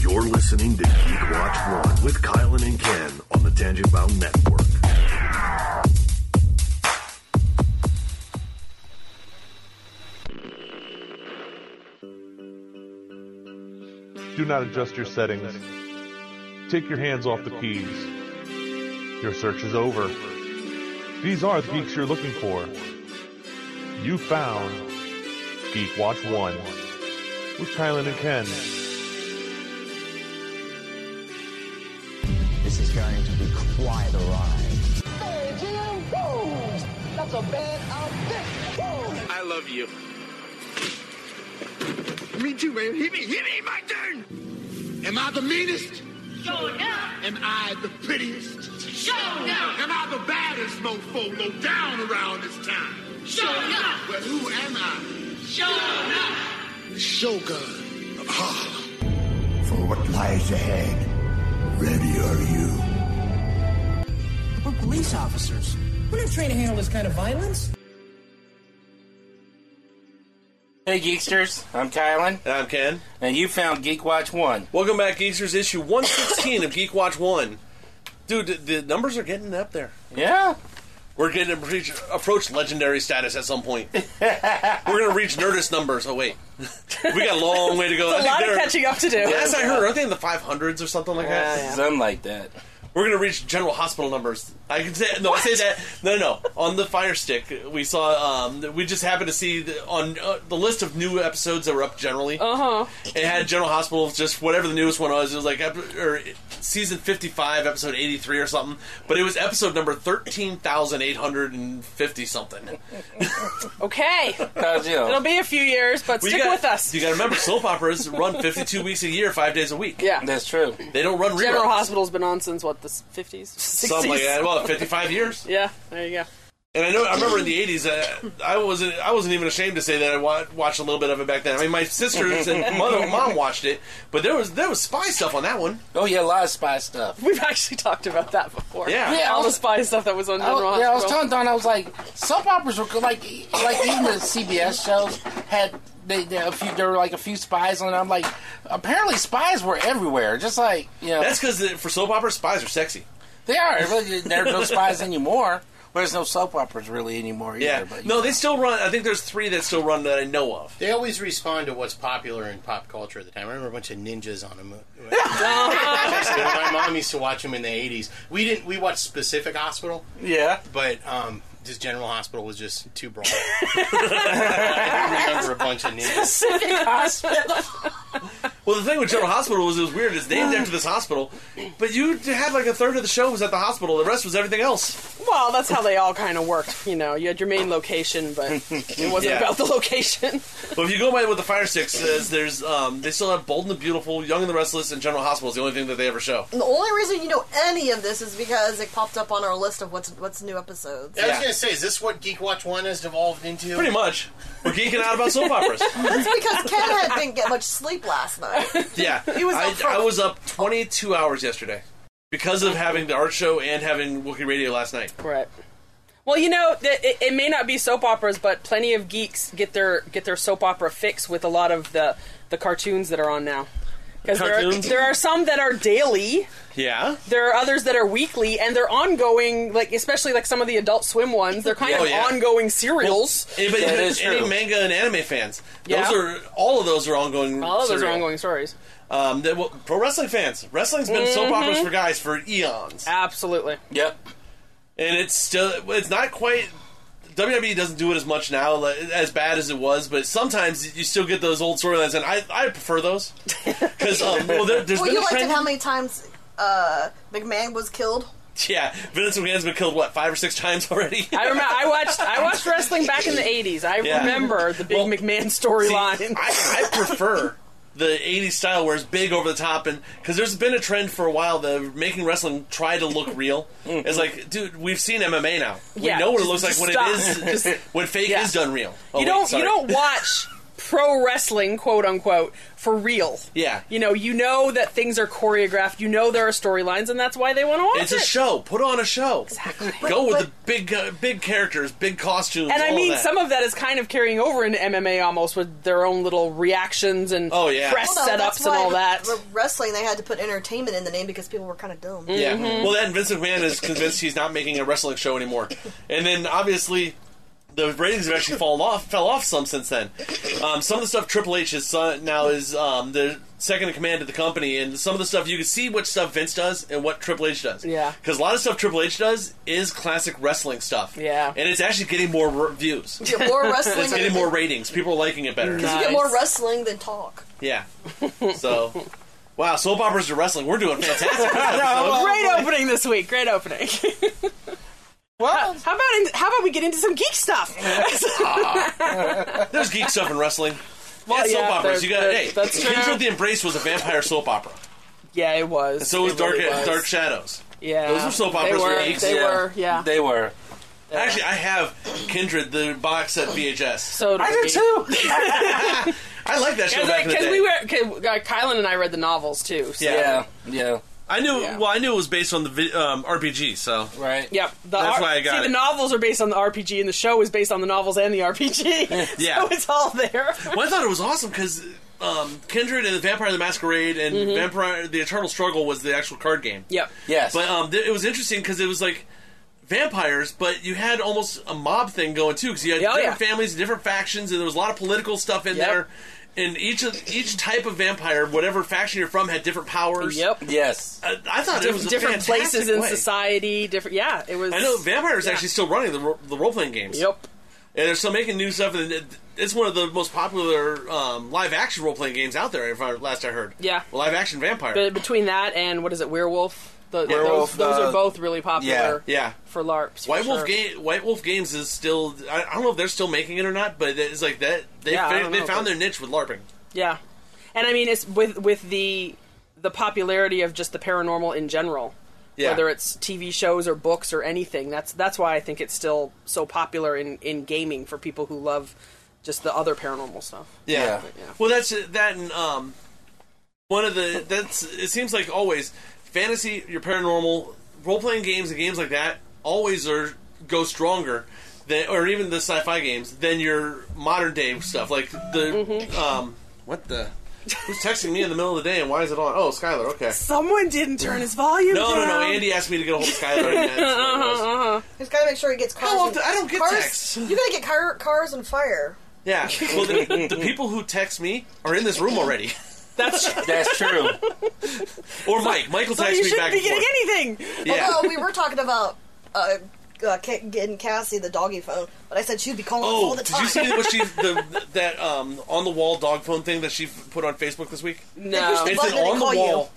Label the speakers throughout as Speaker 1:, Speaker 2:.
Speaker 1: You're listening to Geek Watch One with Kylan and Ken on the Tangent Bound Network.
Speaker 2: Do not adjust your settings. Take your hands off the keys. Your search is over. These are the geeks you're looking for. You found Geek Watch 1 with Kylan and Ken.
Speaker 3: This is going to be quite a ride.
Speaker 4: Hey, Jim, Whoa! That's a bad outfit! Whoa!
Speaker 5: I love you.
Speaker 6: Me too, man. Hit me, hit me, my turn. Am I the meanest?
Speaker 7: Showing up,
Speaker 6: Am I the prettiest?
Speaker 7: showing up,
Speaker 6: Am I the baddest mofo low down around this town?
Speaker 7: showing up,
Speaker 6: Well, who am I?
Speaker 7: showing up.
Speaker 6: The Shogun of Harlem.
Speaker 8: for what lies ahead. Ready are you?
Speaker 9: We're police officers. We're not trained to handle this kind of violence.
Speaker 10: Hey Geeksters, I'm Kylan,
Speaker 5: I'm Ken.
Speaker 10: and you found Geek Watch 1.
Speaker 5: Welcome back, Geeksters. Issue 116 of Geek Watch 1. Dude, the, the numbers are getting up there.
Speaker 10: Yeah?
Speaker 5: We're getting to reach, approach legendary status at some point. We're going to reach Nerdist numbers. Oh, wait. We got a long way to go. I
Speaker 11: a lot of
Speaker 5: they're-
Speaker 11: catching up to do.
Speaker 5: Last I heard, I think in the 500s or something like that.
Speaker 10: Something like that.
Speaker 5: We're gonna reach General Hospital numbers. I can say no. I say that no, no, no. On the Fire Stick, we saw. Um, we just happened to see the, on uh, the list of new episodes that were up generally.
Speaker 11: Uh huh.
Speaker 5: It had General Hospital, just whatever the newest one was. It was like ep- or season fifty-five, episode eighty-three or something. But it was episode number thirteen thousand eight hundred and fifty something.
Speaker 11: Okay.
Speaker 10: 'Cause, you know,
Speaker 11: It'll be a few years, but
Speaker 5: We
Speaker 11: stick
Speaker 5: got-
Speaker 11: with us.
Speaker 5: You got to remember, soap operas run fifty-two weeks a year, five days a week.
Speaker 11: yeah.
Speaker 10: that's true.
Speaker 5: They don't run
Speaker 11: General
Speaker 5: reruns.
Speaker 11: Hospital's been on since what the s- 50s, 60s.
Speaker 5: Something like that. Well, fifty-five years.
Speaker 11: Yeah. There you go.
Speaker 5: And I know I remember in the eighties, uh, I wasn't I wasn't even ashamed to say that I wa- watched a little bit of it back then. I mean, my sisters and mother, mom watched it, but there was there was spy stuff on that one.
Speaker 10: Oh, yeah, a lot of spy stuff.
Speaker 11: We've actually talked about that before.
Speaker 5: Yeah.
Speaker 10: Yeah, I
Speaker 11: All the
Speaker 10: was-
Speaker 11: spy stuff that was on
Speaker 10: I
Speaker 11: General
Speaker 10: was, Oh, yeah, I
Speaker 11: Hospital.
Speaker 10: was telling Don, I was like, soap operas were good. Like, like even the CBS shows had. They, they, a few, there were like a few spies on it. I'm like, apparently spies were everywhere. Just like, you know,
Speaker 5: That's because for soap operas, spies are sexy.
Speaker 10: they are. Really, There are no spies anymore. Well, there's no soap operas really anymore either.
Speaker 5: Yeah,
Speaker 10: But,
Speaker 5: no, they still run. I think there's three that still run that I know of.
Speaker 12: They always respond to what's popular in pop culture at the time. I remember a bunch of ninjas on them. my mom used to watch them in the '80s. We didn't. We watched specific hospital,
Speaker 10: yeah.
Speaker 12: but um, just General Hospital was just too broad. I do remember a bunch of ninjas.
Speaker 5: Well, the thing with General Hospital was it was weird. It's named after this hospital, but you had like a third of the show was at the hospital. The rest was everything else.
Speaker 11: Well, that's how they all kind of worked. You know, you had your main location, but it wasn't
Speaker 5: Yeah.
Speaker 11: about the location.
Speaker 5: But if you go by what the Fire Stick says, there's um, they still have Bold and the Beautiful, Young and the Restless, and General Hospital is the only thing that they ever show.
Speaker 13: The only reason you know any of this is because it popped up on our list of what's what's new episodes.
Speaker 12: I was
Speaker 5: Yeah.
Speaker 12: gonna say, is this what Geek Watch One has devolved into?
Speaker 5: Pretty much, we're geeking out about soap operas.
Speaker 13: That's because Ken had didn't get much sleep last night.
Speaker 5: Yeah,
Speaker 13: He was
Speaker 5: I,
Speaker 13: up for-
Speaker 5: I was up 22 hours yesterday because of having the art show and having Wookiee Radio last night.
Speaker 11: Right. Well, you know, th- it, it may not be soap operas, but plenty of geeks get their get their soap opera fix with a lot of the the cartoons that are on now. Because there are,
Speaker 5: Cartoons?
Speaker 11: there are some that are daily,
Speaker 5: Yeah,
Speaker 11: there are others that are weekly, and they're ongoing. Like especially like some of the Adult Swim ones, they're kind
Speaker 5: Oh,
Speaker 11: of
Speaker 5: yeah.
Speaker 11: ongoing serials.
Speaker 5: anybody,
Speaker 10: That is
Speaker 5: any
Speaker 10: true.
Speaker 5: manga and anime fans?
Speaker 11: Yeah.
Speaker 5: Those are all of those are ongoing.
Speaker 11: All of those are
Speaker 5: serial.
Speaker 11: ongoing stories.
Speaker 5: Um, that- well, pro wrestling fans, wrestling's been
Speaker 11: Mm-hmm.
Speaker 5: soap operas for guys for eons,
Speaker 11: Absolutely.
Speaker 10: Yep.
Speaker 5: and it's still it's not quite. WWE doesn't do it as much now, like, as bad as it was, but sometimes you still get those old storylines, and I, I prefer those because um, well, there, there's
Speaker 13: well,
Speaker 5: been
Speaker 13: you
Speaker 5: a
Speaker 13: liked it
Speaker 5: trend-
Speaker 13: how many times uh, McMahon was killed.
Speaker 5: Yeah, Vince McMahon's been killed what five or six times already.
Speaker 11: I remember I watched I watched wrestling back in the eighties. I
Speaker 5: Yeah.
Speaker 11: remember the big
Speaker 5: Well,
Speaker 11: McMahon
Speaker 5: See,
Speaker 11: storyline.
Speaker 5: I, I prefer the '80s style where it's big over the top, and because there's been a trend for a while the making wrestling try to look real. It's like, dude, we've seen MMA now. We
Speaker 11: Mm-hmm. Yeah,
Speaker 5: know what
Speaker 11: just-
Speaker 5: it looks like
Speaker 11: just
Speaker 5: when
Speaker 11: stop.
Speaker 5: it is
Speaker 11: Just-
Speaker 5: when fake
Speaker 11: yeah.
Speaker 5: is done real. Oh,
Speaker 11: you
Speaker 5: wait,
Speaker 11: don't
Speaker 5: sorry.
Speaker 11: you don't watch pro wrestling, quote unquote, for real.
Speaker 5: Yeah.
Speaker 11: You know, you know that things are choreographed. You know there are storylines, and that's why they want to watch
Speaker 5: It's
Speaker 11: it.
Speaker 5: a show. Put on a show. Exactly. Go with the big, uh, big characters, big costumes.
Speaker 11: And I
Speaker 5: all
Speaker 11: mean,
Speaker 5: that.
Speaker 11: some of that is kind of carrying over into MMA almost with their own little reactions and
Speaker 5: Oh, yeah.
Speaker 11: press
Speaker 13: Well, no, that's
Speaker 11: setups and
Speaker 13: why
Speaker 11: all that.
Speaker 13: with wrestling, they had to put entertainment in the name because people were kind of dumb.
Speaker 5: Yeah.
Speaker 11: Mm-hmm.
Speaker 5: Well, then Vince McMahon is convinced he's not making a wrestling show anymore, and then obviously the ratings have actually fallen off, fell off some since then. Um, some of the stuff Triple H is son now is um, the second in command of the company, and some of the stuff you can see what stuff Vince does and what Triple H does.
Speaker 11: Yeah.
Speaker 5: Because a lot of stuff Triple H does is classic wrestling stuff.
Speaker 11: Yeah.
Speaker 5: And it's actually getting more re- views.
Speaker 13: You get more wrestling
Speaker 5: it's getting
Speaker 13: than-
Speaker 5: more ratings. People are liking it better.
Speaker 13: 'Cause You get more wrestling than talk.
Speaker 5: Yeah. So. Wow, soap operas to wrestling. We're doing fantastic.
Speaker 11: great opening this week. Great opening. Well, how, about in, how about we get into some geek stuff?
Speaker 5: There's geek stuff in wrestling.
Speaker 11: Well,
Speaker 5: and soap
Speaker 11: yeah,
Speaker 5: operas.
Speaker 11: there-
Speaker 5: You got
Speaker 11: there-
Speaker 5: hey.
Speaker 11: that's true.
Speaker 5: Kids with the Embrace was a vampire soap opera.
Speaker 11: yeah, it was.
Speaker 5: And so was
Speaker 11: It
Speaker 5: Dark
Speaker 11: really was.
Speaker 5: Dark Shadows.
Speaker 11: Yeah,
Speaker 5: Those were soap
Speaker 11: They
Speaker 5: operas for
Speaker 11: were.
Speaker 5: geeks.
Speaker 11: They
Speaker 5: Yeah.
Speaker 11: were. Yeah.
Speaker 5: They were. Actually, I have Kindred, the box at VHS. So
Speaker 11: I did too.
Speaker 5: I like that show back in the
Speaker 11: Because
Speaker 5: day.
Speaker 11: we were, cause, uh, Kylan and I read the novels too. So.
Speaker 5: Yeah.
Speaker 10: yeah.
Speaker 5: I knew. Well, I knew it was based on the vi- um, RPG. So
Speaker 10: right.
Speaker 11: Yep. The
Speaker 5: That's
Speaker 11: R-
Speaker 5: why I got
Speaker 11: See,
Speaker 5: it.
Speaker 11: the novels are based on the RPG, and the show is based on the novels and the RPG.
Speaker 5: Yeah.
Speaker 11: so it's all there.
Speaker 5: well, I thought it was awesome because um, Kindred and the Vampire the Masquerade and
Speaker 11: Mhm.
Speaker 5: Vampire the Eternal Struggle was the actual card game.
Speaker 11: Yep.
Speaker 10: Yes.
Speaker 11: uh,
Speaker 5: But um, th- it was interesting because it was like vampires, but you had almost a mob thing going too because you had
Speaker 11: Oh,
Speaker 5: different families, different factions, and there was a lot of political stuff in
Speaker 11: Yep.
Speaker 5: there. And each of each type of vampire, whatever faction you're from, had different powers.
Speaker 11: Yep.
Speaker 10: Yes.
Speaker 5: I, I thought it
Speaker 11: Diff-
Speaker 5: was a
Speaker 11: different
Speaker 5: fantastic
Speaker 11: places in
Speaker 5: way.
Speaker 11: society. Different. Yeah. It was.
Speaker 5: I know Vampire is
Speaker 11: yeah.
Speaker 5: actually still running the, ro- the role playing games. Yep. And they're still making new stuff, and it- it's one of the most popular um, live action role playing games out there. If I, last I heard,
Speaker 11: Yeah.
Speaker 5: live action Vampire.
Speaker 11: But between that and what is it, Werewolf? The,
Speaker 5: Werewolf,
Speaker 11: those, those
Speaker 5: uh,
Speaker 11: are both really popular.
Speaker 5: Yeah, yeah.
Speaker 11: For LARPs. for
Speaker 5: White Wolf
Speaker 11: sure.
Speaker 5: game, White Wolf Games is still. I, I don't know if they're still making it or not, but it's like that. They
Speaker 11: Yeah, I
Speaker 5: fi-
Speaker 11: don't
Speaker 5: they
Speaker 11: know,
Speaker 5: found
Speaker 11: but-
Speaker 5: their niche with LARPing.
Speaker 11: Yeah, and I mean it's with with the the popularity of just the paranormal in general.
Speaker 5: Yeah.
Speaker 11: Whether it's TV shows or books or anything, that's that's why I think it's still so popular in in gaming for people who love just the other paranormal stuff.
Speaker 5: Yeah. Well, that's that, and um, one of the that's it seems like always fantasy, your paranormal role playing games and games like that always are go stronger than, or even the sci fi games than your modern day stuff. Like the
Speaker 11: Mm-hmm.
Speaker 5: um, what the. Who's texting me in the middle of the day and why is it on? Oh, Skylar, okay.
Speaker 11: Someone didn't turn his volume
Speaker 5: No, no, no.
Speaker 11: down.
Speaker 5: Andy asked me to get a hold of Skylar. and that's what it was.
Speaker 13: He's got to make sure he gets cars.
Speaker 5: How
Speaker 13: and-
Speaker 5: often- I don't get
Speaker 13: cars,
Speaker 5: texts.
Speaker 13: You got to get car, cars and fire.
Speaker 5: Yeah. Well, the, the people who text me are in this room already.
Speaker 11: That's
Speaker 10: that's true.
Speaker 5: Or Mike. Michael
Speaker 13: so
Speaker 11: Oh,
Speaker 5: texts
Speaker 13: you
Speaker 5: me
Speaker 13: shouldn't
Speaker 5: back
Speaker 13: be
Speaker 5: and forth.
Speaker 13: getting
Speaker 11: anything.
Speaker 5: Yeah.
Speaker 13: Although we were talking about uh, uh, Ca- getting Cassie the doggy phone, but I said she'd be calling all
Speaker 5: Oh,
Speaker 13: the
Speaker 5: did
Speaker 13: time.
Speaker 5: you see what she the, that um on the wall dog phone thing that she f- put on Facebook this week?
Speaker 13: No. They push the
Speaker 5: it's
Speaker 13: button
Speaker 5: an
Speaker 13: and they
Speaker 5: on
Speaker 13: call
Speaker 5: the
Speaker 13: you.
Speaker 5: wall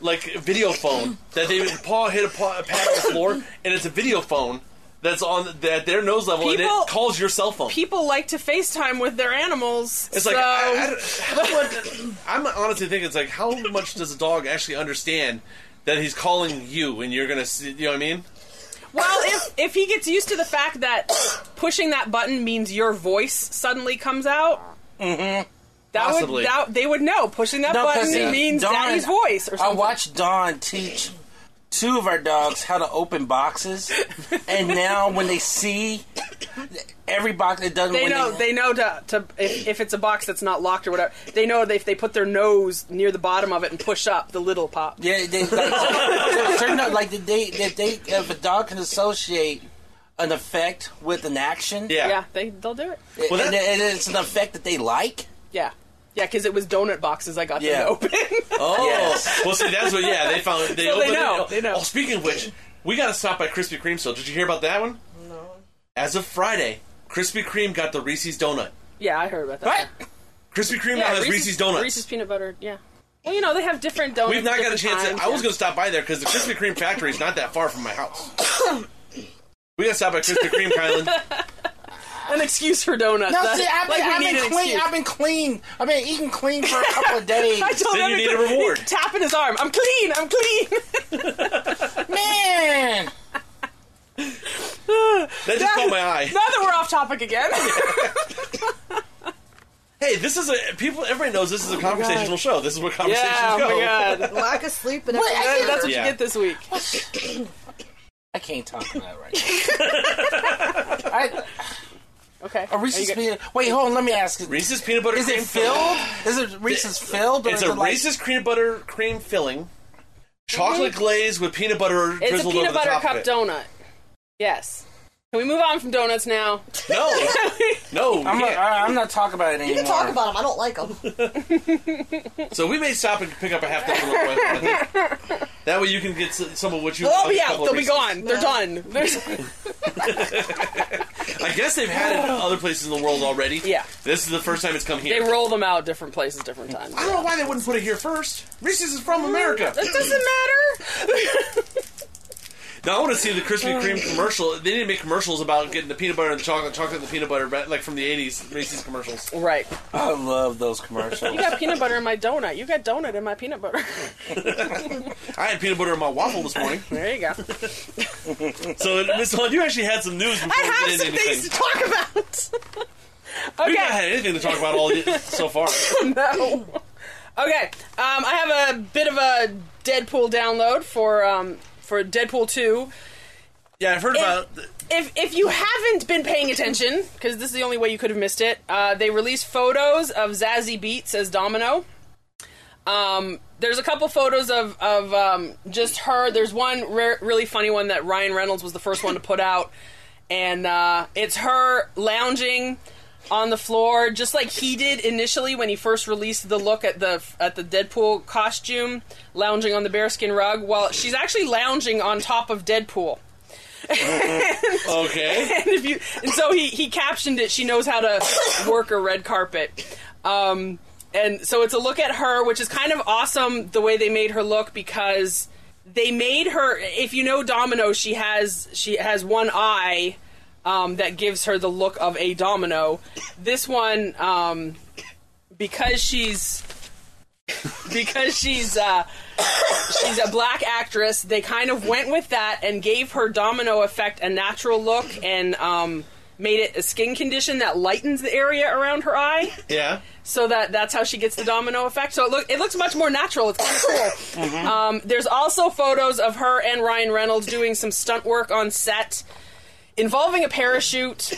Speaker 5: like video phone that they paw hit a, paw, a pad on the floor, and it's a video phone that's on that their nose level and
Speaker 11: People-
Speaker 5: it calls your cell phone.
Speaker 11: People like to FaceTime with their animals.
Speaker 5: It's
Speaker 11: so.
Speaker 5: like, I- how much- I'm honestly thinking it's like how much does a dog actually understand that he's calling you and you're gonna see, you know what I mean?
Speaker 11: Well, if if he gets used to the fact that pushing that button means your voice suddenly comes out, mm-hmm. that
Speaker 10: Possibly.
Speaker 11: would that, they would know pushing that
Speaker 10: No, 'cause,
Speaker 11: button
Speaker 10: yeah,
Speaker 11: means
Speaker 10: Dawn-
Speaker 11: daddy's voice or
Speaker 10: I
Speaker 11: something.
Speaker 10: watched Dawn teach two of our dogs how to open boxes, and now when they see every box, it doesn't.
Speaker 11: they
Speaker 10: when
Speaker 11: know
Speaker 10: They,
Speaker 11: they, know to, to if, if it's a box that's not locked or whatever they know that if they put their nose near the bottom of it and push up the little pop
Speaker 10: yeah, they, like, certain, like they, if they, if a dog can associate an effect with an action,
Speaker 11: yeah they they'll do it
Speaker 10: and, and it's an effect that they like.
Speaker 11: yeah yeah because it was donut boxes I got
Speaker 10: Yeah.
Speaker 11: to open
Speaker 5: Oh,
Speaker 10: Yes.
Speaker 5: well, see, that's what. Yeah, they found. They,
Speaker 11: So they
Speaker 5: opened
Speaker 11: know,
Speaker 5: It. Oh, speaking of which, we got to stop by Krispy Kreme. So, did you hear about that one? No. As of Friday, Krispy Kreme got the Reese's donut.
Speaker 11: yeah I heard about that
Speaker 5: Krispy Kreme
Speaker 11: yeah,
Speaker 5: now has Reese's, donuts.
Speaker 11: Reese's peanut butter yeah well you know they have different donuts
Speaker 5: We've not got a
Speaker 11: different
Speaker 5: chance.
Speaker 11: times,
Speaker 5: I was
Speaker 11: yeah.
Speaker 5: going to stop by there because the Krispy Kreme factory is not that far from my house. we got to stop by Krispy Kreme, Kylan.
Speaker 11: an excuse for donuts.
Speaker 10: No,
Speaker 11: That-
Speaker 10: see, I've been,
Speaker 11: like we
Speaker 10: I've
Speaker 11: need an
Speaker 10: been clean.
Speaker 11: excuse.
Speaker 10: I've been clean. I've been eating clean for a couple of days.
Speaker 11: I told him to clean- he's Tapping his arm. I'm clean. I'm clean.
Speaker 10: Man.
Speaker 5: That just caught my eye.
Speaker 11: Now that we're off topic again.
Speaker 5: Hey, this is a people. Everybody knows this is a conversational
Speaker 13: God.
Speaker 5: show. This is where conversations
Speaker 11: Oh Yeah, oh my
Speaker 5: go.
Speaker 11: God.
Speaker 13: Lack of sleep and
Speaker 11: Wait,
Speaker 13: everything.
Speaker 11: I- that's what
Speaker 5: Yeah.
Speaker 11: you get this week.
Speaker 10: I can't talk about that right now. okay. A Reese's
Speaker 11: Are you
Speaker 10: peanut. Wait, hold on. Let me ask.
Speaker 5: Reese's peanut butter
Speaker 10: Is
Speaker 5: cream
Speaker 10: it filled? Is it Reese's filled? Or
Speaker 5: It's
Speaker 10: is
Speaker 5: a
Speaker 10: it like, Mhm.
Speaker 5: Reese's peanut butter cream filling, chocolate glaze with peanut butter
Speaker 11: It's a
Speaker 5: drizzled
Speaker 11: peanut
Speaker 5: over the
Speaker 11: butter
Speaker 5: top of
Speaker 11: cup
Speaker 5: it.
Speaker 11: donut. Yes. Can we move on from donuts now?
Speaker 5: No, no. we
Speaker 10: I'm,
Speaker 5: can't.
Speaker 10: not, I- I'm not talking about it
Speaker 13: You
Speaker 10: anymore.
Speaker 13: can talk about them. I don't like them.
Speaker 5: So we may stop and pick up a half dozen. of what- I think. that way you can get s- some of what you.
Speaker 11: They'll
Speaker 5: a
Speaker 11: be out.
Speaker 5: couple
Speaker 11: They'll
Speaker 5: of
Speaker 11: be
Speaker 5: Reese's.
Speaker 11: gone. They're done. There's-
Speaker 5: I guess they've had it in other places in the world already.
Speaker 11: Yeah.
Speaker 5: This is the first time it's come
Speaker 11: they
Speaker 5: here.
Speaker 11: roll them out different places, different times.
Speaker 5: I don't know why they wouldn't put it here first. Reese's is from America.
Speaker 11: That doesn't matter.
Speaker 5: Now I want to see the Krispy Kreme commercial. They need to make commercials about getting the peanut butter and the chocolate, chocolate and the peanut butter, but, like from the '80s Reese's commercials.
Speaker 11: Right.
Speaker 10: I love those commercials.
Speaker 11: You got peanut butter in my donut. You got donut in my peanut butter.
Speaker 5: I had peanut butter in my waffle this morning.
Speaker 11: There you go.
Speaker 5: So, Miss Hunt, you actually had some news before
Speaker 11: I
Speaker 5: we
Speaker 11: have
Speaker 5: did
Speaker 11: some
Speaker 5: anything.
Speaker 11: things to talk about.
Speaker 5: We've not
Speaker 11: okay.
Speaker 5: had anything to talk about all the, so far.
Speaker 11: no. Okay. Um, I have a bit of a Deadpool download for um, for Deadpool two.
Speaker 5: Yeah, I've heard about.
Speaker 11: If if you haven't been paying attention, because this is the only way you could have missed it, uh, they released photos of Zazie Beats as Domino. Um, there's a couple photos of of um, just her. There's one re- really funny one that Ryan Reynolds was the first one to put out, and uh, it's her lounging on the floor, just like he did initially when he first released the look at the at the Deadpool costume, lounging on the bearskin rug. While she's actually lounging on top of Deadpool
Speaker 5: Okay.
Speaker 11: and if you and so he he captioned it she knows how to work a red carpet um and so it's a look at her which is kind of awesome the way they made her look because they made her if you know domino she has she has one eye um, that gives her the look of a domino this one um, because she's because she's uh, she's a black actress. They kind of went with that and gave her domino effect a natural look and um, made it a skin condition that lightens the area around her eye,
Speaker 5: Yeah.
Speaker 11: so that that's how she gets the domino effect. So it look it looks much more natural. It's kind of cool. Um, there's also photos of her and Ryan Reynolds doing some stunt work on set involving a parachute.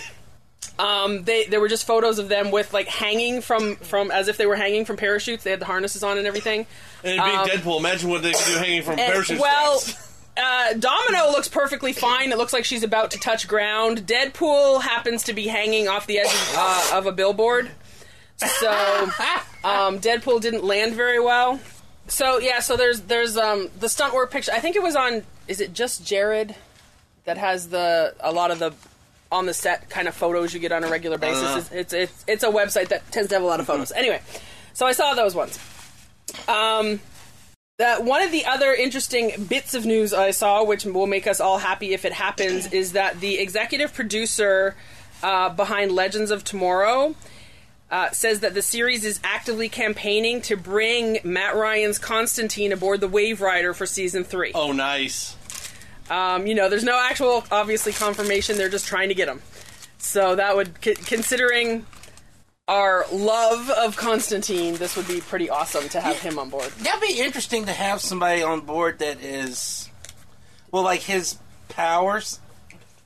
Speaker 11: Um, they there were just photos of them with like hanging from from as if they were hanging from parachutes. They had the harnesses on and everything.
Speaker 5: And being
Speaker 11: Um,
Speaker 5: Deadpool, imagine what they could do hanging from
Speaker 11: and-
Speaker 5: parachutes.
Speaker 11: well, uh, Domino looks perfectly fine. It looks like she's about to touch ground. Deadpool happens to be hanging off the edge of, uh, of a billboard, so um, Deadpool didn't land very well. So yeah, so there's there's um, the stunt work picture. I think it was on. Is it just Jared that has the a lot of the on the set kind of photos you get on a regular basis?
Speaker 5: Uh-huh.
Speaker 11: It's, it's it's it's a website that tends to have a lot of photos. Anyway, so I saw those ones. Um, the, one of the other interesting bits of news I saw, which will make us all happy if it happens, is that the executive producer uh, behind Legends of Tomorrow uh, says that the series is actively campaigning to bring Matt Ryan's Constantine aboard the Wave Rider for season three.
Speaker 5: oh, nice.
Speaker 11: Um, you know, there's no actual, obviously, confirmation. They're just trying to get him. So that would, c- considering our love of Constantine, this would be pretty awesome to have him on board.
Speaker 10: That'd be interesting to have somebody on board that is, well, like his powers.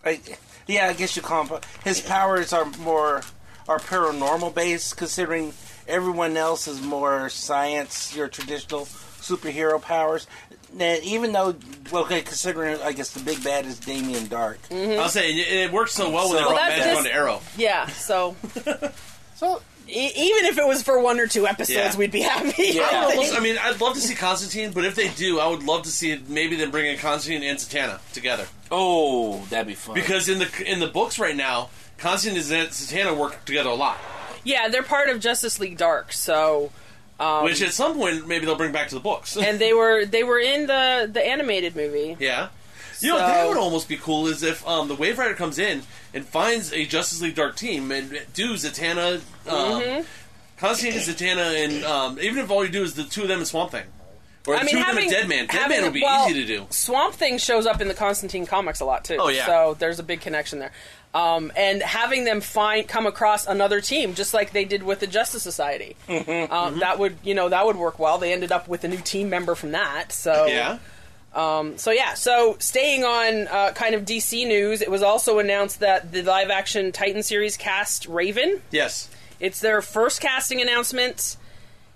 Speaker 10: Like, yeah, I guess you call him. His powers are more are paranormal based, considering everyone else is more science, your traditional superhero powers. That even though, well, okay, considering I guess the big bad is Damien Dark.
Speaker 12: Mm.
Speaker 5: I'll say it, it worked so well when they
Speaker 10: So-
Speaker 5: brought
Speaker 11: Well, hmm. that's
Speaker 5: Magic
Speaker 11: just-
Speaker 5: onto Arrow.
Speaker 11: Yeah, so. so. E- even if it was for one or two episodes,
Speaker 5: Yeah.
Speaker 11: we'd be happy.
Speaker 10: Yeah.
Speaker 11: I
Speaker 5: I,
Speaker 11: think.
Speaker 5: almost, I mean, I'd love to see Constantine, but if they do, I would love to see it, maybe them bringing Constantine and Satana together.
Speaker 10: Oh, that'd be fun.
Speaker 5: Because in the in the books right now, Constantine and Satana work together a lot.
Speaker 11: yeah, they're part of Justice League Dark, so. Um,
Speaker 5: Which at some point maybe they'll bring back to the books.
Speaker 11: and they were they were in the the animated movie.
Speaker 5: yeah. You know,
Speaker 11: So-
Speaker 5: that would almost be cool is if um, the Wave Rider comes in and finds a Justice League Dark team and do Zatanna, um,
Speaker 11: Mm-hmm.
Speaker 5: Constantine, Zatanna, and um, even if all you do is the two of them and Swamp Thing. Or the
Speaker 11: I mean,
Speaker 5: two of them
Speaker 11: having
Speaker 5: and Dead Man. Dead
Speaker 11: having-
Speaker 5: Man would be
Speaker 11: well,
Speaker 5: easy to do.
Speaker 11: Swamp Thing shows up in the Constantine comics a lot too.
Speaker 5: Oh, yeah.
Speaker 11: So there's a big connection there. um, and having them find come across another team, just like they did with the Justice Society.
Speaker 5: Mm-hmm,
Speaker 10: Mhm,
Speaker 11: Uh,
Speaker 10: mhm.
Speaker 11: That would you know that would work well. They ended up with a new team member from that. So
Speaker 10: Yeah.
Speaker 11: Um, so yeah, so staying on uh, kind of DC news, it was also announced that the live action Titan series cast Raven.
Speaker 5: Yes.
Speaker 11: It's their first casting announcement.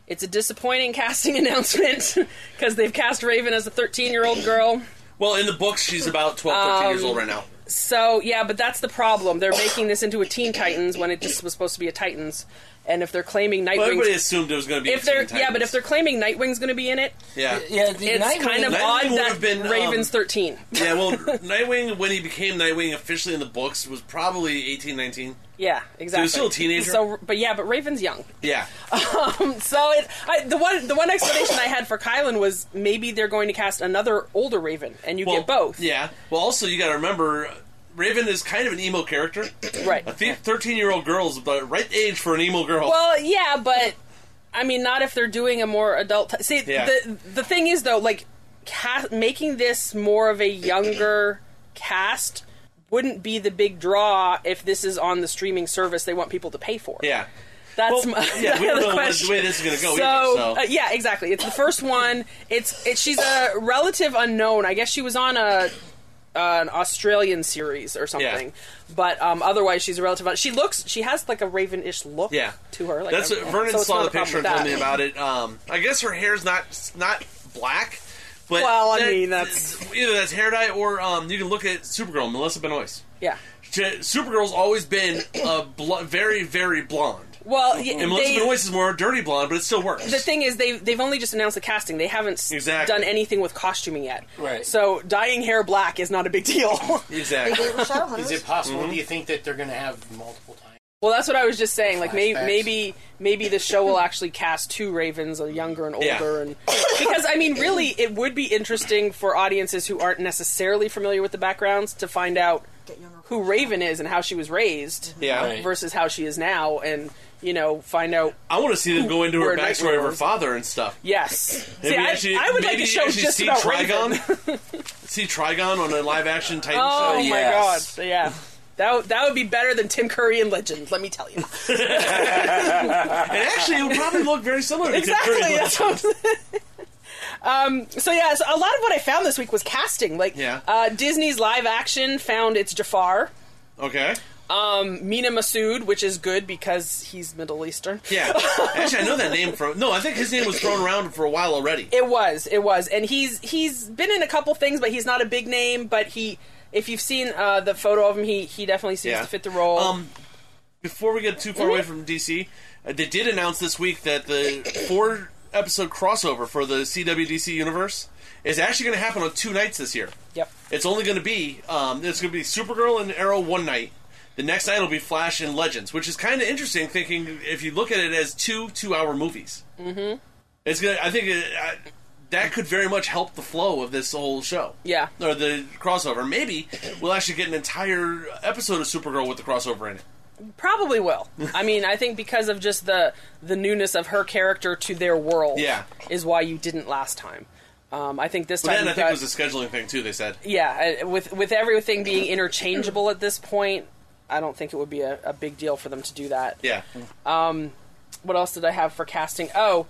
Speaker 11: It's a disappointing casting announcement because they've cast Raven as a 13 year old girl.
Speaker 5: Well, in the books, she's about 12, 13 years
Speaker 11: Um,
Speaker 5: old right now.
Speaker 11: So yeah, but that's the problem. They're making this into a Teen Titans when it just was supposed to be a Titans. And if they're claiming
Speaker 5: Well, everybody
Speaker 11: Nightwing's
Speaker 5: assumed it was going to be.
Speaker 11: if
Speaker 5: a
Speaker 11: they're
Speaker 5: Teen
Speaker 11: yeah, but
Speaker 5: Titans.
Speaker 11: if they're claiming Nightwing's going to be in it,
Speaker 5: yeah,
Speaker 11: it's kind of
Speaker 5: Nightwing
Speaker 11: odd
Speaker 5: would
Speaker 11: that
Speaker 5: have been, um,
Speaker 11: Raven's 13.
Speaker 5: yeah, well, Nightwing when he became Nightwing officially in the books was probably 18, 19.
Speaker 11: Yeah, exactly.
Speaker 5: still a teenager?
Speaker 11: So, but yeah, but Raven's young.
Speaker 5: Yeah,
Speaker 11: Um, so it, I, the one the one explanation I had for Kylan was maybe they're going to cast another older Raven, and you get both.
Speaker 5: Yeah. Well, also you got to remember, Raven is kind of an emo character.
Speaker 11: Right.
Speaker 5: A thirteen-year-old girl is the right age for an emo girl.
Speaker 11: Well, yeah, but I mean, not if they're doing a more adult. T- See,
Speaker 5: Yeah.
Speaker 11: the the thing is though, like ca- making this more of a younger cast wouldn't be the big draw if this is on the streaming service they want people to pay for.
Speaker 5: yeah.
Speaker 11: That's
Speaker 5: Well,
Speaker 11: my,
Speaker 5: yeah, we don't
Speaker 11: the
Speaker 5: know where-
Speaker 11: question.
Speaker 5: the way this is gonna go
Speaker 11: So,
Speaker 5: either, so.
Speaker 11: uh, yeah, exactly. It's the first one. It's it, she's a relative unknown. I guess she was on a uh, an Australian series or something. But um, otherwise, she's a relative. Un- she looks. She has like a raven-ish look.
Speaker 5: Yeah.
Speaker 11: to her. Like
Speaker 5: That's
Speaker 11: a,
Speaker 5: what, Vernon
Speaker 11: so it's
Speaker 5: saw
Speaker 11: not
Speaker 5: the
Speaker 11: a problem
Speaker 5: picture and
Speaker 11: with that.
Speaker 5: told me about it. Um, I guess her hair's not not black. But
Speaker 11: Well, I
Speaker 5: that-
Speaker 11: mean, that's-
Speaker 5: either that's hair dye or um, you can look at Supergirl, Melissa Benoist.
Speaker 11: Yeah.
Speaker 5: She- Supergirl's always been a bl- very, very blonde.
Speaker 11: Well, y-
Speaker 5: Mm-hmm. and Melissa
Speaker 11: they-
Speaker 5: Benoist is more a dirty blonde, but it still works.
Speaker 11: The thing is, they they've only just announced the casting. They haven't s-
Speaker 5: Exactly.
Speaker 11: done anything with costuming yet.
Speaker 12: Right.
Speaker 11: So dyeing hair black is not a big deal.
Speaker 5: Exactly.
Speaker 12: Is it possible?
Speaker 11: Mhm.
Speaker 12: Do you think that they're going to have multiple times?
Speaker 11: Well, that's what I was just saying. Like maybe
Speaker 12: Flashbacks.
Speaker 11: maybe maybe the show will actually cast two Ravens, a younger and older,
Speaker 12: Yeah.
Speaker 11: and because I mean, really, it would be interesting for audiences who aren't necessarily familiar with the backgrounds to find out who Raven is and how she was raised,
Speaker 5: Yeah. Right.
Speaker 11: versus how she is now, and you know, find out.
Speaker 5: I want to see them go into her
Speaker 11: Where Nightwing
Speaker 5: backstory of her
Speaker 11: was.
Speaker 5: father and stuff.
Speaker 11: Yes,
Speaker 5: Maybe
Speaker 11: see, I,
Speaker 5: actually-
Speaker 11: I would like
Speaker 5: maybe
Speaker 11: a show
Speaker 5: actually
Speaker 11: just
Speaker 5: see
Speaker 11: about Raven.
Speaker 5: Trigon. see Trigon on a live action Titan
Speaker 11: Oh
Speaker 5: show.
Speaker 11: my god! So, yeah, that would- that would be better than Tim Curry and Legends. Let me tell you.
Speaker 5: and actually, it would probably look very similar. to Tim
Speaker 11: exactly.
Speaker 5: Curry's Legends.
Speaker 11: that's what I'm saying. um, so yeah, so a lot of what I found this week was casting. Like
Speaker 5: Yeah.
Speaker 11: uh, Disney's live action found its Jafar.
Speaker 5: Okay.
Speaker 11: Um, Mina Masood, which is good because he's Middle Eastern.
Speaker 5: Yeah. Actually, I know that name from. No, I think his name was thrown around for a while already.
Speaker 11: It was, it was, and he's he's been in a couple things, but he's not a big name. But he, if you've seen uh, the photo of him, he he definitely seems
Speaker 5: Yeah.
Speaker 11: to fit the role. Mm-hmm.
Speaker 5: Um, Before we get too far away from DC, uh, they did announce this week that the four episode crossover for the CWDC universe is actually going to happen on two nights this year.
Speaker 11: Yep.
Speaker 5: It's only going to be um, it's going to be Supergirl and Arrow one night. The next night will be Flash and Legends, which is kind of interesting. Thinking if you look at it as two two-hour movies,
Speaker 11: hmm
Speaker 5: it's gonna. I think it, I, that could very much help the flow of this whole show
Speaker 11: Yeah.
Speaker 5: or the crossover. Maybe we'll actually get an entire episode of Supergirl with the crossover in it.
Speaker 11: Probably will. I mean, I think because of just the the newness of her character to their world,
Speaker 5: Yeah.
Speaker 11: is why you didn't last time. Um, I think this
Speaker 5: But
Speaker 11: time,
Speaker 5: then I
Speaker 11: you've
Speaker 5: think
Speaker 11: got-
Speaker 5: it was a scheduling thing too. They said.
Speaker 11: yeah, I- with with everything being interchangeable at this point, I don't think it would be a, a big deal for them to do that.
Speaker 5: Yeah.
Speaker 11: Um, what else did I have for casting? Oh,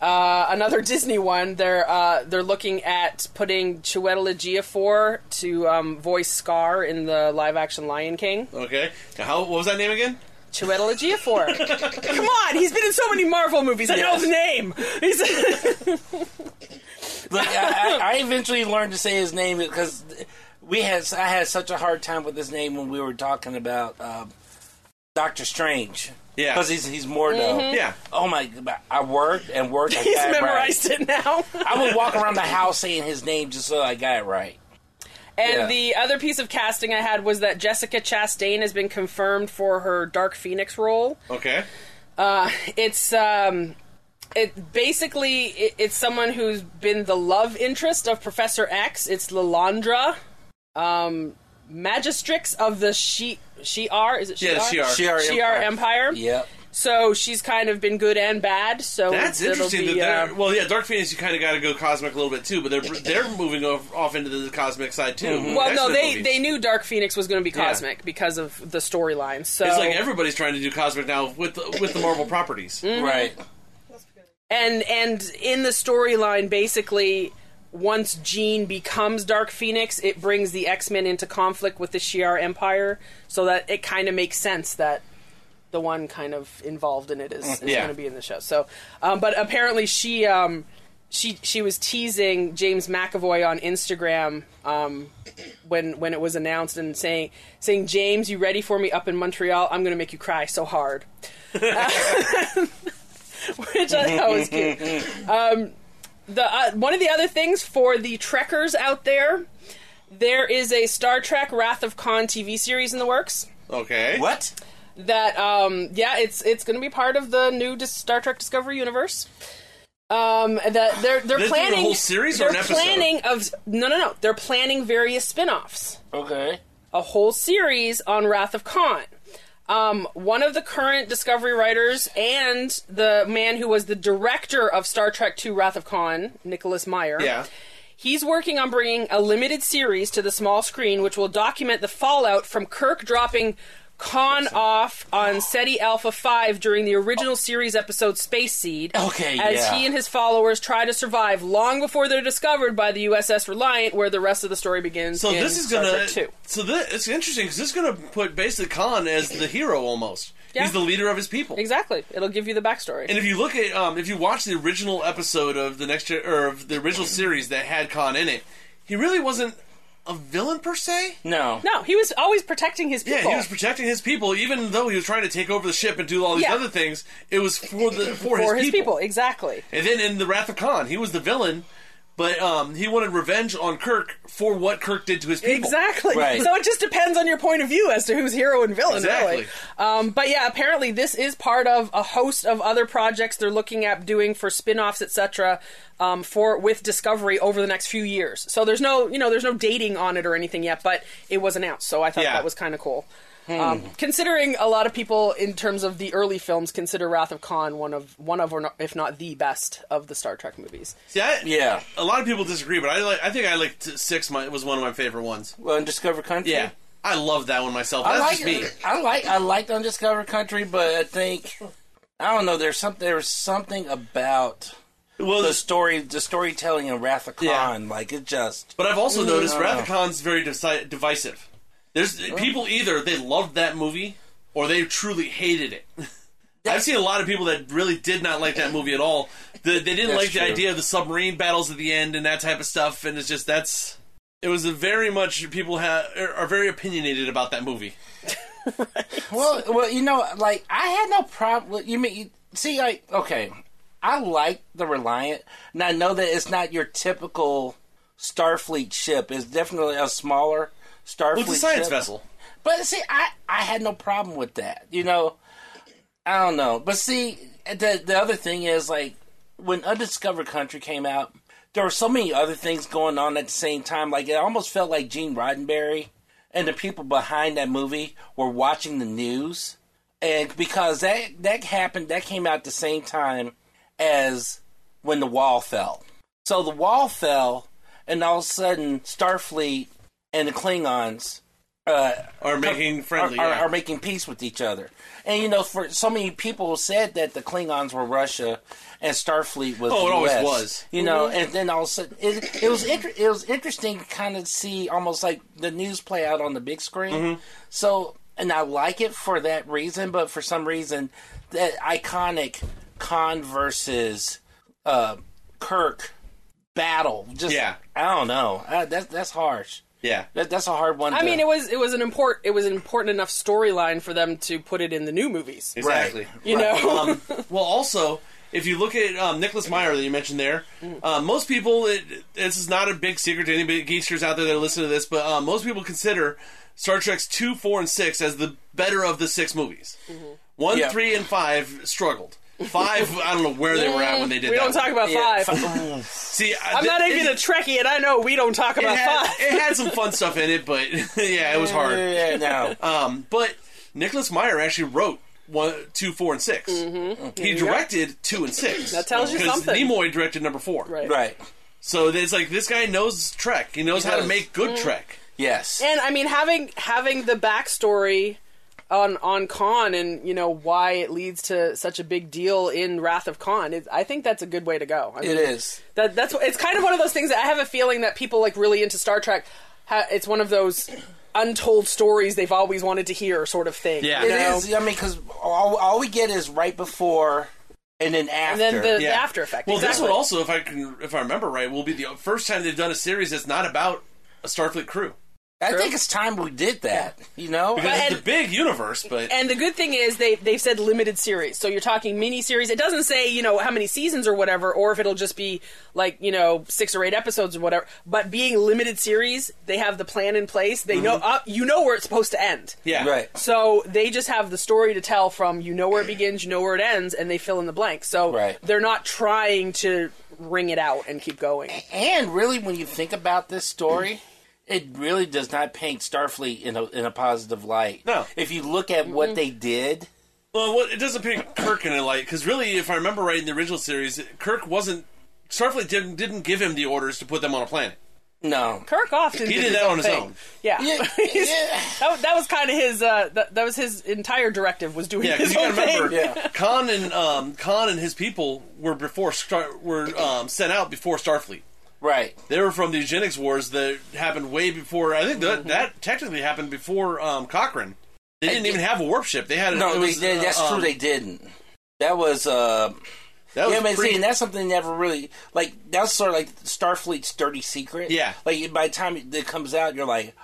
Speaker 11: uh, another Disney one. They're uh, they're looking at putting Chiwetel Ejiofor to um, voice Scar in the live action Lion King.
Speaker 5: Okay. Now, how what was that name again?
Speaker 11: Chiwetel Ejiofor. Come on, he's been in so many Marvel movies. I know
Speaker 10: Yes.
Speaker 11: the name. He's
Speaker 10: Look, I, I, I eventually learned to say his name because we had I had such a hard time with his name when we were talking about um, Doctor Strange.
Speaker 5: Yeah.
Speaker 10: because he's he's Mordo.
Speaker 5: Mm-hmm.
Speaker 11: Mhm. Yeah.
Speaker 10: Oh my! God, I worked and worked. I
Speaker 11: he's
Speaker 10: got it
Speaker 11: memorized
Speaker 10: right.
Speaker 11: it now.
Speaker 10: I would walk around the house saying his name just so I got it right.
Speaker 11: And
Speaker 10: Yeah.
Speaker 11: the other piece of casting I had was that Jessica Chastain has been confirmed for her Dark Phoenix role.
Speaker 5: Okay.
Speaker 11: Uh, it's um, it basically it, it's someone who's been the love interest of Professor X. It's Lalandra, um, Magistrix of the She She Are is it She
Speaker 5: Yeah, the Shi'ar.
Speaker 11: She
Speaker 5: Shi'ar
Speaker 11: Are
Speaker 5: Empire.
Speaker 11: Empire.
Speaker 5: Yep.
Speaker 11: So she's kind of been good and bad. So
Speaker 5: That's
Speaker 11: it'll
Speaker 5: interesting.
Speaker 11: be,
Speaker 5: that
Speaker 11: uh,
Speaker 5: they're, well, yeah, Dark Phoenix, you kind of got to go cosmic a little bit too, but they're they're moving off, off into the cosmic side too.
Speaker 11: Well,
Speaker 5: X-Men
Speaker 11: no, they
Speaker 5: movies.
Speaker 11: they knew Dark Phoenix was going to be
Speaker 5: Yeah.
Speaker 11: cosmic because of the storyline. So
Speaker 5: it's like everybody's trying to do cosmic now with the, with the Marvel properties,
Speaker 11: Mhm. Right. and and in the storyline, basically, once Jean becomes Dark Phoenix, it brings the X Men into conflict with the Shi'ar Empire, so that it kind of makes sense that the one kind of involved in it is, is
Speaker 10: Mm, yeah.
Speaker 11: going to be in the show. So, um, but apparently she um, she she was teasing James McAvoy on Instagram um, when when it was announced and saying saying James, you ready for me up in Montreal? I'm going to make you cry so hard, which I thought was cute um, the uh, one of the other things for the trekkers out there, there is a Star Trek Wrath of Khan TV series in the works.
Speaker 5: Okay.
Speaker 10: What?
Speaker 11: That um, yeah, it's it's going to be part of the new Dis- Star Trek Discovery universe. Um, that they're they're
Speaker 5: They're doing a
Speaker 11: planning
Speaker 5: whole series or
Speaker 11: They're
Speaker 5: an episode?
Speaker 11: planning of no no no. They're planning various spin-offs
Speaker 10: Okay.
Speaker 11: a whole series on Wrath of Khan. Um, one of the current Discovery writers and the man who was the director of Star Trek II Wrath of Khan, Nicholas Meyer.
Speaker 5: Yeah.
Speaker 11: He's working on bringing a limited series to the small screen, which will document the fallout from Kirk dropping Khan off on SETI Alpha 5 during the original series episode Space Seed.
Speaker 10: Okay,
Speaker 11: As
Speaker 10: yeah.
Speaker 11: he and his followers try to survive long before they're discovered by the USS Reliant, where the rest of the story begins.
Speaker 5: So
Speaker 11: in
Speaker 5: this is
Speaker 11: Star
Speaker 5: gonna
Speaker 11: Trek II.
Speaker 5: so this it's interesting because this is gonna put basically Khan as the hero almost.
Speaker 11: Yeah.
Speaker 5: He's the leader of his people.
Speaker 11: Exactly. It'll give you the backstory.
Speaker 5: And if you look at, um, if you watch the original episode of the next Gen- or of the original series that had Khan in it, he really wasn't a villain per se.
Speaker 10: No.
Speaker 11: No, he was always protecting his people.
Speaker 5: Yeah, he was protecting his people, even though he was trying to take over the ship and do all these
Speaker 11: Yeah.
Speaker 5: other things. It was for the for,
Speaker 11: for
Speaker 5: his,
Speaker 11: his
Speaker 5: people.
Speaker 11: people. Exactly.
Speaker 5: And then in the Wrath of Khan, he was the villain, but um, he wanted revenge on Kirk for what Kirk did to his people.
Speaker 11: Exactly. So it just depends on your point of view as to who's hero and villain,
Speaker 5: Exactly.
Speaker 11: really. Um, but yeah, apparently this is part of a host of other projects they're looking at doing for spin-offs, etc. Um, for with Discovery over the next few years. So there's no, you know, there's no dating on it or anything yet, but it was announced. So I thought
Speaker 10: Yeah.
Speaker 11: that was kind of cool.
Speaker 10: Hmm.
Speaker 11: Um, considering a lot of people, in terms of the early films, consider Wrath of Khan one of one of, or not, if not the best of the Star Trek movies.
Speaker 5: See, I,
Speaker 10: yeah.
Speaker 5: A lot of people disagree, but I like. I think I liked six. My was one of my favorite ones.
Speaker 10: Well, Undiscovered Country.
Speaker 5: Yeah, I love that one myself.
Speaker 10: I
Speaker 5: That's
Speaker 10: like
Speaker 5: just me.
Speaker 10: I like I liked Undiscovered Country, but I think I don't know. There's something there's something about
Speaker 5: well
Speaker 10: the story the storytelling in Wrath of Khan. Like it just.
Speaker 5: But I've also
Speaker 10: Mm,
Speaker 5: noticed
Speaker 10: I don't
Speaker 5: Wrath of
Speaker 10: know.
Speaker 5: Khan's very deci- divisive. There's people either they loved that movie or they truly hated it. I've seen a lot of people that really did not like that movie at all. The, they didn't
Speaker 10: That's
Speaker 5: like the
Speaker 10: true.
Speaker 5: idea of the submarine battles at the end and that type of stuff. And it's just that's it was a very much people ha- er, are- are very opinionated about that movie.
Speaker 10: Well, well, you know, like I had no problem. You mean you, see, like okay, I like the Reliant, and I know that it's not your typical Starfleet ship. It's definitely a smaller Starfleet
Speaker 5: Well, it's a science
Speaker 10: ship.
Speaker 5: vessel.
Speaker 10: But see, I I had no problem with that. You know, I don't know. But see, the the other thing is like when Undiscovered Country came out, there were so many other things going on at the same time. Like it almost felt like Gene Roddenberry and the people behind that movie were watching the news, and because that that happened, that came out at the same time as when the wall fell. So the wall fell, and all of a sudden, Starfleet and the Klingons uh,
Speaker 5: are making friendly,
Speaker 10: are,
Speaker 5: yeah.
Speaker 10: are making peace with each other. And you know, for so many people said that the Klingons were Russia and Starfleet was.
Speaker 5: Oh, it
Speaker 10: the
Speaker 5: always
Speaker 10: West.
Speaker 5: was. Mm-hmm.
Speaker 10: You know, and then all of a sudden, it, it was inter- it was interesting, kind of see almost like the news play out on the big screen.
Speaker 5: Mm-hmm.
Speaker 10: So, and I like it for that reason, but for some reason, that iconic Khan versus uh, Kirk battle, just
Speaker 5: Yeah.
Speaker 10: I don't know. Uh, that's that's harsh.
Speaker 5: Yeah,
Speaker 10: that, that's a hard one.
Speaker 11: I
Speaker 10: to-
Speaker 11: mean, it was it was an import it was an important enough storyline for them to put it in the new movies.
Speaker 5: Exactly.
Speaker 11: You know.
Speaker 5: um, well, also, if you look at um, Nicholas Meyer that you mentioned there,
Speaker 11: Mm.
Speaker 5: uh, most people, it, this is not a big secret to anybody geeksters out there that listen to this, but uh, most people consider Star Trek's two, four, and six as the better of the six movies.
Speaker 11: Mm-hmm.
Speaker 5: One,
Speaker 10: Yeah.
Speaker 5: three, and five struggled. Five, I don't know where they were at when they did
Speaker 11: We
Speaker 5: that.
Speaker 11: don't talk about
Speaker 5: Yeah.
Speaker 11: five.
Speaker 5: See, I-
Speaker 11: I'm not even a Trekkie, and I know we don't talk about
Speaker 5: it had,
Speaker 11: five.
Speaker 5: it had some fun stuff in it, but yeah, it was hard.
Speaker 10: Yeah, no.
Speaker 5: Um, but Nicholas Meyer actually wrote one, two, four, and 6
Speaker 11: Mhm.
Speaker 5: He
Speaker 11: There you go.
Speaker 5: directed two and six.
Speaker 11: That tells you
Speaker 5: 'Cause
Speaker 11: something.
Speaker 5: Nimoy directed number four.
Speaker 11: Right.
Speaker 10: Right.
Speaker 5: So it's like this guy knows Trek. He knows
Speaker 11: He
Speaker 5: how to
Speaker 11: does.
Speaker 5: make good
Speaker 11: Mm.
Speaker 5: Trek.
Speaker 10: Yes.
Speaker 11: And I mean, having having the backstory on on Khan and you know why it leads to such a big deal in Wrath of Khan, it, I think that's a good way to go. I
Speaker 10: It
Speaker 11: mean,
Speaker 10: is.
Speaker 11: That that's it's kind of one of those things that I have a feeling that people like really into Star Trek. Ha, it's one of those untold stories they've always wanted to hear, sort of thing.
Speaker 10: It
Speaker 11: you know?
Speaker 10: is. I mean, because all, all we get is right before and then after.
Speaker 11: then the- the Yeah. after effect,
Speaker 5: Well, this
Speaker 11: exactly.
Speaker 5: one also, if I can, if I remember right, will be the first time they've done a series that's not about a Starfleet crew.
Speaker 10: I think it's time we did that. You know,
Speaker 5: because
Speaker 11: But-
Speaker 5: it's a big universe, but
Speaker 11: And the good thing is they they've said limited series, so you're talking mini series. It doesn't say you know how many seasons or whatever, or if it'll just be like you know six or eight episodes or whatever. But being limited series, they have the plan in place. They know uh, you know where it's supposed to end.
Speaker 5: Mm-hmm. Yeah. Right.
Speaker 11: So they just have the story to tell from you know where it begins, you know where it ends, and they fill in the blank. So
Speaker 10: Right.
Speaker 11: they're not trying to wring it out and keep going.
Speaker 10: And really, when you think about this story, it really does not paint Starfleet in a in a positive light. No, if you look at what they did,
Speaker 5: well, what, it doesn't paint Kirk in a light because really, if I remember right, in the original series, Kirk wasn't Starfleet didn't didn't give him the orders to put them on a planet.
Speaker 10: No,
Speaker 11: Kirk often
Speaker 5: He
Speaker 11: did,
Speaker 5: did
Speaker 11: his
Speaker 5: that
Speaker 11: own
Speaker 5: on his
Speaker 11: thing.
Speaker 5: own.
Speaker 11: Yeah, that, that was kind of his. Uh, that, that was his entire directive was doing
Speaker 5: Yeah, because
Speaker 11: his
Speaker 5: you
Speaker 11: own
Speaker 5: gotta
Speaker 11: thing.
Speaker 5: remember, Khan and um, Khan and his people were before Star- were um, sent out before Starfleet.
Speaker 10: Right.
Speaker 5: They were from the eugenics wars that happened way before. I think
Speaker 10: Mm-hmm.
Speaker 5: that, that technically happened before um, Cochrane. They didn't even have a warp ship. They had
Speaker 10: no,
Speaker 5: it was,
Speaker 10: they did. That's
Speaker 5: uh,
Speaker 10: true.
Speaker 5: um,
Speaker 10: They didn't. That was. Uh,
Speaker 5: That was
Speaker 10: yeah, man.
Speaker 5: pre-
Speaker 10: see, and that's something they never really like. That's sort of like Starfleet's dirty secret.
Speaker 5: Yeah.
Speaker 10: Like by the time it, it comes out, you're like,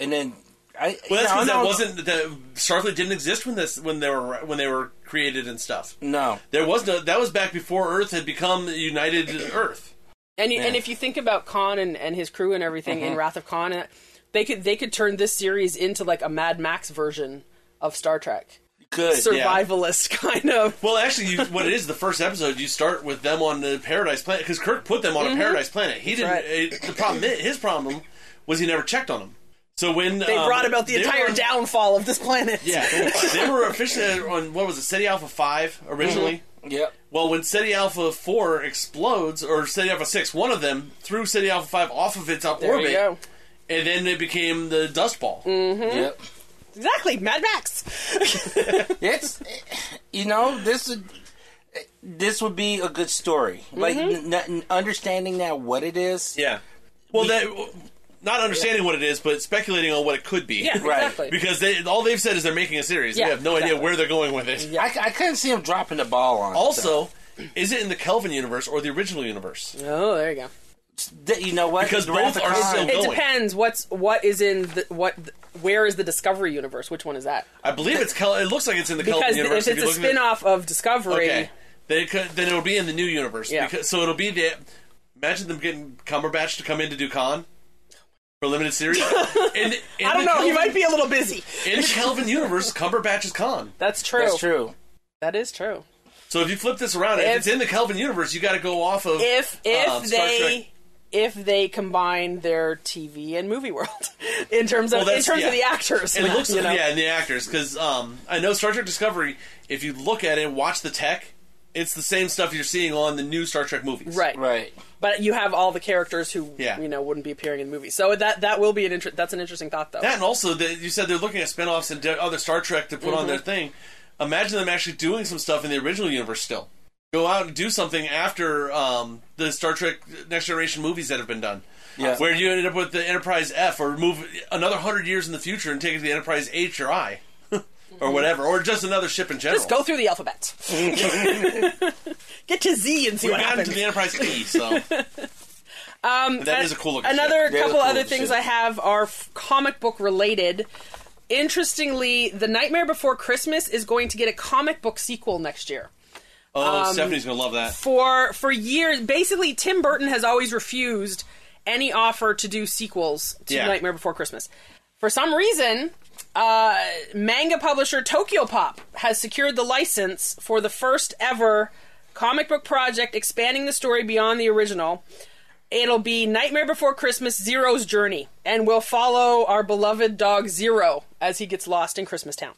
Speaker 10: and then I.
Speaker 5: Well, that's
Speaker 10: no, no,
Speaker 5: because that wasn't that Starfleet didn't exist when this when they were when they were created and stuff.
Speaker 10: No,
Speaker 5: there was no that was back before Earth had become United Earth.
Speaker 11: And you, and
Speaker 5: Yeah.
Speaker 11: if you think about Khan and, and his crew and everything in
Speaker 5: Mhm.
Speaker 11: Wrath of Khan, uh, they could they could turn this series into like a Mad Max version of Star Trek.
Speaker 10: Good
Speaker 11: survivalist kind of.
Speaker 5: Well, actually, you, what it is the first episode you start with them on the Paradise Planet because Kirk put them on
Speaker 11: Mhm.
Speaker 5: a Paradise Planet.
Speaker 11: That's
Speaker 5: He didn't.
Speaker 11: right.
Speaker 5: It, the problem i- his problem was he never checked on them. So when
Speaker 11: They
Speaker 5: um,
Speaker 11: brought about the
Speaker 5: they
Speaker 11: entire
Speaker 5: were-
Speaker 11: downfall of this planet.
Speaker 5: Yeah, they were officially on what was it, SETI Alpha Five originally.
Speaker 11: Mm-hmm.
Speaker 10: Yep.
Speaker 5: Well, when SETI Alpha Four explodes, or SETI Alpha Six, one of them threw SETI Alpha Five off of its up
Speaker 11: There you
Speaker 5: orbit,
Speaker 11: go.
Speaker 5: and then it became the dust ball.
Speaker 11: Mhm. Yep.
Speaker 10: Mm-hmm.
Speaker 11: Exactly, Mad Max.
Speaker 10: it's you know this would this would be a good story like n- n- understanding now what it is
Speaker 5: yeah Well, that not understanding what it is, but speculating on what it could be.
Speaker 10: Yeah, Right. exactly.
Speaker 5: Because they, all they've said is they're making a series.
Speaker 10: Yeah,
Speaker 5: they have no idea
Speaker 10: exactly.
Speaker 5: where they're going with it.
Speaker 10: I, I couldn't see him dropping the ball on it,
Speaker 5: Also, is it in the Kelvin universe or the original universe?
Speaker 11: Oh, there you go.
Speaker 10: you know what?
Speaker 5: Because both are still
Speaker 11: it
Speaker 5: going.
Speaker 11: depends. What's what is in the, what? Where is the Discovery universe? Which one is that?
Speaker 5: I believe it's Kel- it looks like it's in the
Speaker 11: because
Speaker 5: Kelvin universe.
Speaker 11: if it's
Speaker 5: you
Speaker 11: a
Speaker 5: look at it-
Speaker 11: spin off of Discovery,
Speaker 5: okay, then it could, then it'll be in the new universe.
Speaker 11: Yeah.
Speaker 5: Because, so it'll be the imagine them getting Cumberbatch to come in to do Khan for a limited series. in, in
Speaker 11: I don't
Speaker 5: the
Speaker 11: know. he
Speaker 5: Kelvin-
Speaker 11: might be a little busy.
Speaker 5: in the Kelvin universe. Cumberbatch is Khan.
Speaker 11: That's true. That's
Speaker 10: true.
Speaker 11: That is true.
Speaker 5: So if you flip this around, if,
Speaker 11: If-
Speaker 5: it's in the Kelvin universe, you got to go off of
Speaker 11: If if
Speaker 5: um, Star
Speaker 11: they
Speaker 5: Trek.
Speaker 11: if they combine their TV and movie world in terms of
Speaker 5: Well,
Speaker 11: in
Speaker 5: that's-
Speaker 11: terms
Speaker 5: yeah.
Speaker 11: of the actors,
Speaker 5: It looks
Speaker 11: you know?
Speaker 5: yeah, and the actors because um, I know Star Trek Discovery. If you look at it and watch the tech, it's the same stuff you're seeing on the new Star Trek movies.
Speaker 11: Right.
Speaker 10: Right.
Speaker 11: But you have all the characters who
Speaker 5: Yeah.
Speaker 11: you know wouldn't be appearing in the movie, so that that will be an inter- that's an interesting thought though.
Speaker 5: That and also that you said they're looking at spin-offs and de- other Star Trek to put on
Speaker 11: Mhm.
Speaker 5: their thing. Imagine them actually doing some stuff in the original universe still. Go out and do something after um, the Star Trek Next Generation movies that have been done.
Speaker 10: Yeah.
Speaker 5: Where you ended up with the Enterprise F or move another 100 years in the future and take it to the Enterprise H or I or whatever or just another ship in general.
Speaker 11: Just go through the alphabet. Get to Z and see
Speaker 5: We've
Speaker 11: what
Speaker 5: gotten
Speaker 11: happens.
Speaker 5: to the Enterprise E, so
Speaker 11: Um,
Speaker 5: But that
Speaker 11: a-
Speaker 5: is a cool looking
Speaker 11: Another
Speaker 5: ship. That is a
Speaker 11: couple
Speaker 5: cool
Speaker 11: other
Speaker 5: looking
Speaker 11: things
Speaker 5: ship.
Speaker 11: I have are f- comic book related. Interestingly, The Nightmare Before Christmas is going to get a comic book sequel next year.
Speaker 5: oh,
Speaker 11: Um,
Speaker 5: Stephanie's going to love that.
Speaker 11: For for years, basically, Tim Burton has always refused any offer to do sequels to
Speaker 5: Yeah.
Speaker 11: Nightmare Before Christmas. For some reason, uh, manga publisher Tokyo Pop has secured the license for the first ever comic book project expanding the story beyond the original. It'll be Nightmare Before Christmas Zero's Journey, and we'll follow our beloved dog Zero as he gets lost in Christmas Town.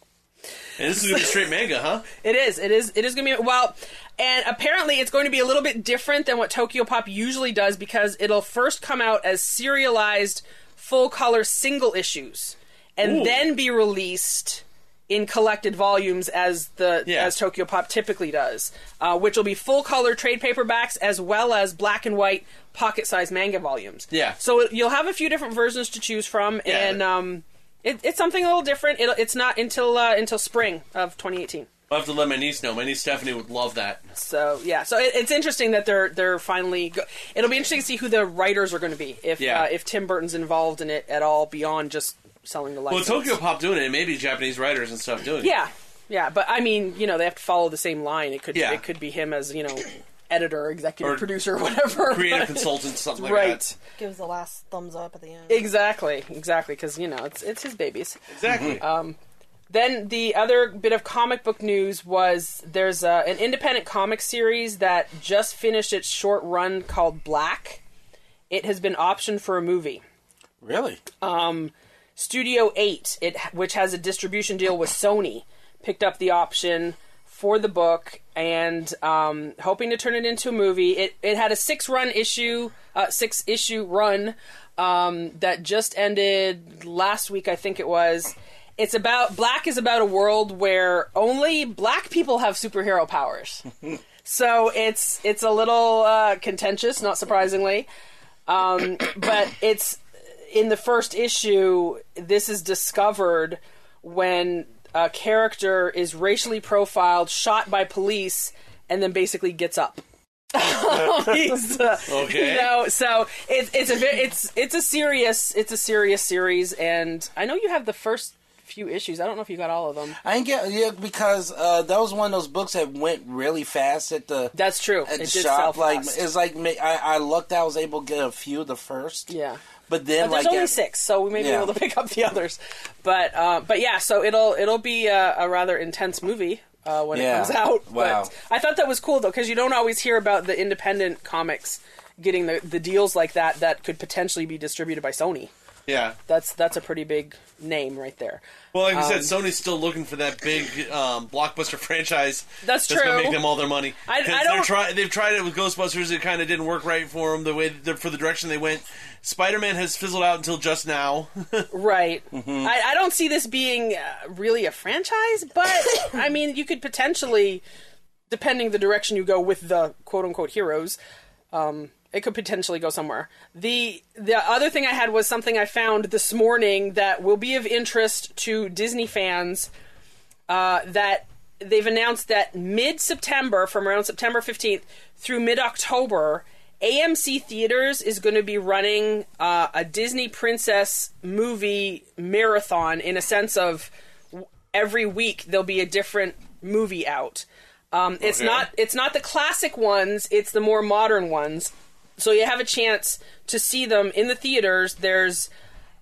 Speaker 5: And this is gonna be straight manga, huh?
Speaker 11: It is. It is. It is going to be well, and apparently it's going to be a little bit different than what Tokyo Pop usually does because it'll first come out as serialized full color single issues, and
Speaker 5: Ooh.
Speaker 11: then be released in collected volumes as the
Speaker 5: Yeah.
Speaker 11: as Tokyo Pop typically does, uh, which will be full color trade paperbacks as well as black and white pocket sized manga volumes.
Speaker 5: Yeah.
Speaker 11: So it- you'll have a few different versions to choose from,
Speaker 5: Yeah.
Speaker 11: and um, it, it's something a little different. It, it's not until uh, until spring of 2018.
Speaker 5: I'll have to let my niece know. My niece Stephanie would love that.
Speaker 11: So yeah, so it, it's interesting that they're they're finally. Go- It'll be interesting to see who the writers are going to be if
Speaker 5: Yeah.
Speaker 11: uh, if Tim Burton's involved in it at all beyond just selling the
Speaker 5: Well,
Speaker 11: license.
Speaker 5: Tokyo Pop doing it, maybe Japanese writers and stuff doing it.
Speaker 11: Yeah, yeah, but I mean, you know, they have to follow the same line. It could
Speaker 5: Yeah.
Speaker 11: it could be him as you know, editor, executive
Speaker 5: Or
Speaker 11: producer, whatever,
Speaker 5: creative
Speaker 11: but-
Speaker 5: consultant, something like
Speaker 11: right.
Speaker 5: that.
Speaker 13: Gives the last thumbs up at the end.
Speaker 11: Exactly, exactly, because you know it's it's his babies.
Speaker 5: Exactly.
Speaker 11: Um, then the other bit of comic book news was there's a, an independent comic series that just finished its short run called Black. It has been optioned for a movie.
Speaker 10: Really?
Speaker 11: Um, Studio Eight, it which has a distribution deal with Sony, picked up the option for the book and um, hoping to turn it into a movie. It it had a six run issue, uh, six issue run um, that just ended last week, I think it was. It's about black is about a world where only black people have superhero powers. So it's it's a little uh, contentious, not surprisingly, um, but it's in the first issue. This is discovered when a character is racially profiled, shot by police, and then basically gets up. He's, uh,
Speaker 5: Okay.
Speaker 11: You know, so it's it's a ve- it's it's a serious it's a serious series, and I know you have the first few issues. I don't know if you got all of them.
Speaker 10: I ain't get yeah because uh, that was one of those books that went really fast at the.
Speaker 11: That's true.
Speaker 10: At the
Speaker 11: It did
Speaker 10: shop,
Speaker 11: sell
Speaker 10: like
Speaker 11: fast.
Speaker 10: it's like ma- I, I lucked. I was able to get a few the first.
Speaker 11: Yeah.
Speaker 10: But then
Speaker 11: But
Speaker 10: like
Speaker 11: there's only
Speaker 10: at-
Speaker 11: six, so we may be
Speaker 10: Yeah.
Speaker 11: able to pick up the others. But uh, but yeah, so it'll it'll be a, a rather intense movie uh, when
Speaker 10: Yeah.
Speaker 11: it comes out.
Speaker 10: Wow.
Speaker 11: But I thought that was cool though, because you don't always hear about the independent comics getting the, the deals like that that could potentially be distributed by Sony.
Speaker 5: Yeah.
Speaker 11: That's that's a pretty big name right there.
Speaker 5: Well, like you
Speaker 11: Um,
Speaker 5: said, Sony's still looking for that big um, blockbuster franchise.
Speaker 11: That's
Speaker 5: Gonna
Speaker 11: true.
Speaker 5: make them all their money.
Speaker 11: I- I
Speaker 5: 'Cause they're
Speaker 11: don't-
Speaker 5: try- they've tried it with Ghostbusters. It kind of didn't work right for them. The way the, for the direction they went, Spider Man has fizzled out until just now.
Speaker 11: right. I, I don't see this being uh, really a franchise, but I mean, you could potentially, depending the direction you go with the quote unquote heroes, um, it could potentially go somewhere. The the other thing I had was something I found this morning that will be of interest to Disney fans. Uh, that they've announced that mid September, from around September fifteenth through mid October. AMC Theaters is going to be running uh, a Disney Princess movie marathon in a sense of w- every week there'll be a different movie out. Um, it's
Speaker 14: Okay.
Speaker 11: not it's not the classic ones; it's the more modern ones. So you have a chance to see them in the theaters. There's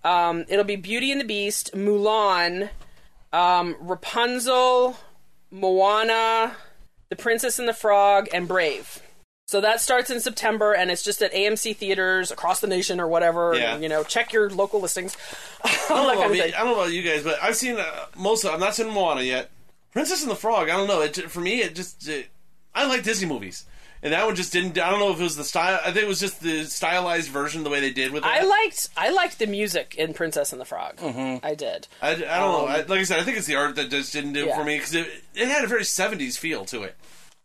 Speaker 11: um, it'll be Beauty and the Beast, Mulan, um, Rapunzel, Moana, The Princess and the Frog, and Brave. So that starts in September, and it's just at AMC theaters across the nation or whatever.
Speaker 5: Yeah. Oh,
Speaker 11: And, you know, check your local listings.
Speaker 5: I
Speaker 11: All that
Speaker 5: don't, know
Speaker 11: kind
Speaker 5: about
Speaker 11: of
Speaker 5: me-
Speaker 11: thing.
Speaker 5: I don't know about you guys, but I've seen uh, most. of I'm not seeing Moana yet. Princess and the Frog. I don't know. It, j- for me, it just it, I like Disney movies, and that one just didn't. I don't know if it was the style. I think it was just the stylized version the way they did with it.
Speaker 11: I liked I liked the music in Princess and the Frog.
Speaker 5: Mm-hmm.
Speaker 11: I did.
Speaker 5: I, I don't know.
Speaker 11: Um,
Speaker 5: I, like I said, I think it's the art that just didn't do it
Speaker 11: Yeah.
Speaker 5: for me because it, it had a very '70s feel to it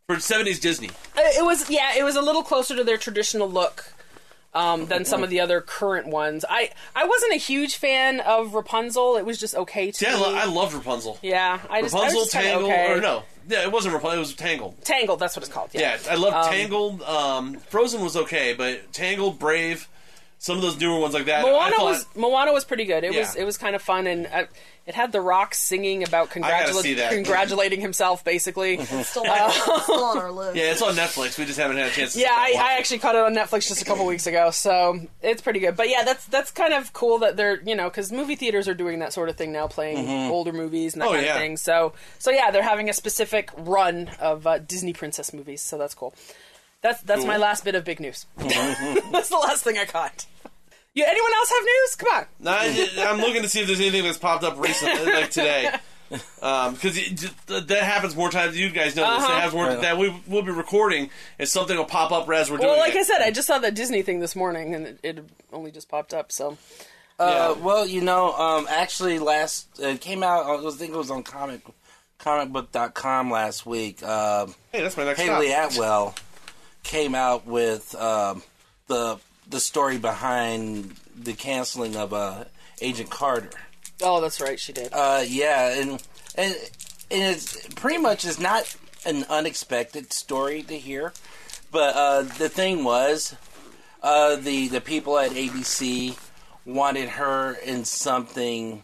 Speaker 5: for '70s Disney.
Speaker 11: It it was yeah, it was a little closer to their traditional look um, than some of the other current ones. I I wasn't a huge fan of Rapunzel. It was just okay to
Speaker 5: Yeah, I,
Speaker 11: me.
Speaker 5: lo- I loved Rapunzel.
Speaker 11: Mm. yeah, I just I
Speaker 5: Rapunzel,
Speaker 11: was just kinda
Speaker 5: Tangled,
Speaker 11: okay.
Speaker 5: or no? Yeah, it wasn't Rapunzel. It was Tangled.
Speaker 11: Tangled, that's what it's called.
Speaker 5: Yeah,
Speaker 11: Yeah,
Speaker 5: I love
Speaker 11: Um,
Speaker 5: Tangled. Um, Frozen was okay, but Tangled, Brave, some of those newer ones like that. I
Speaker 11: Moana
Speaker 5: thought-
Speaker 11: was Moana was pretty good. It was
Speaker 5: Yeah.
Speaker 11: it was kind of fun and uh, it had the Rock singing about
Speaker 5: gotta see
Speaker 11: congratula-
Speaker 5: that.
Speaker 11: congratulating himself basically.
Speaker 13: It's still on our list.
Speaker 5: Yeah, it's on Netflix. We just haven't had a chance. To
Speaker 11: Yeah,
Speaker 5: sit
Speaker 11: I,
Speaker 5: down and
Speaker 11: I
Speaker 5: watch it.
Speaker 11: actually caught it on Netflix just a couple weeks ago, so it's pretty good. But yeah, that's that's kind of cool that they're you know because movie theaters are doing that sort of thing now, playing
Speaker 5: Mhm.
Speaker 11: older movies and that
Speaker 5: Oh,
Speaker 11: kind
Speaker 5: yeah.
Speaker 11: of thing. So so yeah, they're having a specific run of uh, Disney princess movies, so that's cool. That's that's my
Speaker 5: Cool. Mm-hmm.
Speaker 11: last bit of big news. that's the last thing I caught. You anyone else have news? Come on.
Speaker 5: No, I, am looking to see if there's anything that's popped up recently, like today. Um, because that happens more times. You guys know this.
Speaker 11: Uh-huh.
Speaker 5: That happens more
Speaker 11: Right.
Speaker 5: that we we'll be recording and something will pop up as we're doing.
Speaker 11: well, like
Speaker 5: it.
Speaker 11: I said, I just saw that Disney thing this morning, and it, it only just popped up. So,
Speaker 10: Uh, Well, you know, um, actually, last it came out. I was- I think it was on comic comicbook.com last week. Um,
Speaker 5: hey, that's my next
Speaker 10: Haley
Speaker 5: stop.
Speaker 10: Atwell came out with um, the the story behind the canceling of uh, Agent Carter.
Speaker 11: oh, that's right, she did.
Speaker 10: Uh, yeah, and and and it's pretty much it's not an unexpected story to hear, but uh, the thing was, uh, the the people at ABC wanted her in something.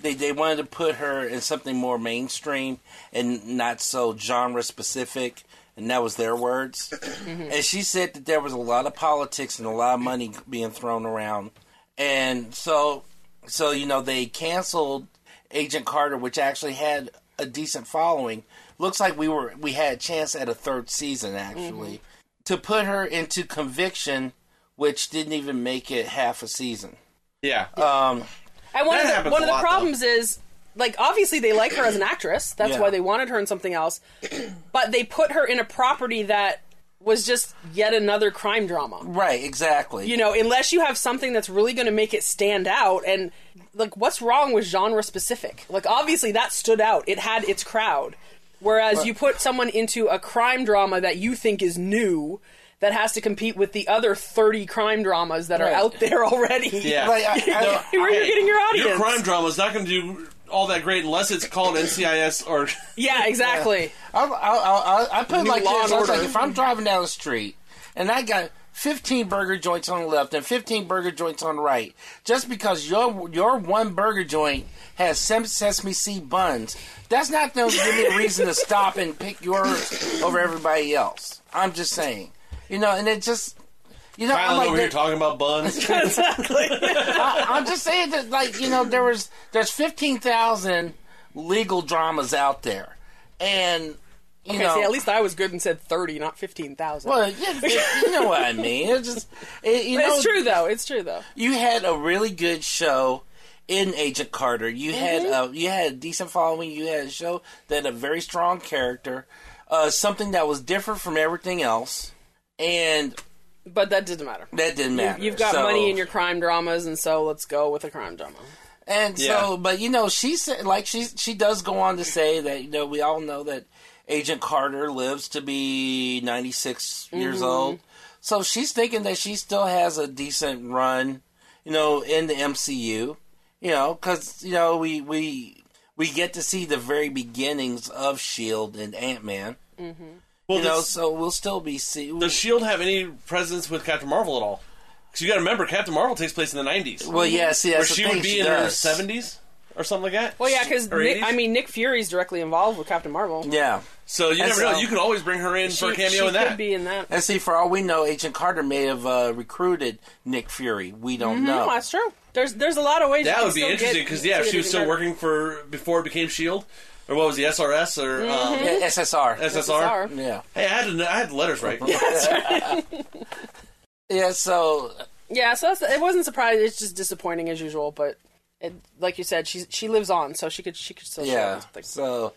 Speaker 10: They they wanted to put her in something more mainstream and not so genre specific. And that was their words. And she said that there was a lot of politics and a lot of money being thrown around. And so, so you know, they canceled Agent Carter, which actually had a decent following. Looks like we were we had a chance at a third season actually to put her into Conviction, which didn't even make it half a season.
Speaker 5: Yeah.
Speaker 10: Um,
Speaker 11: And one
Speaker 10: That
Speaker 11: of the,
Speaker 10: happens
Speaker 11: one
Speaker 10: a
Speaker 11: of the
Speaker 10: lot,
Speaker 11: problems is like obviously they like her as an actress. That's
Speaker 10: Yeah.
Speaker 11: why they wanted her in something else. But they put her in a property that was just yet another crime drama.
Speaker 10: Right, exactly.
Speaker 11: You know, unless you have something that's really going to make it stand out and like what's wrong with genre specific? Like obviously that stood out. It had its crowd. Whereas
Speaker 10: Right.
Speaker 11: you put someone into a crime drama that you think is new that has to compete with the other 30 crime dramas that are
Speaker 10: Right.
Speaker 11: out there already.
Speaker 5: Yeah.
Speaker 11: Where are you getting your audience?
Speaker 5: Your crime drama is not going to do all that great unless it's called NCIS or
Speaker 11: Yeah, exactly.
Speaker 10: I, I, I, I put it
Speaker 5: New
Speaker 10: like
Speaker 5: Law
Speaker 10: this:
Speaker 5: and
Speaker 10: I was
Speaker 5: Order.
Speaker 10: like, if I'm driving down the street and I got 15 burger joints on the left and 15 burger joints on the right, just because your your one burger joint has sem- sesame seed buns, that's not going to give me a reason to stop and pick yours over everybody else. I'm just saying, you know, and it just.
Speaker 11: Oh
Speaker 10: You know,
Speaker 5: Kylan
Speaker 10: I'm like
Speaker 5: over
Speaker 10: that-
Speaker 5: here talking about buns.
Speaker 10: I, I'm just saying that, like, you know, there was there's fifteen thousand legal dramas out there, and you
Speaker 11: okay,
Speaker 10: know,
Speaker 11: see, at least I was good and said 30, not 15,000.
Speaker 10: well, yeah, you know what I mean. It's just, it, you
Speaker 11: But
Speaker 10: know,
Speaker 11: it's true, though. It's true, though.
Speaker 10: You had a really good show in Agent Carter. You had
Speaker 11: Mm-hmm.
Speaker 10: uh, you had a decent following. You had a show that had a very strong character, uh, something that was different from everything else, and
Speaker 11: but that didn't matter.
Speaker 10: That didn't matter.
Speaker 11: You've got
Speaker 10: So-
Speaker 11: money in your crime dramas, and so let's go with a crime drama.
Speaker 10: And
Speaker 11: Yeah.
Speaker 10: so, but you know, she said, like she she does go on to say that you know we all know that Agent Carter lives to be ninety years
Speaker 5: Mm-hmm.
Speaker 11: Mhm.
Speaker 10: old, so she's thinking that she still has a decent run, you know, in the MCU, you know, because you know we we we get to see the very beginnings of Shield E and Ant Man,
Speaker 5: Well,
Speaker 10: you know,
Speaker 5: this-
Speaker 10: so we'll still be see.
Speaker 5: Does Shield E have any presence with Captain Marvel at all? Because you got to remember, Captain Marvel takes place in the nineties.
Speaker 10: Well, yeah, see, that's
Speaker 5: where
Speaker 10: the
Speaker 5: she
Speaker 10: thing,
Speaker 5: would be
Speaker 10: she
Speaker 5: in her
Speaker 10: does.
Speaker 5: seventies or something like that.
Speaker 11: Well, Oh, yeah, because
Speaker 5: Or
Speaker 11: I
Speaker 5: 80s?
Speaker 11: mean Nick Fury's directly involved with Captain Marvel.
Speaker 10: Yeah.
Speaker 5: So you
Speaker 10: And
Speaker 5: never know.
Speaker 10: so-
Speaker 5: You could always bring her in for a cameo in that.
Speaker 11: be in that.
Speaker 10: And see, for all we know, Agent Carter may have uh, recruited Nick Fury. We don't
Speaker 11: Mhm,
Speaker 10: know.
Speaker 11: That's true. There's there's a lot of ways. you
Speaker 5: that
Speaker 11: can
Speaker 5: would be
Speaker 11: still get-
Speaker 5: interesting because yeah, if
Speaker 11: get
Speaker 5: she was still
Speaker 11: Agent
Speaker 5: working for before it became Shield, E or what was the SRS or
Speaker 11: Mm-hmm.
Speaker 5: um,
Speaker 10: Mhm. Yeah, SSR.
Speaker 5: SSR.
Speaker 10: Yeah.
Speaker 5: Hey, I had to, know- I had the letters right.
Speaker 10: Yeah, so
Speaker 11: Carter. Yeah, so that's, it wasn't surprising. It's just disappointing as usual, but it, like you said, she she lives on, so she could she could still. show
Speaker 10: yeah,
Speaker 11: us.
Speaker 10: so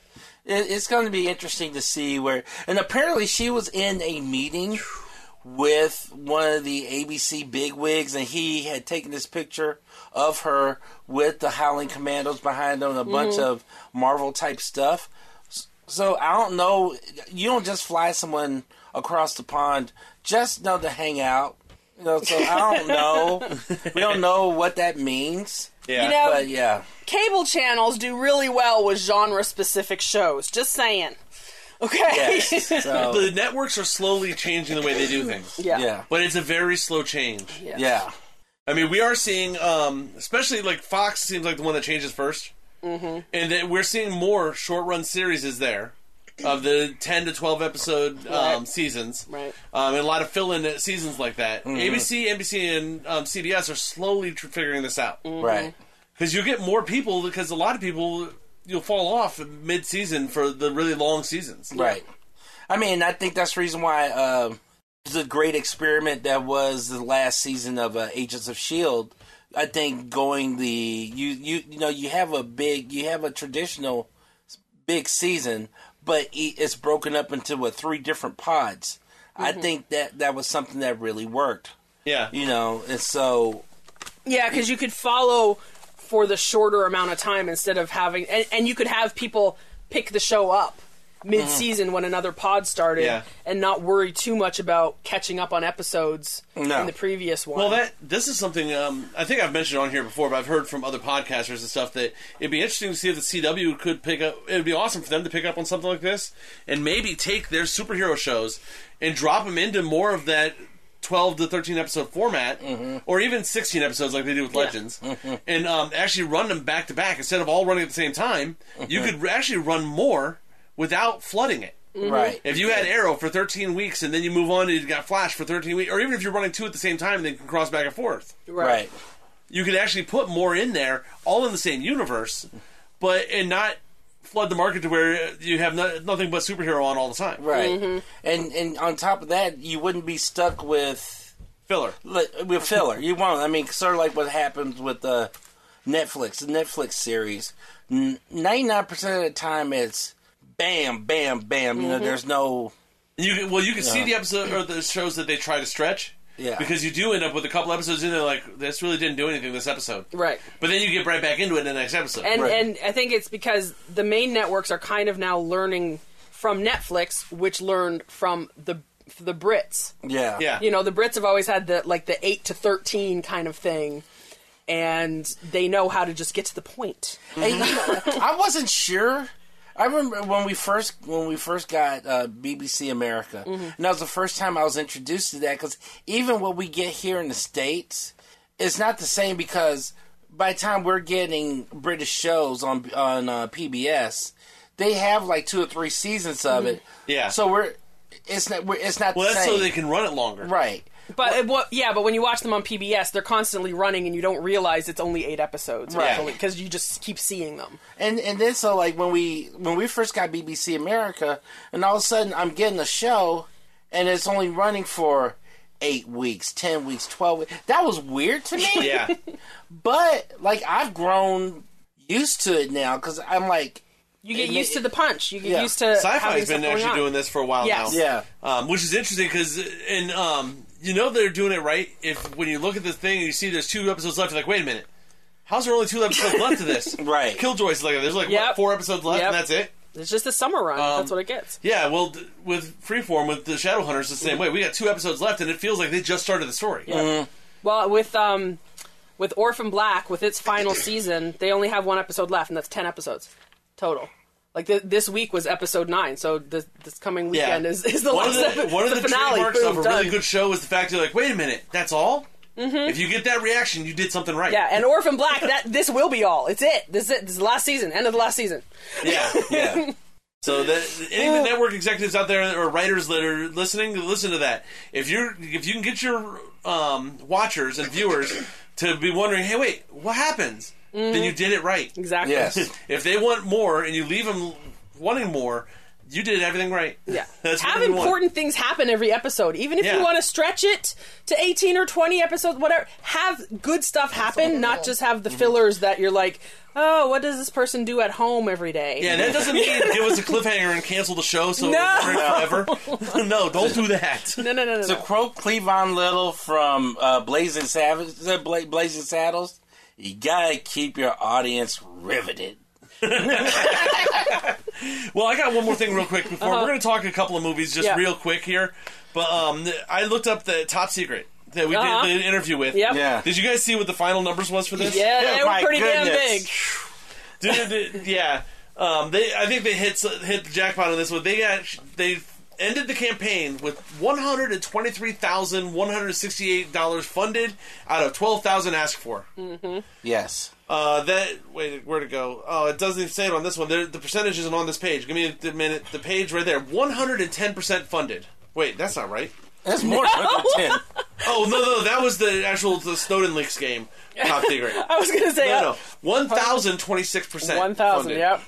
Speaker 10: it, it's going to be interesting to see where. And apparently, she was in a meeting with one of the ABC bigwigs, and he had taken this picture of her with the Howling Commandos behind them, and a bunch
Speaker 12: Mhm.
Speaker 11: Mm-hmm.
Speaker 10: of Marvel type stuff. S- So I don't know. You don't just fly someone across the pond just know to hang out. You know, so I don't know. we don't know what that means.
Speaker 11: You know-
Speaker 10: but yeah.
Speaker 11: Cable channels do really well with genre specific shows. Just saying. Okay.
Speaker 5: The networks are slowly changing the way they do things.
Speaker 11: Yeah. Yeah.
Speaker 5: But it's a very slow change.
Speaker 11: Yeah.
Speaker 10: Yeah.
Speaker 5: I mean, we are seeing, um, especially like Fox seems like the one that changes first.
Speaker 11: Mm-hmm.
Speaker 5: And then we're seeing more short run series is there of the 10 to 12 episode um,
Speaker 11: Right.
Speaker 5: seasons.
Speaker 11: Right.
Speaker 5: Um, and a lot of fill in seasons like that.
Speaker 11: Mhm.
Speaker 5: ABC, NBC, and um, CBS are slowly tr- figuring this out.
Speaker 11: Mm-hmm.
Speaker 10: Right.
Speaker 5: Because you get more people, because a lot of people, you'll fall off mid season for the really long seasons.
Speaker 10: Right. I mean, I think that's the reason why uh, the great experiment that was the last season of uh, Agents of Shield. I think going the you you you know you have a big you have a traditional big season, but he- it's broken up into what three different pods. I
Speaker 11: Mhm.
Speaker 10: think that that was something that really worked.
Speaker 5: Yeah,
Speaker 10: you know, and so
Speaker 11: Yeah, because you could follow for the shorter amount of time instead of having, and, and you could have people pick the show up mid season when another pod started
Speaker 5: Yeah.
Speaker 11: and not worry too much about catching up on episodes
Speaker 5: No.
Speaker 11: in the previous one.
Speaker 5: Well, that this is something um, I think I've mentioned on here before, but I've heard from other podcasters and stuff that it'd be interesting to see if the CW could pick up. It'd be awesome for them to pick up on something like this and maybe take their superhero shows and drop them into more of that twelve to thirteen episode format, or even sixteen episodes like they do with Legends, and um, actually run them back to back instead of all running at the same time. You
Speaker 10: Mhm.
Speaker 5: could actually run more without flooding it.
Speaker 10: Mhm. Right.
Speaker 5: If you had Arrow for 13 weeks and then you move on and you got Flash for 13 weeks, or even if you're running two at the same time and they can cross back and forth,
Speaker 10: right.
Speaker 5: you could actually put more in there, all in the same universe, but and not flood the market to where you have no, nothing but superhero on all the time.
Speaker 10: Right. And and on top of that, you wouldn't be stuck with
Speaker 5: filler.
Speaker 10: With filler, you won't. I mean, sort of like what happens with uh, Netflix, the Netflix series. Ninety nine percent of the time, it's bam, bam, bam. You know,
Speaker 5: Mhm.
Speaker 10: there's no.
Speaker 5: You can- well, you can see
Speaker 10: Yeah.
Speaker 5: the episode or the shows that they try to stretch.
Speaker 10: Yeah.
Speaker 5: Because you do end up with a couple episodes in there, like this really didn't do anything this episode.
Speaker 11: Right.
Speaker 5: But then you get right back into it in the next episode.
Speaker 11: And and I think it's because the main networks are kind of now learning from Netflix, which learned from the the Brits.
Speaker 10: Yeah. Yeah.
Speaker 11: You know, the Brits have always had the like the eight to thirteen kind of thing, and they know how to just get to the point.
Speaker 10: Hey, you
Speaker 5: Mm-hmm.
Speaker 10: know, I wasn't sure. I remember when we first when we first got uh, BBC America,
Speaker 5: Mm-hmm.
Speaker 11: Mhm.
Speaker 10: and that was the first time I was introduced to that. Because even what we get here in the states, it's not the same. Because by the time we're getting British shows on on uh, PBS, they have like two or three seasons of it.
Speaker 5: Mm-hmm. Yeah.
Speaker 10: So we're it's not we're, it's not
Speaker 5: well,
Speaker 10: the
Speaker 5: that's
Speaker 10: same.
Speaker 5: so they can run it longer.
Speaker 10: right.
Speaker 11: But what? yeah, but when you watch them on PBS, they're constantly running, and you don't realize it's only eight episodes,
Speaker 10: Right.
Speaker 11: Because you just keep seeing them.
Speaker 10: And and then so like when we when we first got BBC America, and all of a sudden I'm getting a show, and it's only running for eight weeks, ten weeks, twelve. weeks. That was weird to me.
Speaker 5: Yeah.
Speaker 10: but like I've grown used to it now because I'm like
Speaker 11: You get
Speaker 10: it-
Speaker 11: used to the punch. You get
Speaker 10: Yeah.
Speaker 11: used to having
Speaker 5: Sci-fi's
Speaker 11: stuff
Speaker 5: been
Speaker 11: going
Speaker 5: actually
Speaker 11: on.
Speaker 5: doing this for a while
Speaker 11: Yes.
Speaker 5: now.
Speaker 11: Yeah.
Speaker 5: um, which is interesting because and um, you know they're doing it right. If when you look at the thing and you see there's two episodes left, you're like, wait a minute, how's there only two episodes left of this?
Speaker 10: right,
Speaker 5: Killjoy's like there's like what,
Speaker 11: Yep.
Speaker 5: four episodes left,
Speaker 11: Yep.
Speaker 5: and that's it.
Speaker 11: It's just a summer run.
Speaker 5: Um,
Speaker 11: That's what it gets.
Speaker 5: Yeah, well, d- with Freeform, with the Shadowhunters, the same way. We got two episodes left, and it feels like they just started the story.
Speaker 11: Well, with um, with Orphan Black, with its final season, they only have one episode left, and that's ten episodes total. Like th- this week was episode nine, so this, this coming weekend is, is the
Speaker 5: one
Speaker 11: last
Speaker 5: of the,
Speaker 11: epi-
Speaker 5: one of
Speaker 11: the
Speaker 5: the
Speaker 11: finale.
Speaker 5: trademarks
Speaker 11: Boom,
Speaker 5: of a
Speaker 11: done.
Speaker 5: really good show is the fact you're like, wait a minute, that's all.
Speaker 11: Mhm.
Speaker 5: If you get that reaction, you did something right.
Speaker 11: Yeah, and Orphan Black, that this will be all. It's it. This is it. This is the last season. End of the last season.
Speaker 5: Yeah, yeah. So that any of the network executives out there or writers that are listening, listen to that. If you're if you can get your um, watchers and viewers to be wondering, hey, wait, what happens? Then you did it right.
Speaker 11: Mm-hmm. Exactly. Yes.
Speaker 5: if they want more and you leave them wanting more, you did everything right. Yeah. That's
Speaker 11: have
Speaker 5: what we want.
Speaker 11: important things happen every episode. Even if you
Speaker 5: Yeah.
Speaker 11: want to stretch it to 18 or 20 episodes, whatever, have good stuff happen, not just have the
Speaker 5: Mm-hmm.
Speaker 11: fillers that you're like, oh, what does this person do at home every day?
Speaker 5: Yeah, that doesn't mean give us a cliffhanger and cancel the show so
Speaker 11: No.
Speaker 5: we're forever. no, don't do that.
Speaker 11: No, no, no, no.
Speaker 10: So quote Cleavon Little from uh, Blazing Savage, uh, Bla- Blazing Saddles. You gotta keep your audience riveted.
Speaker 5: Well, I got one more thing real quick before
Speaker 10: Uh-huh.
Speaker 5: we're going to talk a couple of movies just
Speaker 10: Yeah.
Speaker 5: real quick here. But um, I looked up the top secret that we
Speaker 11: Uh-huh.
Speaker 5: did the interview with.
Speaker 11: Yep. Yeah.
Speaker 5: Did you guys see what the final numbers was for this?
Speaker 11: Yeah, they were pretty
Speaker 5: damn big. Dude, yeah. Um, they I think they hit hit the jackpot on this one. They got they ended the campaign with one hundred and twenty three thousand one hundred sixty eight dollars funded out of twelve thousand asked for.
Speaker 11: damn big. hmm
Speaker 10: Yes.
Speaker 5: Uh, that wait, where to go? Oh, it doesn't even say it on this one. There, the percentage isn't on this page. Give me a minute. The page right there, one hundred and ten percent funded. Wait, that's not right.
Speaker 10: That's more than 110.
Speaker 5: Oh no, no, that was the actual the Snowden leaks game. Top secret.
Speaker 11: I was gonna say,
Speaker 5: no,
Speaker 11: uh,
Speaker 5: no, one thousand twenty six percent.
Speaker 11: 1,000, yep.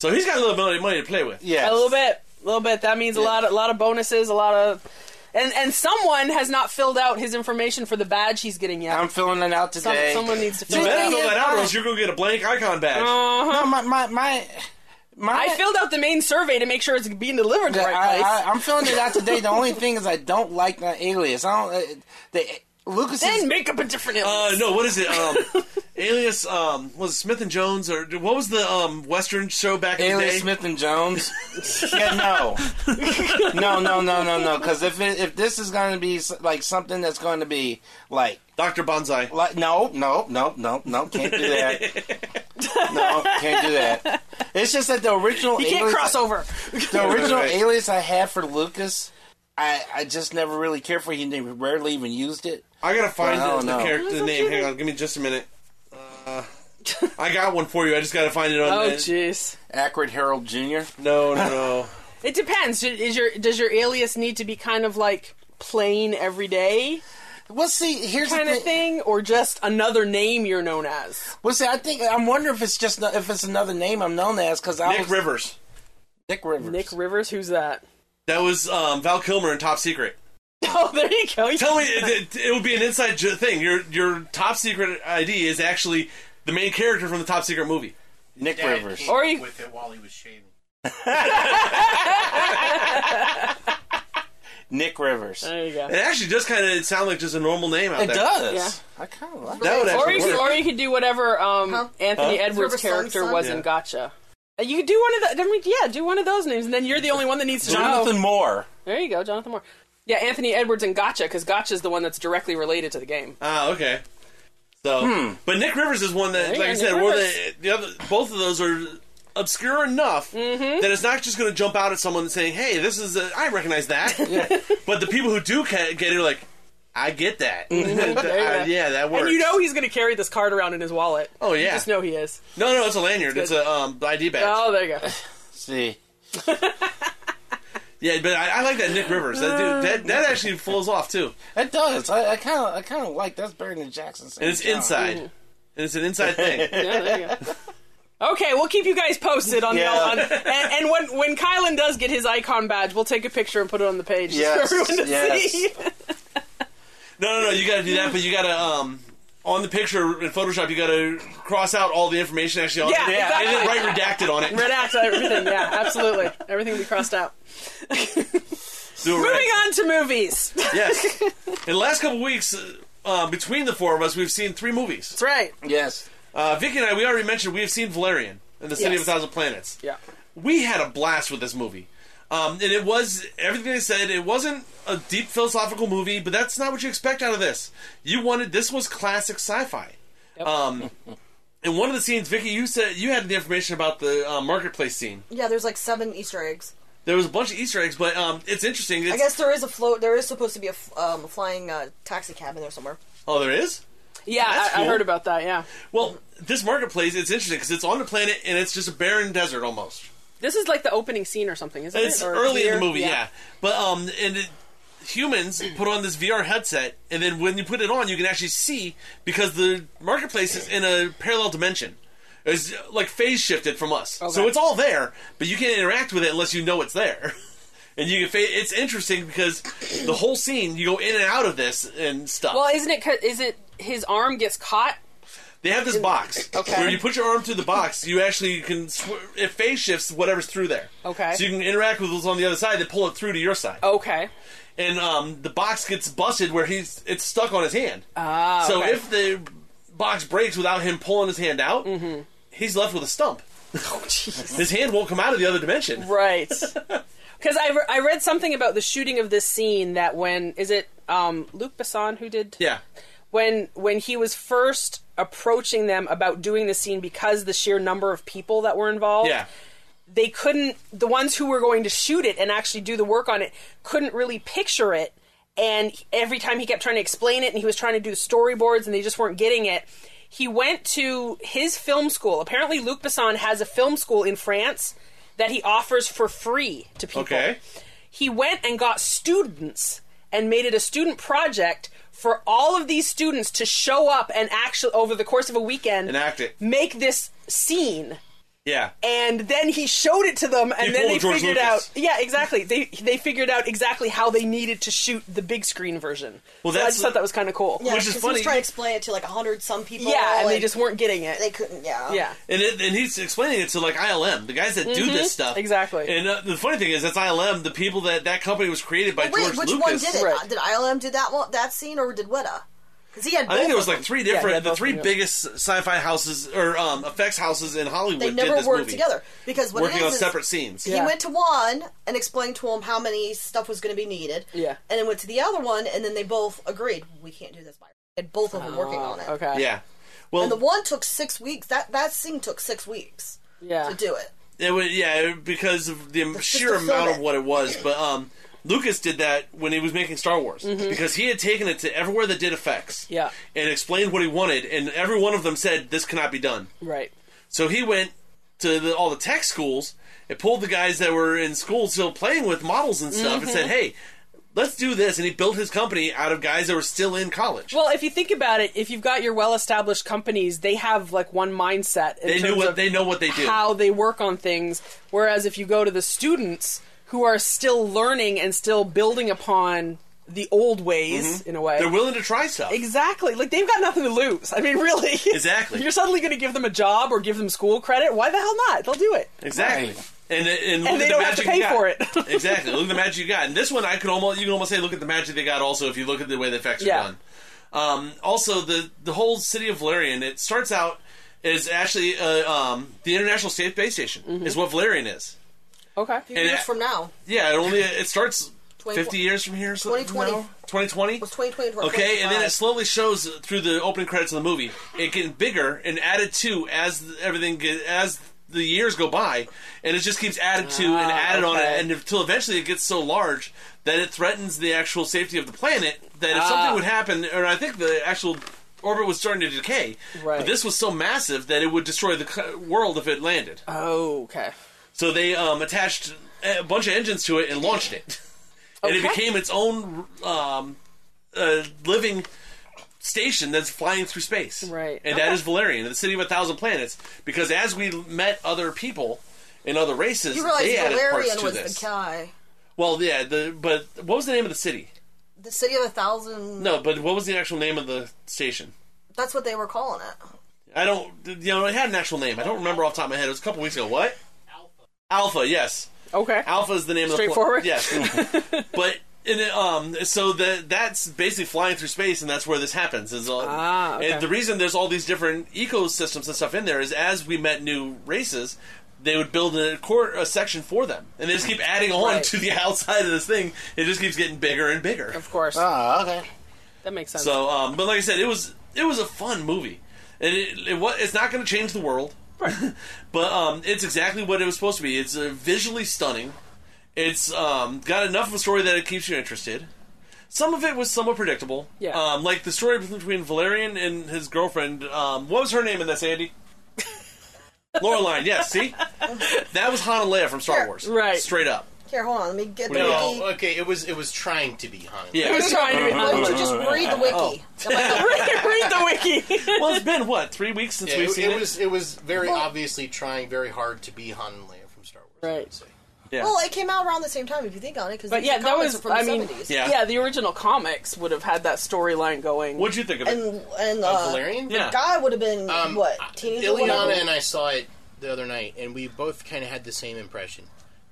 Speaker 5: So he's got a little bit of money to play with.
Speaker 11: A little bit. A little bit. That means a lot of, a lot of bonuses, a lot of. And, and someone has not filled out his information for the badge he's getting
Speaker 5: Um,
Speaker 11: yet.
Speaker 10: I'm filling it out
Speaker 11: Some-
Speaker 10: today.
Speaker 11: someone needs to
Speaker 5: You
Speaker 11: fill it
Speaker 5: better
Speaker 11: out. Um,
Speaker 5: fill that out, or else you're gonna get a blank icon badge.
Speaker 10: No, my my my
Speaker 11: I filled out the main survey to make sure it's being delivered to the right place.
Speaker 10: I, I, I'm filling it out today. The only thing is, I don't like that alias. I don't. Uh, the Lucas
Speaker 11: then make up a different alias.
Speaker 5: Uh, no, what is it? Um, alias um, was it Smith and Jones or what was the um, Western show back in the
Speaker 10: Alias
Speaker 5: day?
Speaker 10: Smith and Jones. yeah, no, no, no, no, no, no. Because if it, if this is going to be s- like something that's going to be like
Speaker 5: Doctor Bonsai,
Speaker 10: like no, no, no, no, no, can't do that. no, can't do that. It's just that the original
Speaker 11: You can't
Speaker 10: alias-
Speaker 11: cross over.
Speaker 10: the original
Speaker 11: Right.
Speaker 10: alias I had for Lucas, I, I just never really cared for. He never- rarely even used it.
Speaker 5: I gotta find
Speaker 10: Well, I don't
Speaker 5: the, the
Speaker 10: know.
Speaker 5: character the name. Hang on, give me just a minute. Uh, I got one for you. I just gotta find it on.
Speaker 11: Oh,
Speaker 5: the-
Speaker 11: jeez.
Speaker 10: Akron Harold Jr.
Speaker 5: No, no, no.
Speaker 11: It depends. Is your does your alias need to be kind of like plain everyday?
Speaker 10: Well, see, here's
Speaker 11: kind of thing, or just another name you're known as.
Speaker 10: Well, see, I think I'm wondering if it's just if it's another name I'm known as because I
Speaker 5: Nick
Speaker 10: was
Speaker 5: Rivers.
Speaker 10: Nick Rivers.
Speaker 11: Nick Rivers, who's that?
Speaker 5: That was um, Val Kilmer in Top Secret.
Speaker 11: Oh, there you go.
Speaker 5: Tell me, it, it would be an inside j- thing. Your your top secret ID is actually the main character from the top secret movie.
Speaker 10: Nick
Speaker 12: Dad came
Speaker 11: Or
Speaker 12: up
Speaker 11: you-
Speaker 12: with it while he was shaving.
Speaker 10: Nick Rivers.
Speaker 11: There you go.
Speaker 5: It actually does kind of sound like just a normal name out
Speaker 10: It
Speaker 5: there.
Speaker 10: does.
Speaker 11: Yeah.
Speaker 10: I kind of like.
Speaker 5: That would
Speaker 11: or,
Speaker 5: actually
Speaker 11: you could,
Speaker 5: work.
Speaker 11: or you could do whatever um, Anthony
Speaker 5: Huh?
Speaker 11: Edwards'
Speaker 13: River Song
Speaker 11: character
Speaker 13: Son?
Speaker 11: was
Speaker 5: Yeah.
Speaker 11: in Gotcha. Uh, You could do one of the. I mean, yeah, do one of those names, and then you're the only one that needs to know.
Speaker 10: Jonathan Moore.
Speaker 11: There you go, Jonathan Moore. Yeah, Anthony Edwards and Gotcha, because Gotcha is the one that's directly related to the game.
Speaker 5: Ah, okay. So, but Nick Rivers is one
Speaker 11: There
Speaker 5: that,
Speaker 11: you
Speaker 5: like I
Speaker 11: go,
Speaker 5: said,
Speaker 11: Hmm. Nick
Speaker 5: one
Speaker 11: Rivers.
Speaker 5: that the other, both of those are obscure enough
Speaker 11: Mm-hmm.
Speaker 5: that it's not just going to jump out at someone saying, "Hey, this is a, I recognize that." But the people who do ca- get it are like, "I get that."
Speaker 11: Mm-hmm. There you
Speaker 5: I-
Speaker 11: go.
Speaker 5: yeah, that works.
Speaker 11: And you know he's going to carry this card around in his wallet.
Speaker 5: Oh,
Speaker 11: You
Speaker 5: yeah.
Speaker 11: just know he is.
Speaker 5: no, no, it's a lanyard. It's a um, ID badge.
Speaker 11: Oh, there you go.
Speaker 10: See,
Speaker 5: Yeah, but I, I like that Nick Rivers. That dude, that,
Speaker 11: Uh.
Speaker 5: that actually falls off too,
Speaker 10: it does. I kind of, I kind of like that's better than Jackson.
Speaker 5: and
Speaker 11: Oh.
Speaker 5: it's inside,
Speaker 11: Mm.
Speaker 5: and it's an inside thing.
Speaker 11: Yeah, there you go. Okay, we'll keep you guys posted on
Speaker 10: Yeah.
Speaker 11: the on, and, and when when Kylan does get his icon badge, we'll take a picture and put it on the page just
Speaker 10: Yes,
Speaker 11: for everyone to
Speaker 10: yes.
Speaker 11: see.
Speaker 5: No, no, no. You got to do that, but you got to um on the picture in Photoshop, you got to cross out all the information actually on
Speaker 11: Yeah,
Speaker 5: it,
Speaker 11: exactly.
Speaker 5: and then write redacted on it.
Speaker 11: Red axe, everything. Yeah, absolutely. Everything we crossed out.
Speaker 5: Do it right.
Speaker 11: Moving on to movies. That's
Speaker 5: Yes. In the last couple weeks, uh, uh, between the four of us, we've seen three movies.
Speaker 11: right.
Speaker 10: Yes.
Speaker 5: Uh, Vicky and I, we already mentioned we have seen Valerian and the City
Speaker 11: Yes.
Speaker 5: of a Thousand Planets.
Speaker 11: Yeah.
Speaker 5: we had a blast with this movie. Um, and it was everything they said. It wasn't a deep philosophical movie, but that's not what you expect out of this. You wanted this was classic sci-fi. Um, in one of the scenes, Vicky, you said you had the information about the uh, marketplace scene.
Speaker 13: Yeah, there's like seven Easter eggs.
Speaker 5: There was a bunch of Easter eggs, but um, it's interesting. It's,
Speaker 13: I guess there is a float. There is supposed to be a f- um, a flying uh, taxi cab in there somewhere.
Speaker 5: oh, there is.
Speaker 11: Yeah, I,
Speaker 5: That's
Speaker 11: I
Speaker 5: cool.
Speaker 11: heard about that. Yeah,
Speaker 5: Well, this marketplace it's interesting because it's on the planet and it's just a barren desert almost.
Speaker 11: this is like the opening scene or something, isn't
Speaker 5: It's
Speaker 11: it? Or
Speaker 5: early in
Speaker 11: near-
Speaker 5: the movie, yeah. But um, and it, humans put on this VR headset, and then when you put it on, you can actually see because the marketplace is in a parallel dimension. It's like phase shifted from us, so
Speaker 11: Okay.
Speaker 5: it's all there, but you can't interact with it unless you know it's there. And you can. Fa- it's interesting because the whole scene you go in and out of this and stuff.
Speaker 11: Well, isn't it? 'cause- Is it his arm gets caught?
Speaker 5: they have this box
Speaker 11: Okay.
Speaker 5: where you put your arm through the box. You actually can sw- it phase shifts whatever's through there.
Speaker 11: Okay.
Speaker 5: So you can interact with what's on the other side. They pull it through to your side.
Speaker 11: Okay.
Speaker 5: and um, the box gets busted where he's it's stuck on his hand. Ah, so
Speaker 11: okay.
Speaker 5: if the box breaks without him pulling his hand out,
Speaker 13: Mm-hmm.
Speaker 5: he's left with a stump.
Speaker 13: Oh,
Speaker 5: His hand won't come out of the other dimension.
Speaker 11: Right. Because I, re- I read something about the shooting of this scene that when is it um, Luc Besson who did
Speaker 5: Yeah,
Speaker 11: when when he was first approaching them about doing the scene because the sheer number of people that were involved
Speaker 5: yeah.
Speaker 11: they couldn't the ones who were going to shoot it and actually do the work on it couldn't really picture it and every time he kept trying to explain it and he was trying to do storyboards and they just weren't getting it he went to his film school apparently luc besson has a film school in france that he offers for free to people
Speaker 5: Okay.
Speaker 11: he went and got students and made it a student project for all of these students to show up and actually over the course of a weekend
Speaker 5: Enact it.
Speaker 11: make this scene
Speaker 5: Yeah.
Speaker 11: and then he showed it to them, and
Speaker 5: He
Speaker 11: then
Speaker 5: pulled
Speaker 11: they
Speaker 5: George
Speaker 11: figured
Speaker 5: Lucas.
Speaker 11: out. Yeah, exactly. They they figured out exactly how they needed to shoot the big screen version.
Speaker 5: Well,
Speaker 11: so I
Speaker 5: that's
Speaker 11: just
Speaker 5: the-
Speaker 11: thought that was kind of cool.
Speaker 13: Yeah, 'cause He was trying to explain it to like a hundred some people.
Speaker 11: Yeah, and they just weren't getting it.
Speaker 13: They couldn't. Yeah.
Speaker 11: Yeah.
Speaker 5: And, it, and he's explaining it to like ILM, the guys that do
Speaker 13: Mm-hmm.
Speaker 11: Mhm,
Speaker 5: this stuff.
Speaker 11: exactly.
Speaker 5: And uh, the funny thing is, that's ILM, the people that that company was created by
Speaker 13: But wait,
Speaker 5: George
Speaker 13: which
Speaker 5: Lucas.
Speaker 13: one did it? Uh, Did ILM do that one, that scene, or did Weta? Because he had.
Speaker 5: I think
Speaker 13: both
Speaker 5: there was
Speaker 13: of
Speaker 5: like
Speaker 13: them.
Speaker 5: three different, the three biggest sci-fi houses or um, effects houses in Hollywood.
Speaker 13: They
Speaker 5: did
Speaker 13: never
Speaker 5: this
Speaker 13: worked
Speaker 5: movie,
Speaker 13: together because what
Speaker 5: working
Speaker 13: it is
Speaker 5: on
Speaker 13: is
Speaker 5: separate scenes.
Speaker 13: He went to one and explained to him how many stuff was going to be needed.
Speaker 5: Yeah.
Speaker 13: And then went to the other one, and then they both agreed we can't do this by. And both of them working on it.
Speaker 11: Oh, Okay.
Speaker 5: Yeah. Well,
Speaker 13: and the one took six weeks. That that scene took six weeks.
Speaker 11: Yeah.
Speaker 13: To do it.
Speaker 5: It was, yeah, because of the sheer
Speaker 13: to film
Speaker 5: amount of
Speaker 13: it.
Speaker 5: what it was. But um, Lucas did that when he was making Star Wars
Speaker 11: Mhm.
Speaker 5: because he had taken it to everywhere that did effects
Speaker 11: Yeah.
Speaker 5: and explained what he wanted, and every one of them said this cannot be done.
Speaker 11: Right.
Speaker 5: So he went to the, all the tech schools and pulled the guys that were in school still playing with models and stuff, and
Speaker 11: Mhm.
Speaker 5: said, "Hey, let's do this." And he built his company out of guys that were still in college.
Speaker 11: Well, if you think about it, if you've got your well-established companies, they have like one mindset. In
Speaker 5: They
Speaker 11: terms
Speaker 5: knew what
Speaker 11: of
Speaker 5: they know what they do.
Speaker 11: how they work on things. Whereas if you go to the students who are still learning and still building upon the old ways
Speaker 5: Mhm.
Speaker 11: in a way,
Speaker 5: They're willing to try stuff.
Speaker 11: Exactly. Like they've got nothing to lose. I mean, really.
Speaker 5: Exactly.
Speaker 11: You're suddenly going to give them a job or give them school credit. Why the hell not? They'll do it.
Speaker 5: Exactly. And, and, look
Speaker 11: And they
Speaker 5: at the
Speaker 11: don't have
Speaker 5: magic
Speaker 11: to
Speaker 5: you
Speaker 11: pay
Speaker 5: got.
Speaker 11: for it.
Speaker 5: exactly. Look at the magic you got. And this one, I could almost you can almost say, look at the magic they got. Also, if you look at the way the effects
Speaker 11: Yeah.
Speaker 5: are done. Um, also, the the whole city of Valerian. It starts out is actually uh, um, the International Space Base Station
Speaker 11: Mm-hmm.
Speaker 5: is what Valerian is.
Speaker 11: Okay.
Speaker 13: Few
Speaker 5: And
Speaker 13: years
Speaker 5: it-
Speaker 13: from now.
Speaker 5: Yeah. It only it starts
Speaker 13: 20
Speaker 5: fifty years from here. Twenty
Speaker 13: 2020.
Speaker 5: Twenty twenty.
Speaker 13: was 2020 to
Speaker 5: Okay, and then
Speaker 13: 2025.
Speaker 5: it slowly shows through the opening credits of the movie. It getting bigger and added to as th- everything get, as the years go by, and it just keeps added to and
Speaker 11: Ah,
Speaker 5: added on it,
Speaker 11: okay.
Speaker 5: and until eventually it gets so large that it threatens the actual safety of the planet. That if
Speaker 11: Ah.
Speaker 5: something would happen, or I think the actual orbit was starting to decay,
Speaker 11: Right.
Speaker 5: but this was so massive that it would destroy the co- world if it landed.
Speaker 11: Oh, okay.
Speaker 5: So they um, attached a bunch of engines to it and launched it, and it
Speaker 11: Okay.
Speaker 5: became its own um, uh, living station that's flying through space.
Speaker 11: Right.
Speaker 5: and that is Valerian, the city of a thousand planets. Because as we met other people in other races,
Speaker 13: You realize
Speaker 5: they added
Speaker 13: Valerian
Speaker 5: parts to
Speaker 13: was
Speaker 5: this.
Speaker 13: the guy.
Speaker 5: well, yeah, the but what was the name of the city?
Speaker 13: The city of a thousand.
Speaker 5: No, but what was the actual name of the station?
Speaker 13: That's what they were calling it.
Speaker 5: I don't, you know, it had an actual name. I don't remember off the top of my head. It was a couple weeks ago. What? Alpha. Alpha. Yes.
Speaker 11: Okay.
Speaker 5: Alpha is the name
Speaker 11: Straightforward?
Speaker 5: of the Straightforward. Yes. but and it, um, so that that's basically flying through space, and that's where this happens. Is all,
Speaker 11: Ah, okay.
Speaker 5: And the reason there's all these different ecosystems and stuff in there is as we met new races. They would build a, core, a section for them, and they just keep adding on
Speaker 11: Right.
Speaker 5: to the outside of this thing. It just keeps getting bigger and bigger.
Speaker 11: Of course.
Speaker 12: Oh, okay.
Speaker 11: That makes sense.
Speaker 5: So, um, but like I said, it was it was a fun movie, and it, it wa it's not going to change the world, but um, it's exactly what it was supposed to be. It's uh, visually stunning. It's um, got enough of a story that it keeps you interested. Some of it was somewhat predictable,
Speaker 11: Yeah.
Speaker 5: Um, like the story between Valerian and his girlfriend. Um, what was her name in this, Andy? Loreline. Yes. See, that was Hanalea from Star Wars. Right. Straight up.
Speaker 13: Here, hold on. Let me get the wiki.
Speaker 12: No, okay. It was it was trying to be Han.
Speaker 5: Yeah. It was trying to be Why don't you Han. just read the wiki?
Speaker 11: Oh. read the wiki.
Speaker 5: well, it's been what three weeks since
Speaker 12: Yeah,
Speaker 5: we've
Speaker 12: it,
Speaker 5: seen it.
Speaker 12: was it was very
Speaker 13: Well-
Speaker 12: obviously trying very hard to be Han and Leia from Star Wars. Right.
Speaker 5: Yeah.
Speaker 13: Well, it came out around the same time, if you think on it. Because
Speaker 11: but yeah, that was.
Speaker 13: from the
Speaker 11: I mean,
Speaker 13: 70s.
Speaker 11: yeah. the original comics would have had that storyline going.
Speaker 5: What'd you think
Speaker 13: And and uh,
Speaker 12: Valerian?
Speaker 13: the
Speaker 12: Yeah.
Speaker 13: guy would have been what teenager.
Speaker 12: Ileana and I saw it the other night, and we both kind of had the same impression.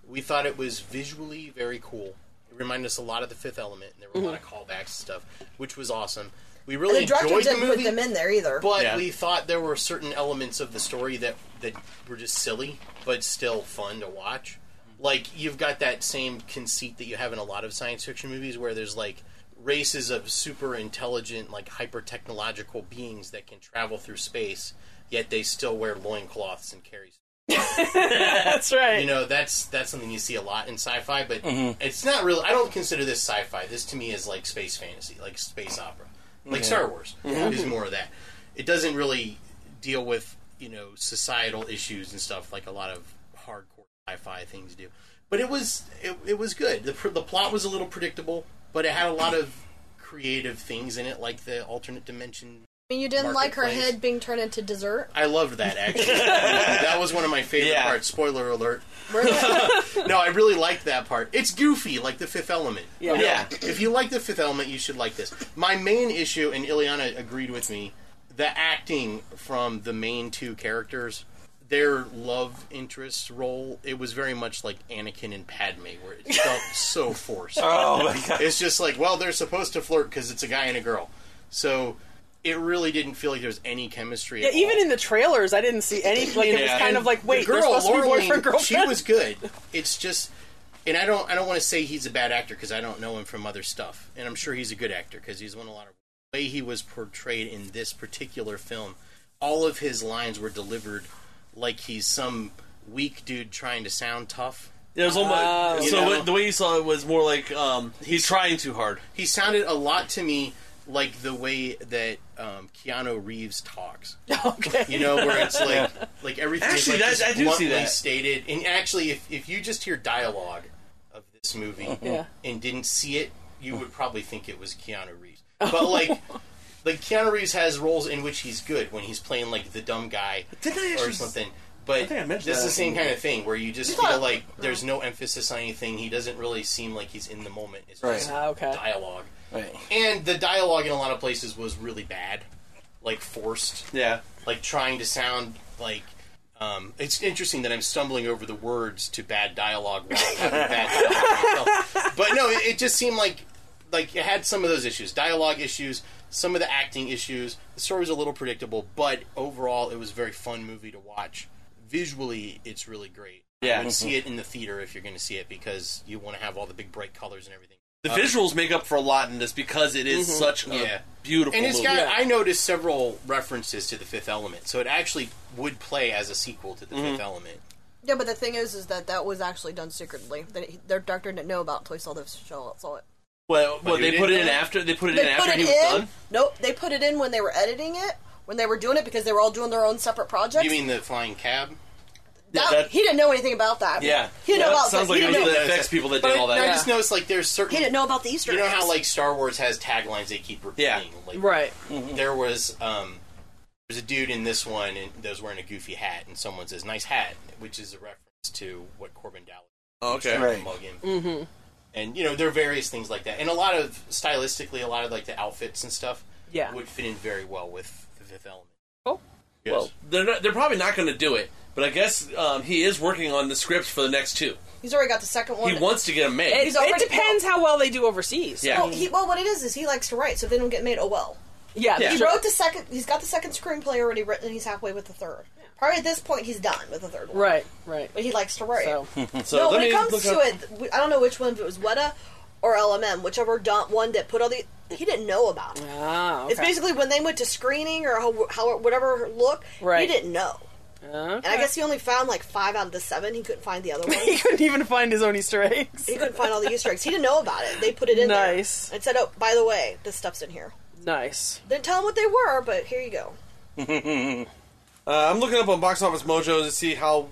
Speaker 12: We thought it was visually very cool. It reminded us a lot of The Fifth Element, and there were a lot of callbacks and stuff, which was awesome. We
Speaker 13: Mm-hmm.
Speaker 12: really
Speaker 13: the director
Speaker 12: enjoyed the
Speaker 13: didn't
Speaker 12: movie,
Speaker 13: put them in there either.
Speaker 12: but we thought there were certain elements of the story that that were just silly, but still fun to watch. Like you've got that same conceit that you have in a lot of science fiction movies, where there's like races of super intelligent, like hyper technological beings that can travel through space, yet they still wear loincloths and carry.
Speaker 11: that's right.
Speaker 12: You know, that's that's something you see a lot in sci-fi, but it's not really. I don't consider this sci-fi. This to me is like space fantasy, like space opera, like
Speaker 14: Mhm.
Speaker 12: Star Wars
Speaker 14: Mhm.
Speaker 12: is more of that. It doesn't really deal with you know societal issues and stuff like a lot of hardcore sci-fi things do. But it was it, it was good. The pr- the plot was a little predictable, but it had a lot of creative things in it, like the alternate dimension
Speaker 13: I mean, you didn't like her
Speaker 12: Marketplace.
Speaker 13: head being turned into dessert.
Speaker 12: I loved that actually. that was one of my favorite parts. Spoiler alert. no, I really liked that part. It's goofy, like the Fifth Element.
Speaker 11: Yeah.
Speaker 12: You know,
Speaker 11: Yeah.
Speaker 12: If you like the Fifth Element, you should like this. My main issue, and Ileana agreed with me, the acting from the main two characters, their love interest role, it was very much like Anakin and Padme, where it felt so forced.
Speaker 10: Oh, my God.
Speaker 12: It's just like, well, they're supposed to flirt because it's a guy and a girl, so. It really didn't feel like there was any chemistry.
Speaker 11: Yeah,
Speaker 12: at all.
Speaker 11: even in the trailers, I didn't see any. Like it was
Speaker 12: Yeah.
Speaker 11: kind of like,
Speaker 12: And
Speaker 11: wait,
Speaker 12: the girl,
Speaker 11: they're supposed
Speaker 12: Laura
Speaker 11: to be boyfriend
Speaker 12: Lane,
Speaker 11: girlfriend.
Speaker 12: She was good. It's just, and I don't, I don't want to say he's a bad actor because I don't know him from other stuff, and I'm sure he's a good actor because he's won a lot of. The way he was portrayed in this particular film, all of his lines were delivered like he's some weak dude trying to sound tough.
Speaker 5: Yeah, it was almost,
Speaker 12: Oh, You
Speaker 5: so
Speaker 12: know?
Speaker 5: what- the way you saw it was more like um, he's trying too hard.
Speaker 12: He sounded a lot to me like the way that um, Keanu Reeves talks.
Speaker 11: Okay.
Speaker 12: You know, where it's like
Speaker 5: Yeah.
Speaker 12: like everything
Speaker 5: Actually,
Speaker 12: like
Speaker 5: that-
Speaker 12: just
Speaker 5: I do see
Speaker 12: bluntly
Speaker 5: that.
Speaker 12: stated. And actually, if if you just hear dialogue of this movie
Speaker 5: Yeah.
Speaker 12: and didn't see it, you would probably think it was Keanu Reeves. But like. Like Keanu Reeves has roles in which he's good when he's playing like the dumb guy or something. But this is the
Speaker 5: that.
Speaker 12: same kind of thing where you just
Speaker 5: You
Speaker 12: feel
Speaker 5: thought-
Speaker 12: like there's no emphasis on anything. He doesn't really seem like he's in the moment. It's
Speaker 10: Right.
Speaker 12: just
Speaker 10: Ah, okay.
Speaker 12: dialogue.
Speaker 10: Right.
Speaker 12: And the dialogue in a lot of places was really bad, like forced.
Speaker 5: Yeah.
Speaker 12: Like trying to sound like. Um, it's interesting that I'm stumbling over the words to bad dialogue. While having bad dialogue myself. But no, it, it just seemed like like it had some of those issues, dialogue issues, some of the acting issues. The story was a little predictable, but overall, it was a very fun movie to watch. Visually, it's really great.
Speaker 5: Yeah.
Speaker 12: I would see it in the theater if you're going to see it because you want to have all the big bright colors and everything.
Speaker 5: The
Speaker 12: Uh,
Speaker 5: visuals make up for a lot in this because it is
Speaker 13: Mm-hmm.
Speaker 12: Mhm.
Speaker 5: such a
Speaker 12: Yeah.
Speaker 5: beautiful
Speaker 12: and it's
Speaker 5: movie.
Speaker 12: got I noticed several references to the Fifth Element, so it actually would play as a sequel to the Fifth Element.
Speaker 13: Yeah, but the thing is, is that that was actually done secretly. They, their doctor didn't know about it until he saw the show. Saw it.
Speaker 5: Well, well
Speaker 12: who
Speaker 5: they
Speaker 12: did
Speaker 5: put it in
Speaker 12: that?
Speaker 5: after they put it in
Speaker 13: They
Speaker 5: after
Speaker 13: put it
Speaker 5: he was
Speaker 13: in.
Speaker 5: done.
Speaker 13: Nope, they put it in when they were editing it. When they were doing it because they were all doing their own separate projects.
Speaker 12: You mean the flying cab?
Speaker 13: That-
Speaker 12: that-
Speaker 13: he didn't know anything about that.
Speaker 12: Yeah.
Speaker 13: he didn't
Speaker 12: Well,
Speaker 13: know
Speaker 12: that
Speaker 13: about
Speaker 12: sounds
Speaker 13: that.
Speaker 12: like
Speaker 13: he didn't
Speaker 12: it was
Speaker 13: know.
Speaker 12: the effects people that did But all that. I just noticed, like there's certain
Speaker 13: He didn't know about the Easter.
Speaker 12: You know how
Speaker 13: eggs.
Speaker 12: like Star Wars has taglines they keep repeating. Like,
Speaker 11: right.
Speaker 12: There was um, there's a dude in this one and that was wearing a goofy hat, and someone says "nice hat," which is a reference to what Corbin Dallas.
Speaker 5: Oh, okay.
Speaker 12: Right. Mug him.
Speaker 11: Mm-hmm.
Speaker 12: And you know there are various things like that, and a lot of stylistically, a lot of like the outfits and stuff
Speaker 11: Yeah.
Speaker 12: would fit in very well with the Fifth Element.
Speaker 5: Well, they're not, they're probably not going to do it, but I guess um, he is working on the scripts for the next two.
Speaker 13: He's already got the second one.
Speaker 5: He wants to get them made.
Speaker 11: It, it depends how well they do overseas.
Speaker 5: Yeah.
Speaker 13: Well, he, well, what it is is he likes to write, so if they don't get made, oh well.
Speaker 11: Yeah,
Speaker 13: he
Speaker 11: sure.
Speaker 13: wrote the second. He's got the second screenplay already written, and he's halfway with the third. Probably at this point, he's done with the third one.
Speaker 11: Right, right.
Speaker 13: But he likes to write.
Speaker 11: So,
Speaker 13: no, when it comes to it, we- I don't know which one. If it was Weta or LMM, whichever don- one that put all the, he didn't know about. It.
Speaker 11: Ah, okay.
Speaker 13: It's basically when they went to screening or how, how whatever look,
Speaker 11: Right.
Speaker 13: he didn't know. And I guess he only found like five out of the seven. He couldn't find the other one.
Speaker 11: he couldn't even find his own Easter eggs.
Speaker 13: he couldn't find all the Easter eggs. He didn't know about it. They put it in
Speaker 11: Nice.
Speaker 13: there and said, "Oh, by the way, this stuff's in here."
Speaker 11: Nice.
Speaker 13: Didn't tell him what they were, but here you go.
Speaker 5: uh, I'm looking up on Box Office Mojo to see how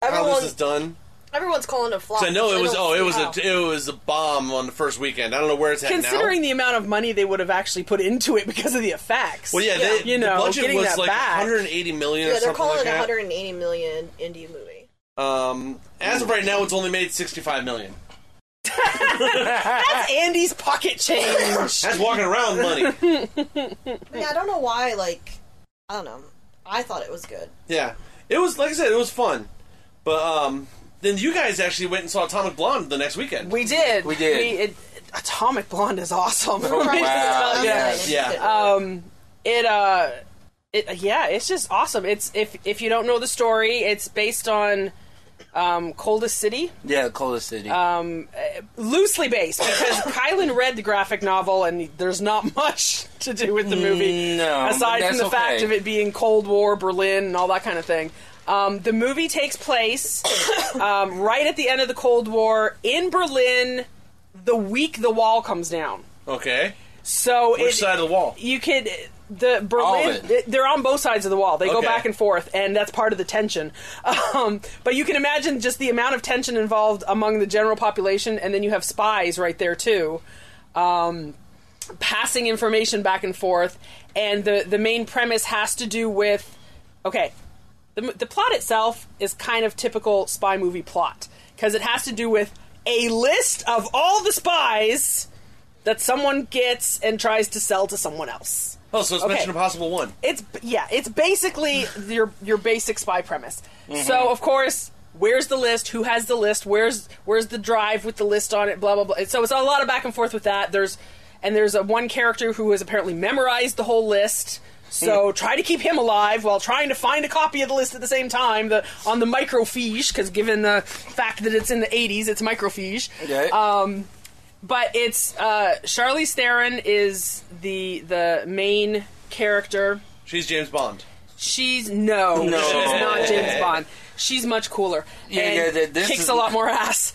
Speaker 5: how
Speaker 13: Everyone-
Speaker 5: Oh, this is done.
Speaker 13: Everyone's calling it flop.
Speaker 5: So I know it was
Speaker 13: don't
Speaker 5: oh it
Speaker 13: see
Speaker 5: was
Speaker 13: how.
Speaker 5: a it was a bomb on the first weekend. I don't know where it's at
Speaker 11: Considering the amount of money they would have actually put into it because of the effects.
Speaker 5: now. Well, yeah, They,
Speaker 11: you know,
Speaker 5: the budget
Speaker 11: getting
Speaker 5: was
Speaker 11: that
Speaker 5: like
Speaker 11: back.
Speaker 5: 180 million.
Speaker 13: yeah,
Speaker 5: or
Speaker 13: they're
Speaker 5: something
Speaker 13: calling
Speaker 5: like
Speaker 13: it a
Speaker 5: that.
Speaker 13: 180 million indie movie.
Speaker 5: Um, as of right now, it's only made 65 million.
Speaker 11: That's Andy's pocket change.
Speaker 5: That's walking around money.
Speaker 13: Yeah, I don't know why. Like, I don't know. I thought it was good.
Speaker 5: Yeah, it was like I said, it was fun. But um, then you guys actually went and saw Atomic Blonde the next weekend.
Speaker 11: We did.
Speaker 5: We did.
Speaker 11: We, it, Atomic Blonde is awesome.
Speaker 5: Oh,
Speaker 11: Let me just
Speaker 5: wow.
Speaker 11: tell you.
Speaker 5: Yes. Yeah.
Speaker 11: Um, it uh, it yeah, it's just awesome. It's if if you don't know the story, it's based on um, Coldest City.
Speaker 10: Yeah, coldest city.
Speaker 11: Um, uh, loosely based because Kylan read the graphic novel and there's not much to do with the movie
Speaker 10: No,
Speaker 11: aside
Speaker 10: but
Speaker 11: from the
Speaker 10: that's
Speaker 11: fact
Speaker 10: okay.
Speaker 11: of it being Cold War, Berlin, and all that kind of thing. Um, the movie takes place um, right at the end of the Cold War in Berlin. The week the wall comes down,
Speaker 5: Okay.
Speaker 11: so
Speaker 5: Which side of the wall?
Speaker 11: You could the
Speaker 5: All
Speaker 11: Berlin.
Speaker 5: of
Speaker 11: They're on both sides of the wall. They go
Speaker 5: Okay.
Speaker 11: back and forth, and that's part of the tension. Um, but you can imagine just the amount of tension involved among the general population, and then you have spies right there too. Um, passing information back and forth, and the the main premise has to do with okay, the the plot itself is kind of typical spy movie plot because it has to do with a list of all the spies that someone gets and tries to sell to someone else.
Speaker 5: Oh, so it's
Speaker 11: Okay.
Speaker 5: Mission Impossible One.
Speaker 11: It's yeah, it's basically your your basic spy premise.
Speaker 5: Mhm.
Speaker 11: So of course, where's the list? Who has the list? Where's where's the drive with the list on it? Blah blah blah. So it's a lot of back and forth with that. There's and there's a one character who has apparently memorized the whole list. So try to keep him alive while trying to find a copy of the list at the same time the, on the microfiche because given the fact that it's in the 80s, it's microfiche.
Speaker 10: Okay.
Speaker 11: Um, but it's uh, Charlize Theron is the the main character.
Speaker 5: She's James Bond.
Speaker 11: She's no,
Speaker 5: No.
Speaker 11: she's not James Bond. She's much cooler
Speaker 10: Yeah,
Speaker 11: and
Speaker 10: yeah, th- this
Speaker 11: kicks
Speaker 10: is-
Speaker 11: a lot more ass.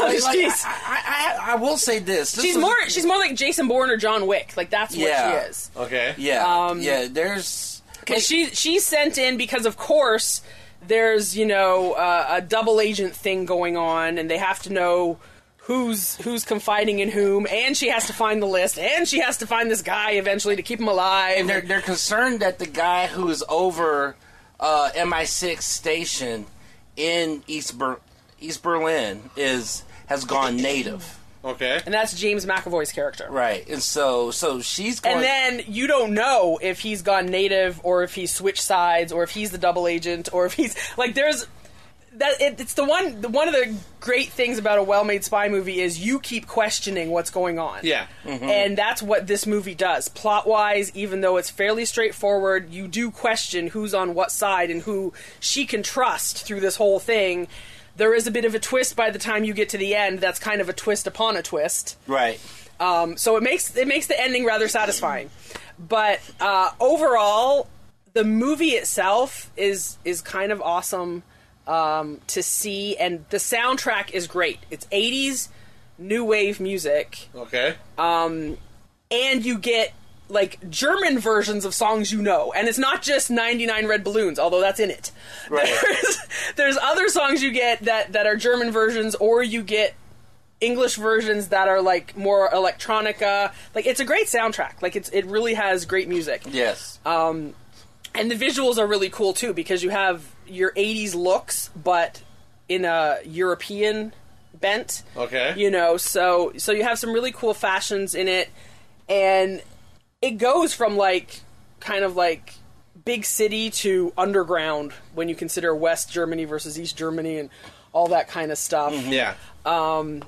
Speaker 10: Like,
Speaker 11: she's
Speaker 10: I, I, I will say this. this
Speaker 11: she's
Speaker 10: was-
Speaker 11: more she's more like Jason Bourne or John Wick. Like that's what
Speaker 10: Yeah.
Speaker 11: she is.
Speaker 5: Okay.
Speaker 10: Yeah.
Speaker 11: Um,
Speaker 10: yeah. There's.
Speaker 11: Because she she's sent in because of course there's you know uh, a double agent thing going on and they have to know who's who's confiding in whom and she has to find the list and she has to find this guy eventually to keep him alive.
Speaker 10: And they're they're concerned that the guy who is over uh, MI6 station in East Ber- East Berlin is has gone native.
Speaker 5: Okay.
Speaker 11: And that's James McAvoy's character.
Speaker 10: Right. And so so she's going
Speaker 11: And then you don't know if he's gone native or if he's switched sides or if he's the double agent or if he's like there's that it, it's the one the, one of the great things about a well-made spy movie is you keep questioning what's going on.
Speaker 5: Yeah. Mhm.
Speaker 11: And that's what this movie does. Plot-wise, even though it's fairly straightforward, you do question who's on what side and who she can trust through this whole thing. There is a bit of a twist by the time you get to the end. That's kind of a twist upon a twist.
Speaker 10: Right.
Speaker 11: Um, so it makes it makes the ending rather satisfying. But uh, overall, the movie itself is is kind of awesome um, to see, and the soundtrack is great. It's '80s new wave music,
Speaker 5: Okay.
Speaker 11: um, and you get like German versions of songs you know, and it's not just "99 Red Balloons," although that's in it. There's, there's other songs you get that that are German versions, or you get English versions that are like more electronica. Like it's a great soundtrack. Like it's it really has great music.
Speaker 10: Yes.
Speaker 11: Um, and the visuals are really cool too because you have your 80s looks, but in a European bent.
Speaker 5: Okay.
Speaker 11: You know, so so you have some really cool fashions in it, and it goes from like kind of like big city to underground when you consider West Germany versus East Germany and all that kind of stuff.
Speaker 5: Yeah.
Speaker 11: Um,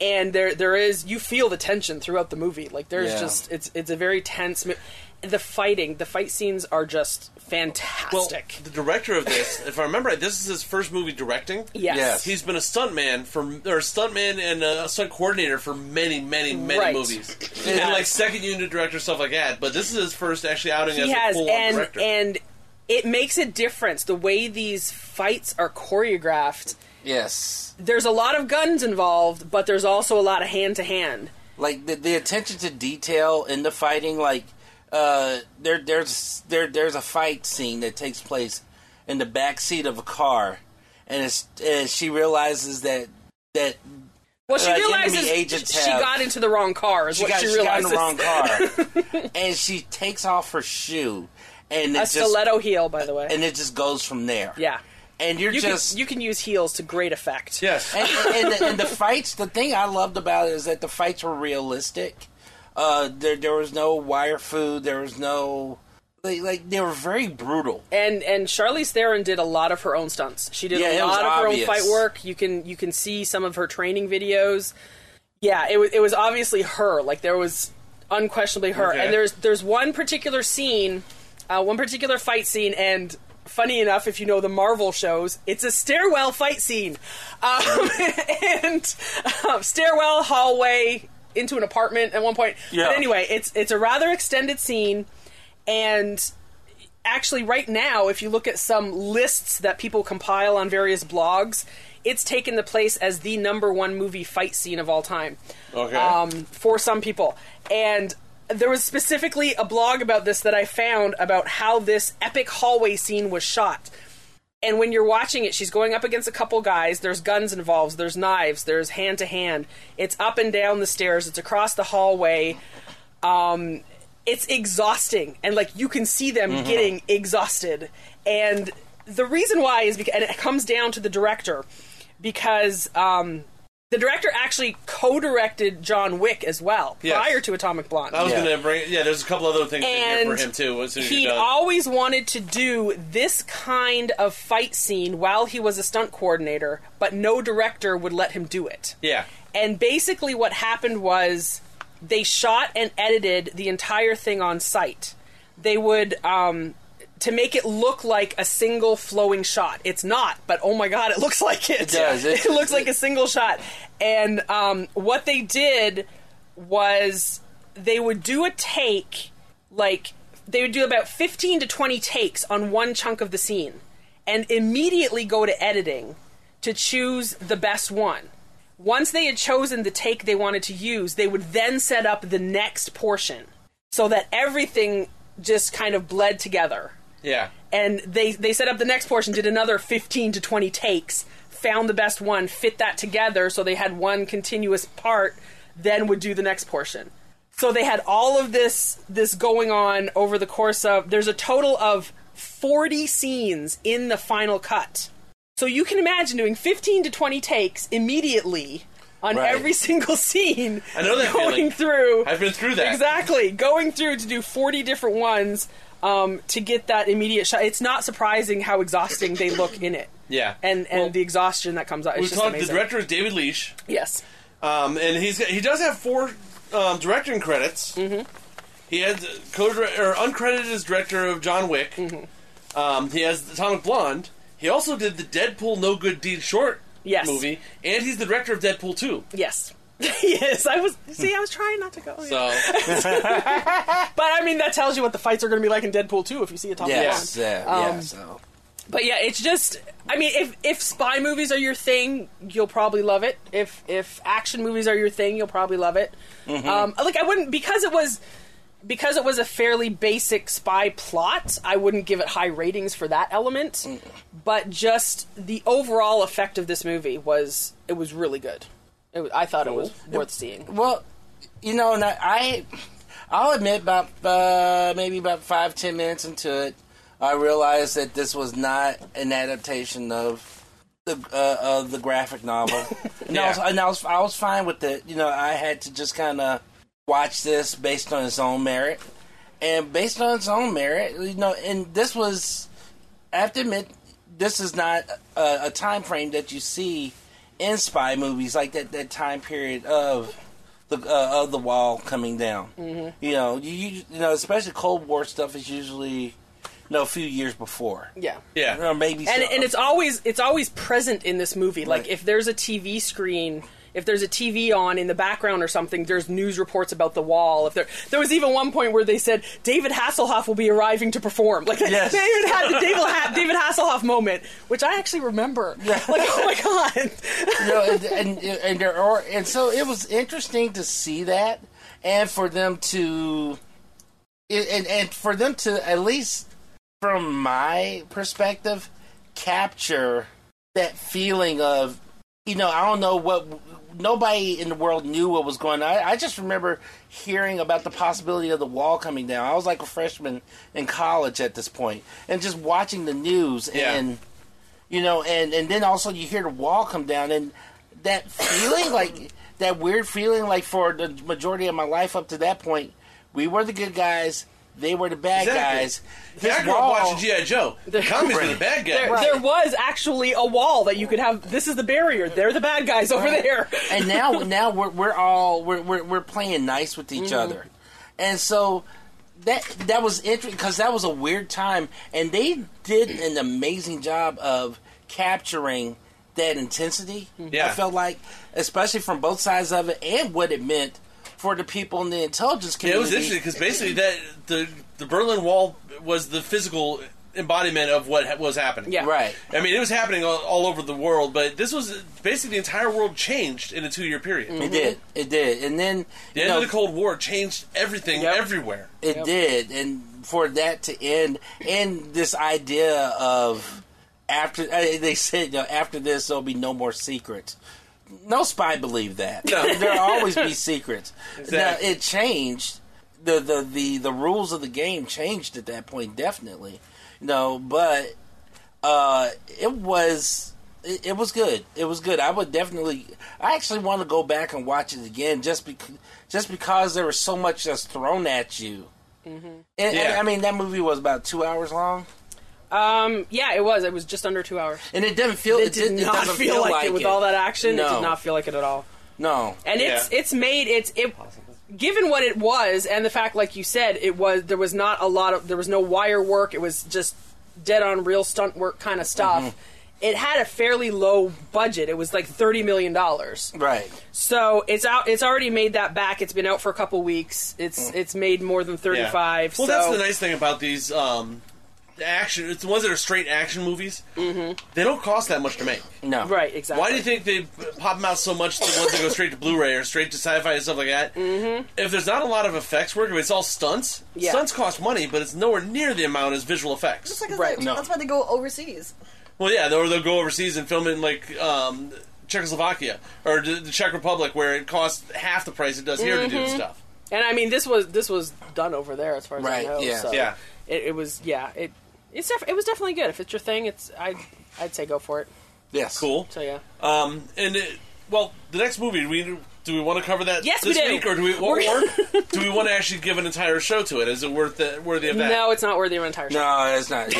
Speaker 11: and there there is you feel the tension throughout the movie. Like there's
Speaker 5: Yeah.
Speaker 11: just it's it's a very tense. Mo- the fighting, the fight scenes are just fantastic.
Speaker 5: The director of this, if I remember right, this is his first movie directing.
Speaker 11: Yes. Yes.
Speaker 5: He's been a stuntman for or a stuntman and a stunt coordinator for many, many, many
Speaker 11: Right.
Speaker 5: movies. And like second unit director stuff like that. But this is his first actually outing as
Speaker 11: he
Speaker 5: a
Speaker 11: has
Speaker 5: full on
Speaker 11: and
Speaker 5: director.
Speaker 11: and it makes a difference the way these fights are choreographed.
Speaker 10: Yes.
Speaker 11: There's a lot of guns involved, but there's also a lot of hand to hand.
Speaker 10: like the, the attention to detail in the fighting like uh there there's there there's a fight scene that takes place in the back seat of a car and it's and she realizes that that
Speaker 11: Well, she
Speaker 10: like, enemy
Speaker 11: realizes
Speaker 10: agents
Speaker 11: she
Speaker 10: have-
Speaker 11: got into the wrong car. Is
Speaker 10: she
Speaker 11: what
Speaker 10: got,
Speaker 11: she
Speaker 10: she got in
Speaker 11: realizes.
Speaker 10: the wrong car and she takes off her shoe and
Speaker 11: a
Speaker 10: it
Speaker 11: stiletto
Speaker 10: just,
Speaker 11: heel, by the way.
Speaker 10: and it just goes from there
Speaker 11: yeah,
Speaker 10: and you're
Speaker 11: you
Speaker 10: just
Speaker 11: can, you can use heels to great effect.
Speaker 5: Yes,
Speaker 10: and, and, the, and the fights. The thing I loved about it is that the fights were realistic. Uh, there, there was no wire food. There was no like, like they were very brutal.
Speaker 11: and and Charlize Theron did a lot of her own stunts. She did
Speaker 10: Yeah, it
Speaker 11: a
Speaker 10: was
Speaker 11: lot of her
Speaker 10: obvious.
Speaker 11: own fight work. You can you can see some of her training videos. Yeah, it was it was obviously her. Like there was unquestionably her.
Speaker 10: Okay.
Speaker 11: And there's there's one particular scene, uh, one particular fight scene, and funny enough, if you know the Marvel shows, it's a stairwell fight scene, um, and um, stairwell hallway into an apartment at one point.
Speaker 10: Yeah.
Speaker 11: But anyway, it's it's a rather extended scene, and actually right now if you look at some lists that people compile on various blogs it's taken the place as the number one movie fight scene of all time
Speaker 5: Okay.
Speaker 11: um, for some people and there was specifically a blog about this that i found about how this epic hallway scene was shot and when you're watching it she's going up against a couple guys there's guns involved there's knives there's hand to hand it's up and down the stairs it's across the hallway Um, it's exhausting, and like you can see them
Speaker 14: Mhm.
Speaker 11: getting exhausted. And the reason why is because, and it comes down to the director, because um, the director actually co-directed John Wick as well
Speaker 5: Yes.
Speaker 11: prior to Atomic Blonde.
Speaker 5: I was gonna bring. Yeah, there's a couple other things in here
Speaker 11: And
Speaker 5: for him too. As soon as
Speaker 11: He'd
Speaker 5: you're done.
Speaker 11: always wanted to do this kind of fight scene while he was a stunt coordinator, but no director would let him do it.
Speaker 5: yeah.
Speaker 11: And basically, what happened was they shot and edited the entire thing on site. They would, um, to make it look like a single flowing shot. It's not, but oh my god, it looks like it.
Speaker 10: It does.
Speaker 11: It,
Speaker 10: It-
Speaker 11: looks like a single shot. And um, what they did was they would do a take, like, they would do about 15 to 20 takes on one chunk of the scene and immediately go to editing to choose the best one. Once they had chosen the take they wanted to use, they would then set up the next portion so that everything just kind of bled together.
Speaker 5: Yeah.
Speaker 11: And they, they set up the next portion, did another 15 to 20 takes, found the best one, fit that together so they had one continuous part, then would do the next portion. So they had all of this this going on over the course of there's a total of 40 scenes in the final cut. So you can imagine doing 15 to 20 takes immediately on
Speaker 5: Right.
Speaker 11: every single scene
Speaker 5: I know that
Speaker 11: going
Speaker 5: feeling.
Speaker 11: through
Speaker 5: I've been through that.
Speaker 11: Exactly. Going through to do 40 different ones um, to get that immediate shot. It's not surprising how exhausting they look in it.
Speaker 5: Yeah.
Speaker 11: And and the exhaustion that comes out. It's
Speaker 5: We
Speaker 11: just
Speaker 5: talked. The
Speaker 11: amazing.
Speaker 5: director is David Leash.
Speaker 11: Yes.
Speaker 5: Um, and he's got, he does have four um, directing credits. Mm-hmm. He had co or uncredited as director of John Wick. Um, he has Atomic Blonde. He also did the Deadpool No Good Deed short
Speaker 11: Yes.
Speaker 5: movie, and he's the director of Deadpool Two.
Speaker 11: Yes. yes, I was. See, I was trying not to go. yeah.
Speaker 5: So
Speaker 11: but I mean, that tells you what the fights are going to be like in Deadpool 2 if you see a top
Speaker 10: Yes,
Speaker 11: one.
Speaker 10: yeah,
Speaker 11: Um,
Speaker 10: yeah. So
Speaker 11: But yeah, it's just. I mean, if if spy movies are your thing, you'll probably love it. If if action movies are your thing, you'll probably love it.
Speaker 14: Mhm.
Speaker 11: Um, like I wouldn't because it was because it was a fairly basic spy plot. I wouldn't give it high ratings for that element, but just the overall effect of this movie was it was really good. It was, I thought it was worth seeing.
Speaker 10: Well, you know, and I, I I'll admit, about uh, maybe about five ten minutes into it, I realized that this was not an adaptation of the uh, of the graphic novel. and I was and I was I was fine with it. You know, I had to just kind of watch this based on its own merit, and based on its own merit, you know, and this was. I have to admit, this is not a, a time frame that you see in spy movies, like that, that time period of the uh, of the wall coming down.
Speaker 14: Mhm.
Speaker 11: Mm-hmm.
Speaker 10: You know, you, you you know, especially Cold War stuff is usually you know a few years before.
Speaker 11: Yeah.
Speaker 5: Yeah,
Speaker 10: or maybe,
Speaker 11: and,
Speaker 10: so- um,
Speaker 11: and it's always it's always present in this movie like
Speaker 10: Right.
Speaker 11: if there's a tv screen if there's a tv on in the background or something there's news reports about the wall if there there was even one point where they said david hasselhoff will be arriving to perform like
Speaker 14: Yes.
Speaker 11: they even had the david, ha- david hasselhoff moment which i actually remember like oh my god
Speaker 10: you know, and, and and there are and so it was interesting to see that, and for them to, and- and and for them to at least from my perspective, capture that feeling of, you know, I don't know what nobody in the world knew what was going on. I, I just remember hearing about the possibility of the wall coming down. I was like a freshman in college at this point, and just watching the news
Speaker 5: Yeah.
Speaker 10: and you know, and and then also you hear the wall come down, and that feeling, like that weird feeling, like for the majority of my life up to that point, we were the good guys, they were the bad
Speaker 5: Exactly.
Speaker 10: guys.
Speaker 5: See, I grew up watching G.I. Joe. The commies were the bad guys.
Speaker 11: There, there was actually a wall that you could have. This is the barrier. They're the bad guys over
Speaker 10: Right.
Speaker 11: there.
Speaker 10: and now now we're we're all we're we're, we're playing nice with each
Speaker 11: Mhm.
Speaker 5: Mm-hmm.
Speaker 10: other, and so that that was interesting because that was a weird time, and they did an amazing job of capturing that intensity.
Speaker 5: Yeah.
Speaker 10: I felt like, especially from both sides of it, and what it meant for the people in the intelligence
Speaker 5: Yeah, it
Speaker 10: community.
Speaker 5: was interesting because basically that the the Berlin Wall was the physical embodiment of what ha- was happening.
Speaker 10: Yeah. Right.
Speaker 5: I mean, it was happening all, all over the world, but this was basically the entire world changed in a two year period.
Speaker 10: It did. It did. And then
Speaker 5: Mm-hmm. The
Speaker 10: you
Speaker 5: end
Speaker 10: know,
Speaker 5: of the Cold War changed everything everywhere.
Speaker 10: It did, and for that to end, and this idea of after uh, they said, you know, after this there'll be no more secrets. No spy believed that.
Speaker 14: No.
Speaker 10: There'll always be secrets.
Speaker 14: Exactly.
Speaker 10: Now it changed the, the the the rules of the game changed at that point, definitely. You know, but uh, it was it, it was good. It was good. I would definitely. I actually want to go back and watch it again, just because just because there was so much that's thrown at you.
Speaker 11: Mm-hmm.
Speaker 10: And, and, I mean, that movie was about two hours long.
Speaker 11: Um, yeah, it was. It was just under two hours,
Speaker 10: And it didn't feel.
Speaker 11: It,
Speaker 10: It,
Speaker 11: did
Speaker 10: didn't- it
Speaker 11: not
Speaker 10: doesn't
Speaker 11: feel, like, it with all that action. It
Speaker 10: No.
Speaker 11: did not feel like it at all.
Speaker 10: No,
Speaker 11: And it's it's made it's it. Given what it was, and the fact, like you said, it was there was not a lot of there was no wire work. It was just dead on real stunt work kind of stuff.
Speaker 10: Mhm.
Speaker 5: Mm-hmm.
Speaker 11: It had a fairly low budget. It was like thirty million dollars.
Speaker 10: right.
Speaker 11: So it's out. It's already made that back. It's been out for a couple weeks. It's it's made more than thirty five.
Speaker 5: Mm. Yeah. Well,
Speaker 11: so.
Speaker 5: that's the nice thing about these um, the action. It's the ones that are straight action movies. Mm-hmm. They don't cost that much to make.
Speaker 10: No,
Speaker 11: right, exactly.
Speaker 5: Why do you think they pop them out so much? The ones that go straight to Blu-ray or straight to sci-fi and stuff like that. Mm-hmm. If there's not a lot of effects work, if it's all stunts,
Speaker 13: Yeah.
Speaker 5: stunts cost money, but it's nowhere near the amount as visual effects.
Speaker 13: That's, like, that's why they go overseas.
Speaker 5: Well, yeah, they'll, they'll go overseas and film in like um, Czechoslovakia or the, the Czech Republic, where it costs half the price it does here to do
Speaker 11: Mhm.
Speaker 5: stuff.
Speaker 11: And I mean, this was this was done over there, as far as
Speaker 5: Right,
Speaker 11: I know.
Speaker 5: yeah.
Speaker 11: so
Speaker 5: Yeah.
Speaker 11: It, it was. Yeah. It it's def- it was definitely good. If it's your thing, it's I I'd say go for it.
Speaker 10: Yes.
Speaker 5: Cool.
Speaker 11: So yeah.
Speaker 5: Um, and it, well, the next movie we do we want to cover that
Speaker 11: Yes, we
Speaker 5: this
Speaker 11: do.
Speaker 5: week, or do we or,
Speaker 11: We're-
Speaker 5: do we want to actually give an entire show to it? Is it worth the, worthy of that?
Speaker 11: No, it's not worthy of an entire show.
Speaker 10: No, it's not.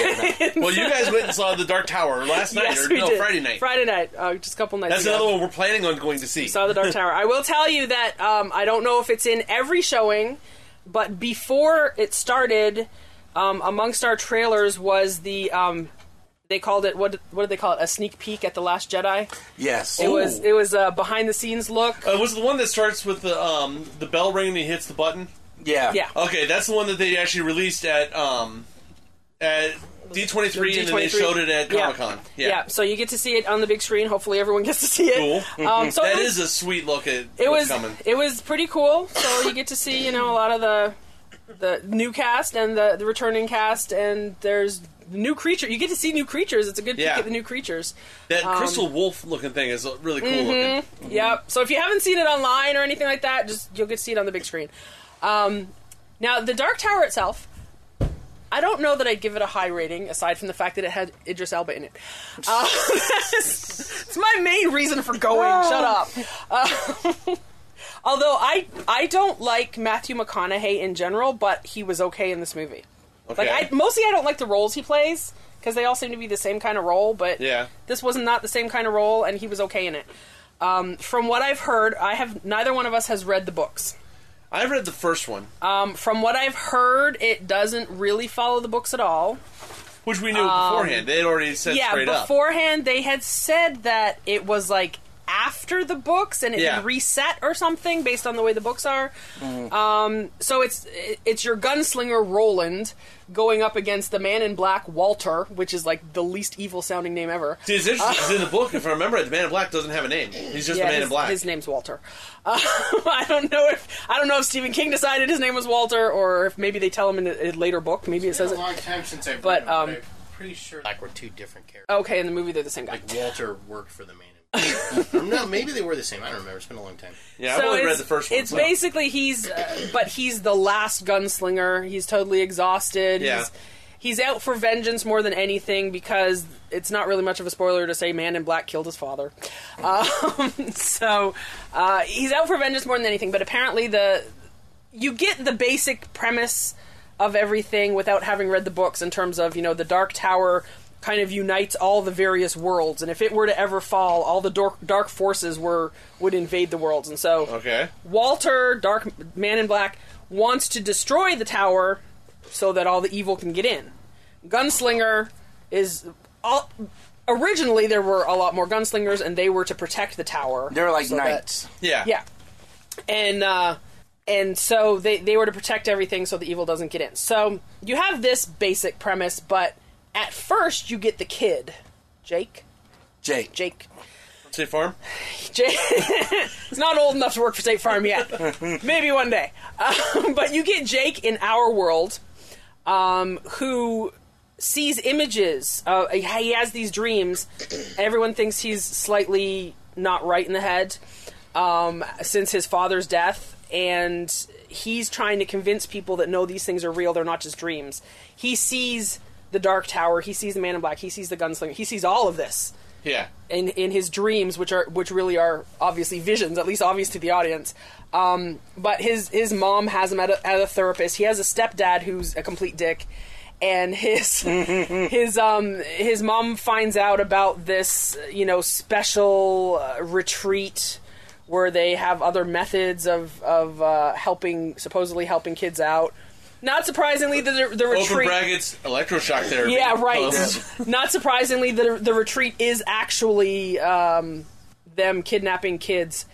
Speaker 5: well, you guys went and saw The Dark Tower last night,
Speaker 11: Yes,
Speaker 5: or
Speaker 11: we
Speaker 5: no,
Speaker 11: did.
Speaker 5: Friday night.
Speaker 11: Friday night, uh, just a couple nights.
Speaker 5: That's
Speaker 11: ago.
Speaker 5: another one we're planning on going to see.
Speaker 11: Saw the Dark Tower. I will tell you that um, I don't know if it's in every showing, but before it started, um, amongst our trailers was the um, they called it what? What did they call it? A sneak peek at the Last Jedi.
Speaker 10: Yes.
Speaker 11: It was it was a behind the scenes look.
Speaker 5: Uh, was it the one that starts with the um, the bell ringing and he hits the button?
Speaker 10: Yeah.
Speaker 11: Yeah.
Speaker 5: Okay, that's the one that they actually released at um, at D twenty three, and then they
Speaker 11: D23.
Speaker 5: showed it at
Speaker 11: Yeah.
Speaker 5: Comic Con.
Speaker 11: Yeah. so you get to see it on the big screen. Hopefully, everyone gets to see
Speaker 5: Cool.
Speaker 11: it. Um, so
Speaker 5: that
Speaker 11: it was,
Speaker 5: is a sweet look at
Speaker 11: it was
Speaker 5: what's coming.
Speaker 11: it was pretty cool. So you get to see you know a lot of the the new cast and the, the returning cast, and there's new creature. You get to see new creatures. It's a good
Speaker 5: Yeah.
Speaker 11: peek at the new creatures.
Speaker 5: That
Speaker 11: Um,
Speaker 5: crystal wolf looking thing is really cool
Speaker 11: mhm.
Speaker 5: looking.
Speaker 11: Yep. So if you haven't seen it online or anything like that, just you'll get to see it on the big screen. Um, now, the Dark Tower itself, I don't know that I'd give it a high rating, aside from the fact that it had Idris Elba in it. Uh, it's my main reason for going. Shut up. Uh, although I I don't like Matthew McConaughey in general, but he was okay in this movie.
Speaker 5: Okay.
Speaker 11: Like I mostly I don't like the roles he plays because they all seem to be the same kind of role, but
Speaker 5: Yeah.
Speaker 11: this was not the same kind of role, and he was okay in it. Um, from what I've heard, I have neither one of us has read the books.
Speaker 5: I read the first one,
Speaker 11: Um, from what I've heard, it doesn't really follow the books at all.
Speaker 5: which we knew
Speaker 11: Um,
Speaker 5: beforehand. They had already said
Speaker 11: yeah,
Speaker 5: straight up.
Speaker 11: beforehand they had said that it was like after the books and it
Speaker 5: Yeah. Mm.
Speaker 11: had reset or something based on the way the books are. Um, so it's it's your gunslinger Roland going up against the man in black Walter, which is like the least evil sounding name ever.
Speaker 5: See, it's interesting 'cause in the book, if I remember it, the Man in Black doesn't have a name. He's just
Speaker 11: Uh, Yeah,
Speaker 5: the Man
Speaker 11: his,
Speaker 5: in Black.
Speaker 11: His name's Walter. Uh, I don't know if I don't know if Stephen King decided his name was Walter, or if maybe they tell him in a, a later book. Maybe it
Speaker 12: It's been
Speaker 11: says
Speaker 12: a long
Speaker 11: it.
Speaker 12: time since I've
Speaker 11: But,
Speaker 12: read them,
Speaker 11: um,
Speaker 12: but I'm pretty sure like were two different characters.
Speaker 11: Okay, in the movie they're the same guy.
Speaker 12: Like Walter worked for the man. in Black. no, maybe they were the same. I don't remember. It's been a long time.
Speaker 11: So it's- It's basically he's, uh, but he's the last gunslinger. He's totally exhausted.
Speaker 12: Yeah.
Speaker 11: He's, he's out for vengeance more than anything because it's not really much of a spoiler to say Man in Black killed his father. Um, so uh, he's out for vengeance more than anything. But apparently the you get the basic premise of everything without having read the books in terms of you know the dark tower kind of unites all the various worlds and if it were to ever fall all the dark, dark forces were would invade the worlds and so
Speaker 5: okay.
Speaker 11: walter dark man in black wants to destroy the tower so that all the evil can get in gunslinger is all originally there were a lot more gunslingers and they were to protect the tower
Speaker 10: They were like
Speaker 11: so that-
Speaker 10: knights.
Speaker 5: Yeah.
Speaker 11: yeah. And uh and so they they were to protect everything so the evil doesn't get in. So you have this basic premise, but at first you get the kid, Jake.
Speaker 10: Jake.
Speaker 11: Jake.
Speaker 5: State Farm?
Speaker 11: Jake. He's not old enough to work for State Farm yet. Maybe one day. Um, but you get Jake in our world, um, who sees images. Uh, he has these dreams. Everyone thinks he's slightly not right in the head um, since his father's death, and he's trying to convince people that no, these things are real. They're not just dreams. He sees the Dark Tower. He sees the Man in Black. He sees the gunslinger. He sees all of this
Speaker 5: Yeah.
Speaker 11: in in his dreams, which are which really are obviously visions, at least obvious to the audience. Um, but his his mom has him at a, at a therapist. He has a stepdad who's a complete dick, and his his um his mom finds out about this you know special uh, retreat where they have other methods of of uh, helping supposedly helping kids out. Not surprisingly, the the
Speaker 5: Open
Speaker 11: retreat.
Speaker 5: brackets, electroshock therapy.
Speaker 11: Yeah, right.
Speaker 5: Um,
Speaker 11: Not surprisingly, the the retreat is actually um, them kidnapping kids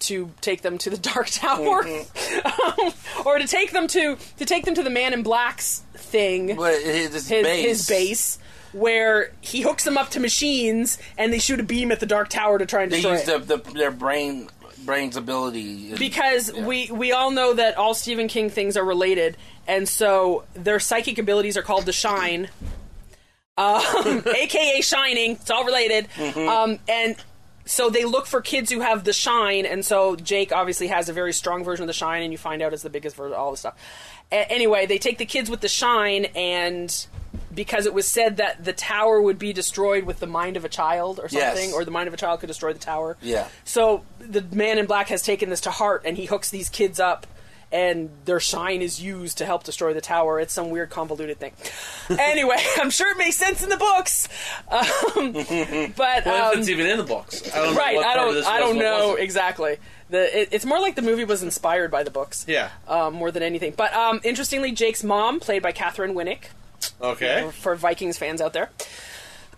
Speaker 11: to take them to the Dark Tower,
Speaker 10: Mm-hmm.
Speaker 11: or to take them to to take them to the Man in Black's thing,
Speaker 10: his, base.
Speaker 11: his base, where he hooks them up to machines and they shoot a beam at the Dark Tower to try and
Speaker 10: They
Speaker 11: destroy
Speaker 10: use
Speaker 11: it.
Speaker 10: the, the, their brain brain's ability
Speaker 11: Because
Speaker 10: Yeah.
Speaker 11: we we all know that all Stephen King things are related, and so their psychic abilities are called the Shine, um, aka Shining. It's all related,
Speaker 10: Mm-hmm.
Speaker 7: Mhm.
Speaker 11: um, and so they look for kids who have the Shine, and so Jake obviously has a very strong version of the Shine, and you find out it's the biggest version. All this stuff. A- anyway, they take the kids with the Shine, and because it was said that the tower would be destroyed with the mind of a child or
Speaker 10: Yes.
Speaker 11: something, or the mind of a child could destroy the tower.
Speaker 10: Yeah.
Speaker 11: So the man in black has taken this to heart, and he hooks these kids up, and their shine is used to help destroy the tower. It's some weird convoluted thing. anyway, I'm sure it makes sense in the books, um, but
Speaker 5: well, if
Speaker 11: um,
Speaker 5: it's even in the box. I don't
Speaker 11: right,
Speaker 5: know
Speaker 11: I
Speaker 5: what part
Speaker 11: don't,
Speaker 5: of this
Speaker 11: I
Speaker 5: was,
Speaker 11: don't
Speaker 5: what
Speaker 11: know
Speaker 5: wasn't.
Speaker 11: exactly. The, it, it's more like the movie was inspired by the books,
Speaker 5: Yeah.
Speaker 11: um, more than anything. But um, interestingly, Jake's mom, played by Katherine Winnick,
Speaker 5: Okay.
Speaker 11: for, for Vikings fans out there.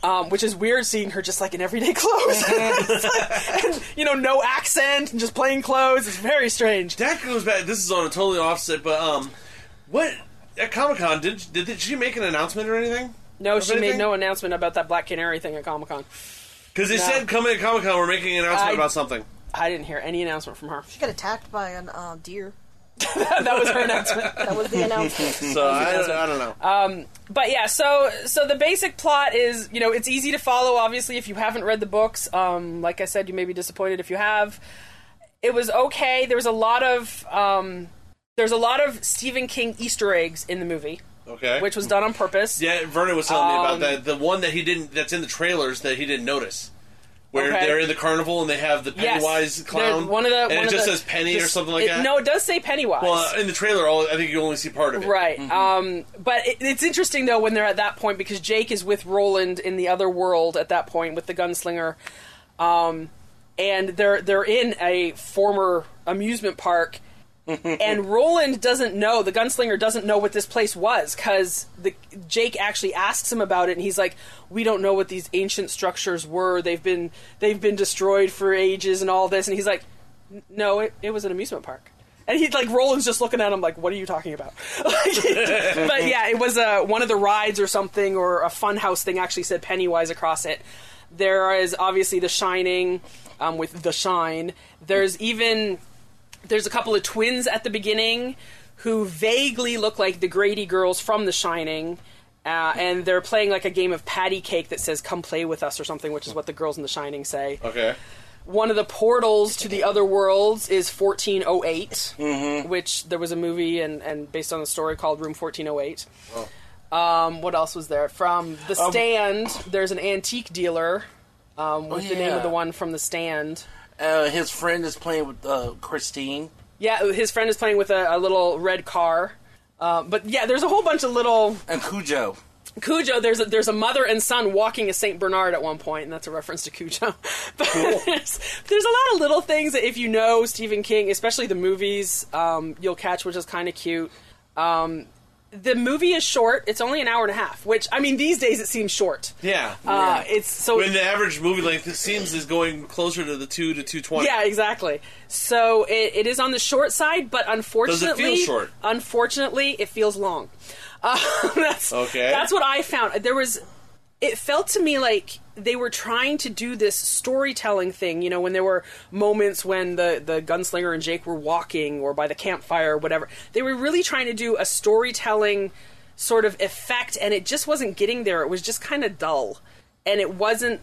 Speaker 11: Um, which is weird seeing her just like in everyday clothes. It's like- and, you know, no accent and just plain clothes. It's very strange.
Speaker 5: That goes back. This is on a totally offset, but um, what at Comic Con did, did did she make an announcement or anything?
Speaker 11: No,
Speaker 5: Of
Speaker 11: she made
Speaker 5: anything?
Speaker 11: no announcement about that Black Canary thing at Comic Con.
Speaker 5: Because they
Speaker 11: No.
Speaker 5: said coming to Comic Con, we're making an announcement
Speaker 11: I-
Speaker 5: about something.
Speaker 11: I didn't hear any announcement from her.
Speaker 13: She got attacked by an uh, deer.
Speaker 11: that was her announcement.
Speaker 13: That was the announcement.
Speaker 11: Hmm.
Speaker 5: So I, I don't know.
Speaker 11: Um, but yeah, so so the basic plot is you know it's easy to follow. Obviously, if you haven't read the books, um, like I said, you may be disappointed if you have. It was okay. There was a lot of um, there's a lot of Stephen King Easter eggs in the movie,
Speaker 5: Okay.
Speaker 11: which was done on purpose.
Speaker 5: Eh. Yeah, Vernon was telling me about
Speaker 11: Um,
Speaker 5: that. The one that he didn't. That's in the trailers that he didn't notice. Where
Speaker 11: Okay.
Speaker 5: they're in the carnival and they have the
Speaker 11: Yes.
Speaker 5: Pennywise clown.
Speaker 11: There- one of the
Speaker 5: and
Speaker 11: one
Speaker 5: it
Speaker 11: of
Speaker 5: just
Speaker 11: the-
Speaker 5: says Penny or
Speaker 11: this-
Speaker 5: something like
Speaker 11: it-
Speaker 5: that.
Speaker 11: No, it does say Pennywise.
Speaker 5: Well, in the trailer, all- I think you only see part of it. Mm-hmm.
Speaker 11: Right. Um, but it, it's interesting though when they're at that point because Jake is with Roland in the other world at that point with the gunslinger, um, and they're they're in a former amusement park, and Roland doesn't know the gunslinger doesn't know what this place was because the Jake actually asks him about it and he's like, we don't know what these ancient structures were. They've been they've been destroyed for ages and all this, and he's like, "N- no, it, it was an amusement park. And he's like Roland's just looking at him like, "What are you talking about?" but yeah, it was uh, one of the rides or something, or a funhouse thing actually said Pennywise across it. There is obviously The Shining um, with The Shine. There's even there's a couple of twins at the beginning who vaguely look like the Grady girls from The Shining. Uh, and they're playing like a game of patty cake that says "Come play with us" or something, which is what the girls in The Shining say
Speaker 5: Okay.
Speaker 11: one of the portals to the other worlds is 1408,
Speaker 10: Mm-hmm.
Speaker 11: which there was a movie and, and based on a story called Room 1408.
Speaker 5: Oh.
Speaker 11: Um, what else was there? From The
Speaker 10: Um,
Speaker 11: Stand, there's an antique dealer um,
Speaker 10: Oh,
Speaker 11: with the name
Speaker 10: yeah.
Speaker 11: of the one from The Stand.
Speaker 10: uh, his friend is playing with uh, Christine
Speaker 11: Yeah, his friend is playing with a, a little red car. Uh, but yeah, there's a whole bunch of little
Speaker 10: and Cujo
Speaker 11: Cujo, there's a, there's a mother and son walking a Saint Bernard at one point, and that's a reference to Cujo. But there's, there's a lot of little things that if you know Stephen King, especially the movies, um, you'll catch, which is kind of cute. Um, the movie is short; it's only an hour and a half, which I mean, these days it seems short.
Speaker 5: Yeah.
Speaker 11: Uh, it's so
Speaker 5: when the average movie length it seems is going closer to the two to two twenty.
Speaker 11: Yeah, exactly. So it, it is on the short side, but unfortunately,
Speaker 5: short?
Speaker 11: Unfortunately, it feels long. Uh, that's,
Speaker 5: Okay.
Speaker 11: That's what I found. There was, it felt to me like they were trying to do this storytelling thing. You know, when there were moments when the the gunslinger and Jake were walking or by the campfire or whatever, they were really trying to do a storytelling sort of effect, and it just wasn't getting there. It was just kind of dull, and it wasn't.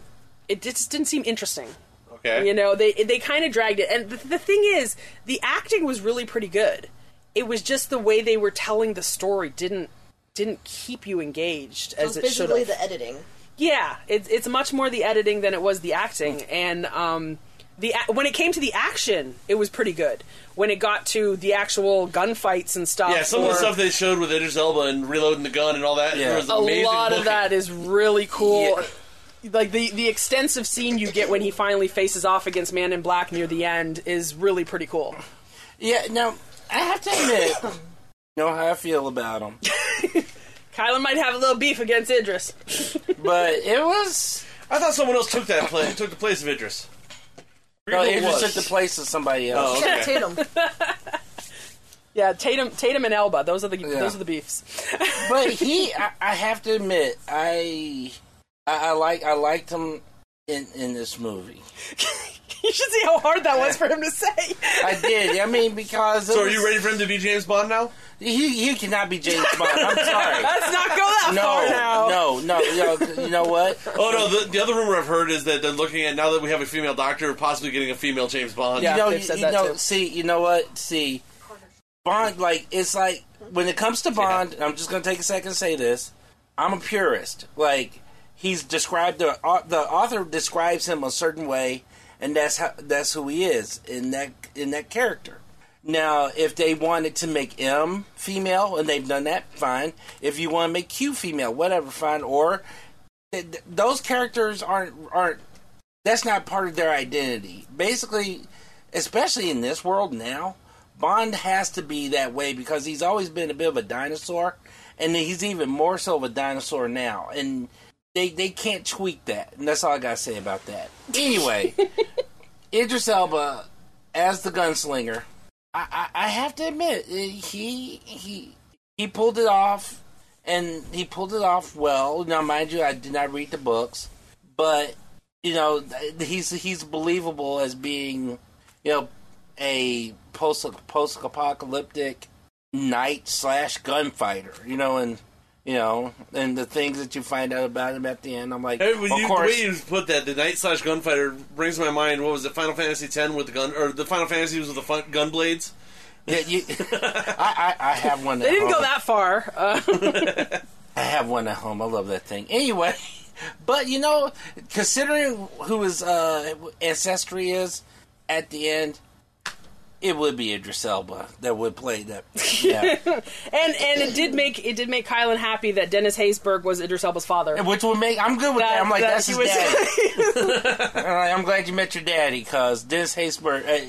Speaker 11: It just didn't seem interesting
Speaker 5: Okay.
Speaker 11: You know, they they kind of dragged it. And the, the thing is, the acting was really pretty good. It was just the way they were telling the story didn't didn't keep you engaged
Speaker 13: So
Speaker 11: as
Speaker 13: it's
Speaker 11: it should
Speaker 13: basically
Speaker 11: have.
Speaker 13: the editing.
Speaker 11: Yeah, it's it's much more the editing than it was the acting, and um, the a- when it came to the action, it was pretty good. When it got to the actual gunfights and stuff,
Speaker 5: Yeah, some of
Speaker 11: or-
Speaker 5: the stuff they showed with Idris Elba and reloading the gun and all that. Yeah.
Speaker 11: a
Speaker 5: Was amazing
Speaker 11: lot
Speaker 5: looking.
Speaker 11: of that is really cool. Like the the extensive scene you get when he finally faces off against Man in Black near the end is really pretty cool.
Speaker 10: Yeah, now I have to admit, you know how I feel about him,
Speaker 11: Kylan might have a little beef against Idris.
Speaker 10: but it was.
Speaker 5: I thought someone else took that place. Took the place of Idris.
Speaker 10: No,
Speaker 5: Forget who
Speaker 10: it just
Speaker 5: was.
Speaker 10: took the place of somebody else.
Speaker 5: Oh, okay.
Speaker 11: Tatum. yeah, Tatum, Tatum and Elba. Those are the those are the beefs.
Speaker 5: Oh.
Speaker 10: but he, I, I have to admit, I, I, I like, I liked him in in this movie.
Speaker 11: you should see how hard that was for him to say.
Speaker 10: I did. I mean, because it
Speaker 5: So are
Speaker 10: was-
Speaker 5: you ready for him to be James Bond now?
Speaker 10: He he cannot be James Bond. I'm sorry.
Speaker 11: Let's not go that
Speaker 10: no,
Speaker 11: far now.
Speaker 10: No, no, no. You know what?
Speaker 5: Oh no! The, the other rumor I've heard is that they're looking at now that we have a female doctor, possibly getting a female James Bond.
Speaker 10: you know, you know, see, you know what? See, Bond, like, it's like, when it comes to Bond, and I'm just going to take a second to say this, I'm a purist. Like, he's described, the, au- the author describes him a certain way, and that's how, that's who he is in that, in that character. Now, if they wanted to make M female, and they've done that, fine. If you want to make Q female, whatever, fine. Or th- th- those characters aren't aren't that's not part of their identity. Basically, especially in this world now, Bond has to be that way because he's always been a bit of a dinosaur, and he's even more so of a dinosaur now. And they they can't tweak that, and that's all I gotta say about that. Anyway, Idris Elba as the gunslinger, I, I, I have to admit eh, he he he pulled it off, and he pulled it off well. Now, mind you, I did not read the books, but you know th- he's he's believable as being you know a post post apocalyptic knight slash gunfighter. You know, and you know, and the things that you find out about him at the end, I'm like,
Speaker 5: Hey, well,
Speaker 10: of
Speaker 5: you,
Speaker 10: course,
Speaker 5: the way you put that, the knight slash gunfighter brings to my mind. What was it? Final Fantasy X with the gun, or the Final Fantasy was with the fun, gun blades.
Speaker 10: Yeah, you, I, I I have one.
Speaker 11: They
Speaker 10: at
Speaker 11: didn't go
Speaker 10: home.
Speaker 11: that far. Uh,
Speaker 10: I have one at home. I love that thing. Anyway, but you know, considering who his uh, ancestry is at the end, it would be Idris Elba that would play that. Yeah.
Speaker 11: and and it did make it did make Kylan happy that Dennis Haysberg was Idris Elba's father.
Speaker 10: Which would make I'm good with that. I'm like, that's his daddy. All right, I'm glad you met your daddy because Dennis Haysbert, uh,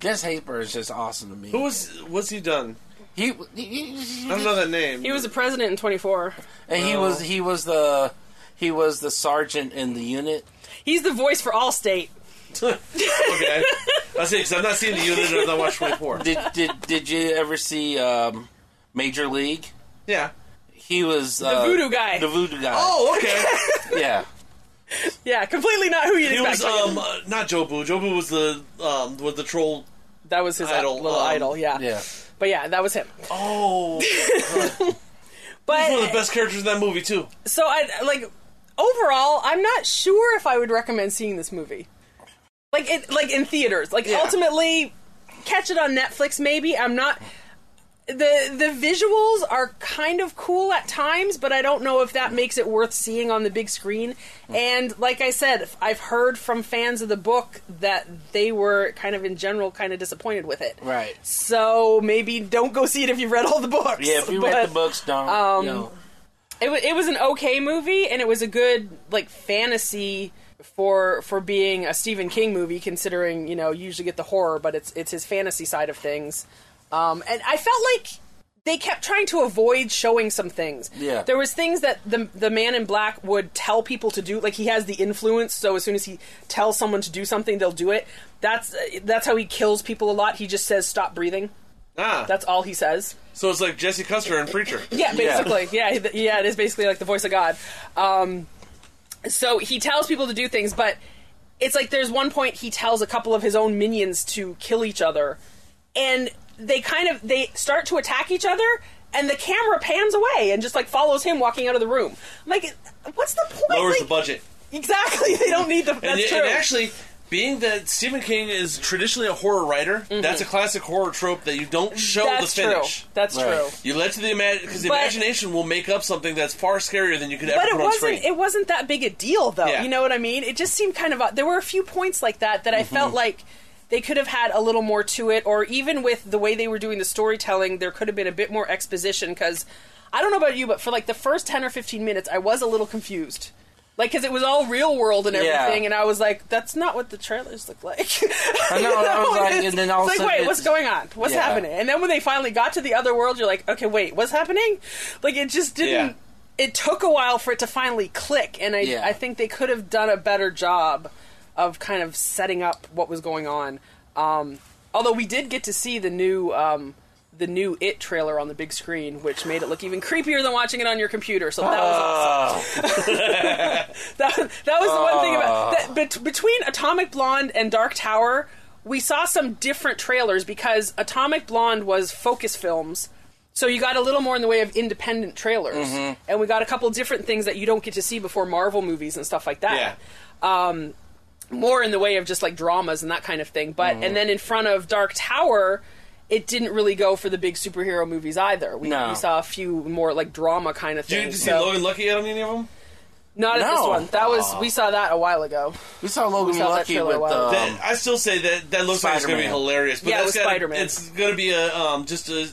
Speaker 10: Dennis Haysbert is just awesome to me.
Speaker 5: Who was? What's he done?
Speaker 10: He,
Speaker 5: I don't know that name.
Speaker 11: He was the president in 24.
Speaker 10: And he
Speaker 5: Oh.
Speaker 10: was he was the he was the sergeant in the unit.
Speaker 11: He's the voice for Allstate.
Speaker 5: okay. I see because I've not seen the unit and I've not watched 24.
Speaker 10: did did did you ever see um, Major League?
Speaker 5: Yeah.
Speaker 10: He was uh,
Speaker 11: voodoo guy.
Speaker 10: The voodoo guy.
Speaker 5: Oh, okay.
Speaker 10: yeah.
Speaker 11: Yeah, completely not who you
Speaker 5: He
Speaker 11: expect.
Speaker 5: was um uh, not Jobu. Jobu was the um was the troll.
Speaker 11: That was his
Speaker 5: idol. um,
Speaker 11: little idol, yeah.
Speaker 10: Yeah.
Speaker 11: but yeah, that was him.
Speaker 5: Oh. He's one of
Speaker 11: But
Speaker 5: the best characters in that movie too.
Speaker 11: so I like overall, I'm not sure if I would recommend seeing this movie. Like it, like in theaters. Like
Speaker 10: Yeah.
Speaker 11: ultimately, catch it on Netflix. Maybe I'm not. The the visuals are kind of cool at times, but I don't know if that makes it worth seeing on the big screen. And like I said, I've heard from fans of the book that they were kind of in general kind of disappointed with it.
Speaker 10: Right.
Speaker 11: So maybe don't go see it if you've read all the books.
Speaker 10: Yeah. If you
Speaker 11: But-
Speaker 10: read the books, don't.
Speaker 11: um,
Speaker 10: you know.
Speaker 11: it, w- it was an okay movie and it was a good like fantasy for for being a Stephen King movie considering you know you usually get the horror but it's it's his fantasy side of things um and I felt like they kept trying to avoid showing some things
Speaker 10: Yeah.
Speaker 11: there was things that the the man in black would tell people to do like he has the influence so as soon as he tells someone to do something they'll do it that's that's how he kills people a lot he just says stop breathing
Speaker 5: Ah.
Speaker 11: that's all he says
Speaker 5: So it's like Jesse Custer and Preacher.
Speaker 11: yeah, basically. Yeah, yeah, it is basically like the voice of God. Um, so he tells people to do things, but it's like there's one point he tells a couple of his own minions to kill each other, and they kind of they start to attack each other, and the camera pans away and just like follows him walking out of the room. I'm like, what's the point?
Speaker 5: Lowers
Speaker 11: Like,
Speaker 5: the budget.
Speaker 11: Exactly. They don't need the. That's
Speaker 5: and,
Speaker 11: true.
Speaker 5: and actually, being that Stephen King is traditionally a horror writer,
Speaker 11: Mhm.
Speaker 5: that's a classic horror trope that you don't show
Speaker 11: That's
Speaker 5: the
Speaker 11: true.
Speaker 5: finish.
Speaker 11: That's Right. true.
Speaker 5: You let to the imagine because the
Speaker 11: But-
Speaker 5: imagination will make up something that's far scarier than you could ever
Speaker 11: But it
Speaker 5: put on
Speaker 11: wasn't.
Speaker 5: screen.
Speaker 11: It wasn't that big a deal, though.
Speaker 5: Yeah.
Speaker 11: You know what I mean? It just seemed kind of. There were a few points like that that I felt
Speaker 5: Mhm.
Speaker 11: like they could have had a little more to it, or even with the way they were doing the storytelling, there could have been a bit more exposition. Because I don't know about you, but for like the first ten or fifteen minutes, I was a little confused. Like, because it was all real world and
Speaker 10: Yeah.
Speaker 11: everything, and I was like, "That's not what the trailers look like."
Speaker 10: I know. I was like, and then all of
Speaker 11: it's
Speaker 10: a
Speaker 11: like,
Speaker 10: sudden
Speaker 11: wait, what's
Speaker 10: it's-
Speaker 11: going on? What's
Speaker 10: Yeah.
Speaker 11: happening? And then when they finally got to the other world, you're like, okay, wait, what's happening? Like, it just didn't. It took a while for it to finally click, and I,
Speaker 10: Yeah.
Speaker 11: I think they could have done a better job of kind of setting up what was going on. Um, although we did get to see the new um, the new It trailer on the big screen, which made it look even creepier than watching it on your computer. So that was
Speaker 5: Oh,
Speaker 11: that, that was the one thing
Speaker 5: Ah.
Speaker 11: about that, bet, between Atomic Blonde and Dark Tower, we saw some different trailers because Atomic Blonde was Focus Films, so you got a little more in the way of independent trailers,
Speaker 5: Mm-hmm.
Speaker 10: Mhm.
Speaker 11: and we got a couple different things that you don't get to see before Marvel movies and stuff like that. Um, more in the way of just like dramas and that kind of thing. But
Speaker 5: Mm-hmm.
Speaker 10: Mhm.
Speaker 11: and then in front of Dark Tower. It didn't really go for the big superhero movies either. We,
Speaker 5: No.
Speaker 11: we saw a few more like drama kind of things.
Speaker 5: Did you get to see
Speaker 11: so-
Speaker 5: Logan Lucky yet on any of them?
Speaker 11: not at this
Speaker 5: No. Ah.
Speaker 11: one. That was
Speaker 5: Aw.
Speaker 11: we saw that a while ago.
Speaker 10: We saw
Speaker 11: Logan
Speaker 10: Lucky with, um,
Speaker 5: That- I still say that that looks like it's going to
Speaker 10: Spider-Man.
Speaker 5: be hilarious. But
Speaker 11: Yeah, it
Speaker 5: that's
Speaker 11: was
Speaker 5: gotta-
Speaker 11: Spider-Man.
Speaker 5: It's going to be a um, just a,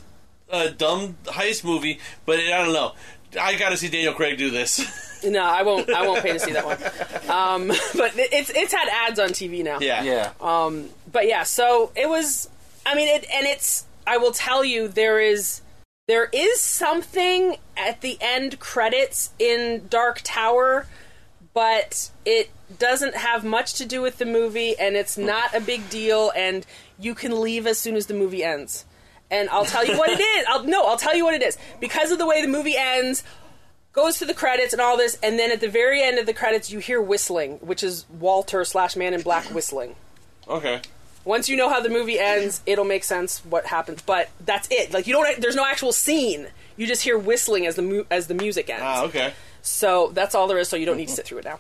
Speaker 5: a dumb heist movie, but I don't know. I got to see Daniel Craig do this.
Speaker 11: No, I won't. I won't pay to see that one. Um, but it- it's it's had ads on TV now.
Speaker 5: Yeah. Yeah.
Speaker 11: Um, but yeah, so it was. I mean, it and it's. I will tell you, there is there is something at the end credits in Dark Tower, but it doesn't have much to do with the movie, and it's not a big deal, and you can leave as soon as the movie ends. And I'll tell you what it is. I'll, no, I'll tell you what it is because of the way the movie ends goes to the credits and all this, and then at the very end of the credits, you hear whistling, which is Walter slash Man in Black whistling.
Speaker 5: okay.
Speaker 11: Once you know how the movie ends, it'll make sense what happens. But that's it. Like you don't. There's no actual scene. You just hear whistling as the mu- as the music ends.
Speaker 5: Ah, okay.
Speaker 11: So that's all there is. So you don't need to sit through it now.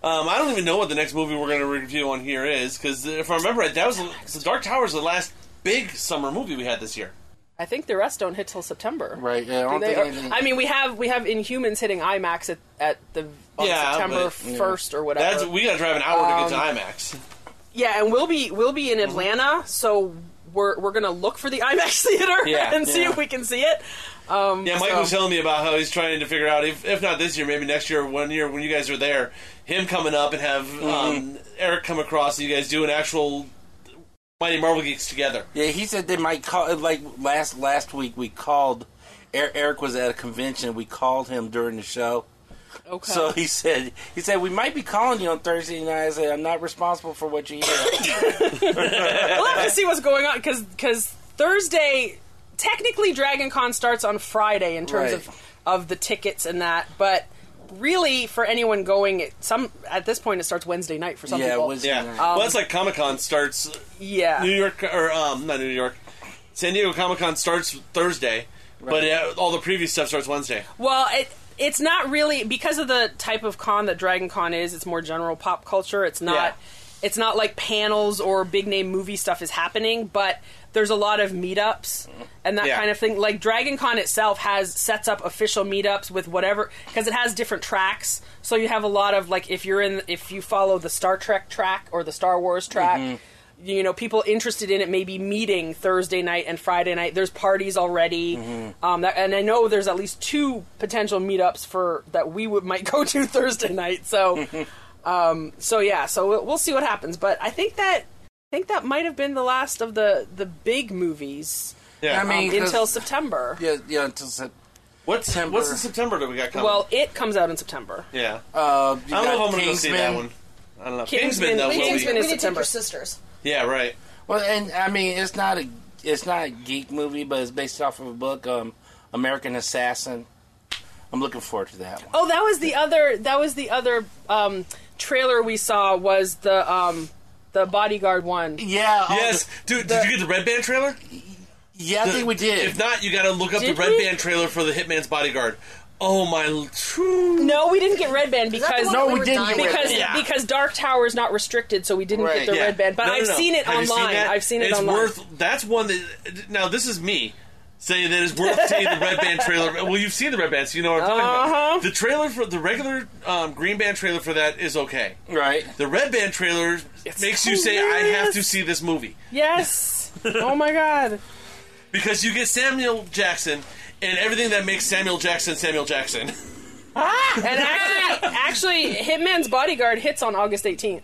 Speaker 5: Um, I don't even know what the next movie we're going to review on here is because if I remember right, that was so Dark Tower is the last big summer movie we had this year.
Speaker 11: I think the rest don't hit till September.
Speaker 10: Right. Yeah. I
Speaker 11: Do
Speaker 10: don't
Speaker 11: they-
Speaker 10: think
Speaker 11: or-
Speaker 10: anything.
Speaker 11: I mean, we have we have Inhumans hitting IMAX at, at the on
Speaker 5: Yeah,
Speaker 11: September
Speaker 5: but-
Speaker 11: first or whatever.
Speaker 5: That's, we got to drive an hour to
Speaker 11: Um,
Speaker 5: get to IMAX.
Speaker 11: Yeah, and we'll be we'll be
Speaker 5: Mm-hmm.
Speaker 11: in Atlanta, so we're we're gonna look for the IMAX theater
Speaker 5: Yeah,
Speaker 11: and see
Speaker 5: yeah.
Speaker 11: if we can see it. Um,
Speaker 5: Yeah, Mike
Speaker 11: so-
Speaker 5: was telling me about how he's trying to figure out if, if not this year, maybe next year, one year when you guys are there, him coming up and have um, Eric come across and you guys do an actual Mighty Marvel Geeks together.
Speaker 10: Yeah, he said they might call. Like last last week, we called. Er- Eric was at a convention. We called him during the show.
Speaker 11: Okay.
Speaker 10: So he said, he said we might be calling you on Thursday night. I said I'm not responsible for what you hear.
Speaker 11: we'll have to see what's going on because Thursday technically Dragon Con starts on Friday in terms
Speaker 10: Right.
Speaker 11: of of the tickets and that, but really for anyone going, it, some at this point it starts Wednesday night for some
Speaker 5: yeah,
Speaker 11: people.
Speaker 5: yeah.
Speaker 11: Um,
Speaker 5: well, that's like Comic Con starts.
Speaker 11: Yeah.
Speaker 5: New York or um, not New York, San Diego Comic Con starts Thursday, but uh, all the previous stuff starts Wednesday.
Speaker 11: Well, it it's not really because of the type of con that Dragon Con is. It's more general pop culture. It's not it's not like panels or big name movie stuff is happening, but there's a lot of meetups and that
Speaker 10: Yeah.
Speaker 11: kind of thing. Like Dragon Con itself has sets up official meetups with whatever because it has different tracks. So you have a lot of like if you're in if you follow the Star Trek track or the Star Wars track,
Speaker 10: Mhm.
Speaker 11: you know people interested in it may be meeting Thursday night and Friday night. There's parties already.
Speaker 10: Mhm.
Speaker 11: Um, that, and I know there's at least two potential meetups for that we would might go to Thursday night. So, um, so yeah, so we'll, we'll see what happens. But I think that I think that might have been the last of the the big movies.
Speaker 10: Yeah. I mean,
Speaker 11: um, until
Speaker 10: 'cause-
Speaker 11: September.
Speaker 10: yeah, yeah. Until Sep-
Speaker 5: what's
Speaker 10: September.
Speaker 5: What's in September that we got coming?
Speaker 11: Well, it comes out in September.
Speaker 5: yeah.
Speaker 10: Uh, you
Speaker 5: I don't know if
Speaker 10: got
Speaker 5: I'm going to go see that
Speaker 10: Kingsman.
Speaker 5: one. I don't know.
Speaker 10: Kingsman-
Speaker 5: Kingsman, though,
Speaker 10: we-
Speaker 5: will
Speaker 10: Kingsman
Speaker 5: be.
Speaker 10: is- September.
Speaker 13: Your sisters.
Speaker 5: Yeah, right.
Speaker 10: Well, and I mean, it's not a it's not a geek movie, but it's based off of a book, um, American Assassin. I'm looking forward to that one.
Speaker 11: Oh, that was the other. That was the other um, trailer we saw was the um, the bodyguard one.
Speaker 10: Yeah.
Speaker 5: Yes, dude. Did you get the Red Band trailer?
Speaker 10: Yeah, I think we did.
Speaker 5: If not, you got to look up
Speaker 11: Did
Speaker 5: the Red
Speaker 11: we?
Speaker 5: Band trailer for the Hitman's Bodyguard. Oh my!
Speaker 11: No, we didn't get red band
Speaker 5: Is that the
Speaker 11: because
Speaker 5: one No, we we were didn't dying get red
Speaker 11: because
Speaker 5: band. Yeah.
Speaker 11: because Dark Tower is not restricted, so we didn't get the
Speaker 5: Yeah.
Speaker 11: red band. But
Speaker 5: No, no,
Speaker 11: I've
Speaker 5: no.
Speaker 11: seen it
Speaker 5: Have you seen
Speaker 11: online.
Speaker 5: that?
Speaker 11: I've seen it
Speaker 5: it's
Speaker 11: online.
Speaker 5: Worth that's one that now this is me saying that it's worth seeing the red band trailer. Well, you've seen the red band, so you know what I'm talking
Speaker 11: Uh-huh.
Speaker 5: about. The trailer for the regular um, green band trailer for that is okay.
Speaker 10: Right.
Speaker 5: The red band trailer makes you say I have to see this movie
Speaker 11: yes. oh my god.
Speaker 5: because you get Samuel Jackson and everything that makes Samuel Jackson Samuel Jackson.
Speaker 11: Ah! And actually, actually, Hitman's Bodyguard hits on August 18th.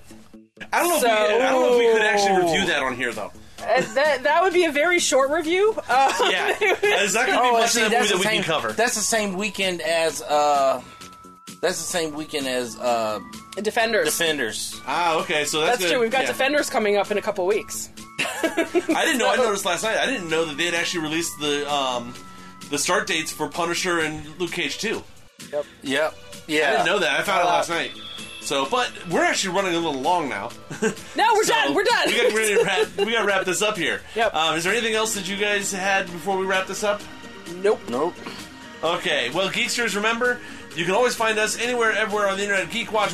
Speaker 5: I don't know. if we, I don't know if we could actually review that on here though.
Speaker 11: Uh, that that would be a very short review. Uh,
Speaker 5: Yeah, it's not going to be
Speaker 10: Oh,
Speaker 5: much
Speaker 10: see,
Speaker 5: of that
Speaker 10: that's
Speaker 5: movie that
Speaker 10: the
Speaker 5: we
Speaker 10: same-
Speaker 5: can cover.
Speaker 10: That's the same weekend as uh, that's the same weekend as uh,
Speaker 11: Defenders.
Speaker 10: Defenders.
Speaker 5: Ah, okay, so
Speaker 11: That's true. We've got Defenders coming up in a couple weeks.
Speaker 5: I didn't know. I noticed last night. I didn't know that they had actually released the um, the start dates for Punisher and Luke Cage too.
Speaker 11: Yep.
Speaker 10: Yep.
Speaker 5: I
Speaker 10: Yeah.
Speaker 5: didn't know that. I found
Speaker 10: Uh,
Speaker 5: out last night. So, but we're actually running a little long now.
Speaker 11: No, we're
Speaker 5: So,
Speaker 11: done. We're done.
Speaker 5: We got ready to wrap. We got to wrap this up here.
Speaker 11: Yep.
Speaker 5: Um, is there anything else that you guys had before we wrap this up?
Speaker 11: Nope.
Speaker 10: Nope.
Speaker 5: Okay. Well, Geeksters, remember you can always find us anywhere, everywhere on the internet.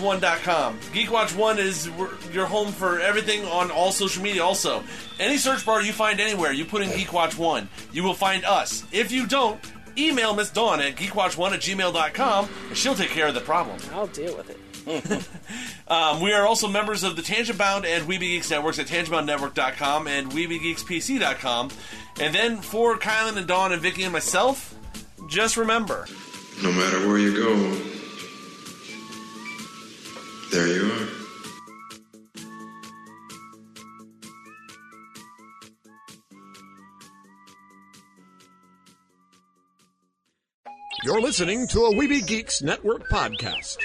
Speaker 5: Geekwatch1.com. Geekwatch1 is we're- your home for everything on all social media. Also, any search bar you find anywhere, you put in Geekwatch1, you will find us. If you don't, email Miss Dawn at geekwatch1 at gmail.com, and she'll take care of the problem.
Speaker 11: I'll deal with it.
Speaker 5: Um, we are also members of the Tangent Bound and Weeby Geeks networks at tangentboundnetwork.com and weebygeekspc.com. And then for Kylan and Dawn and Vicky and myself, just remember.
Speaker 14: No matter where you go, there you are.
Speaker 1: You're listening to a Weeby Geeks Network podcast.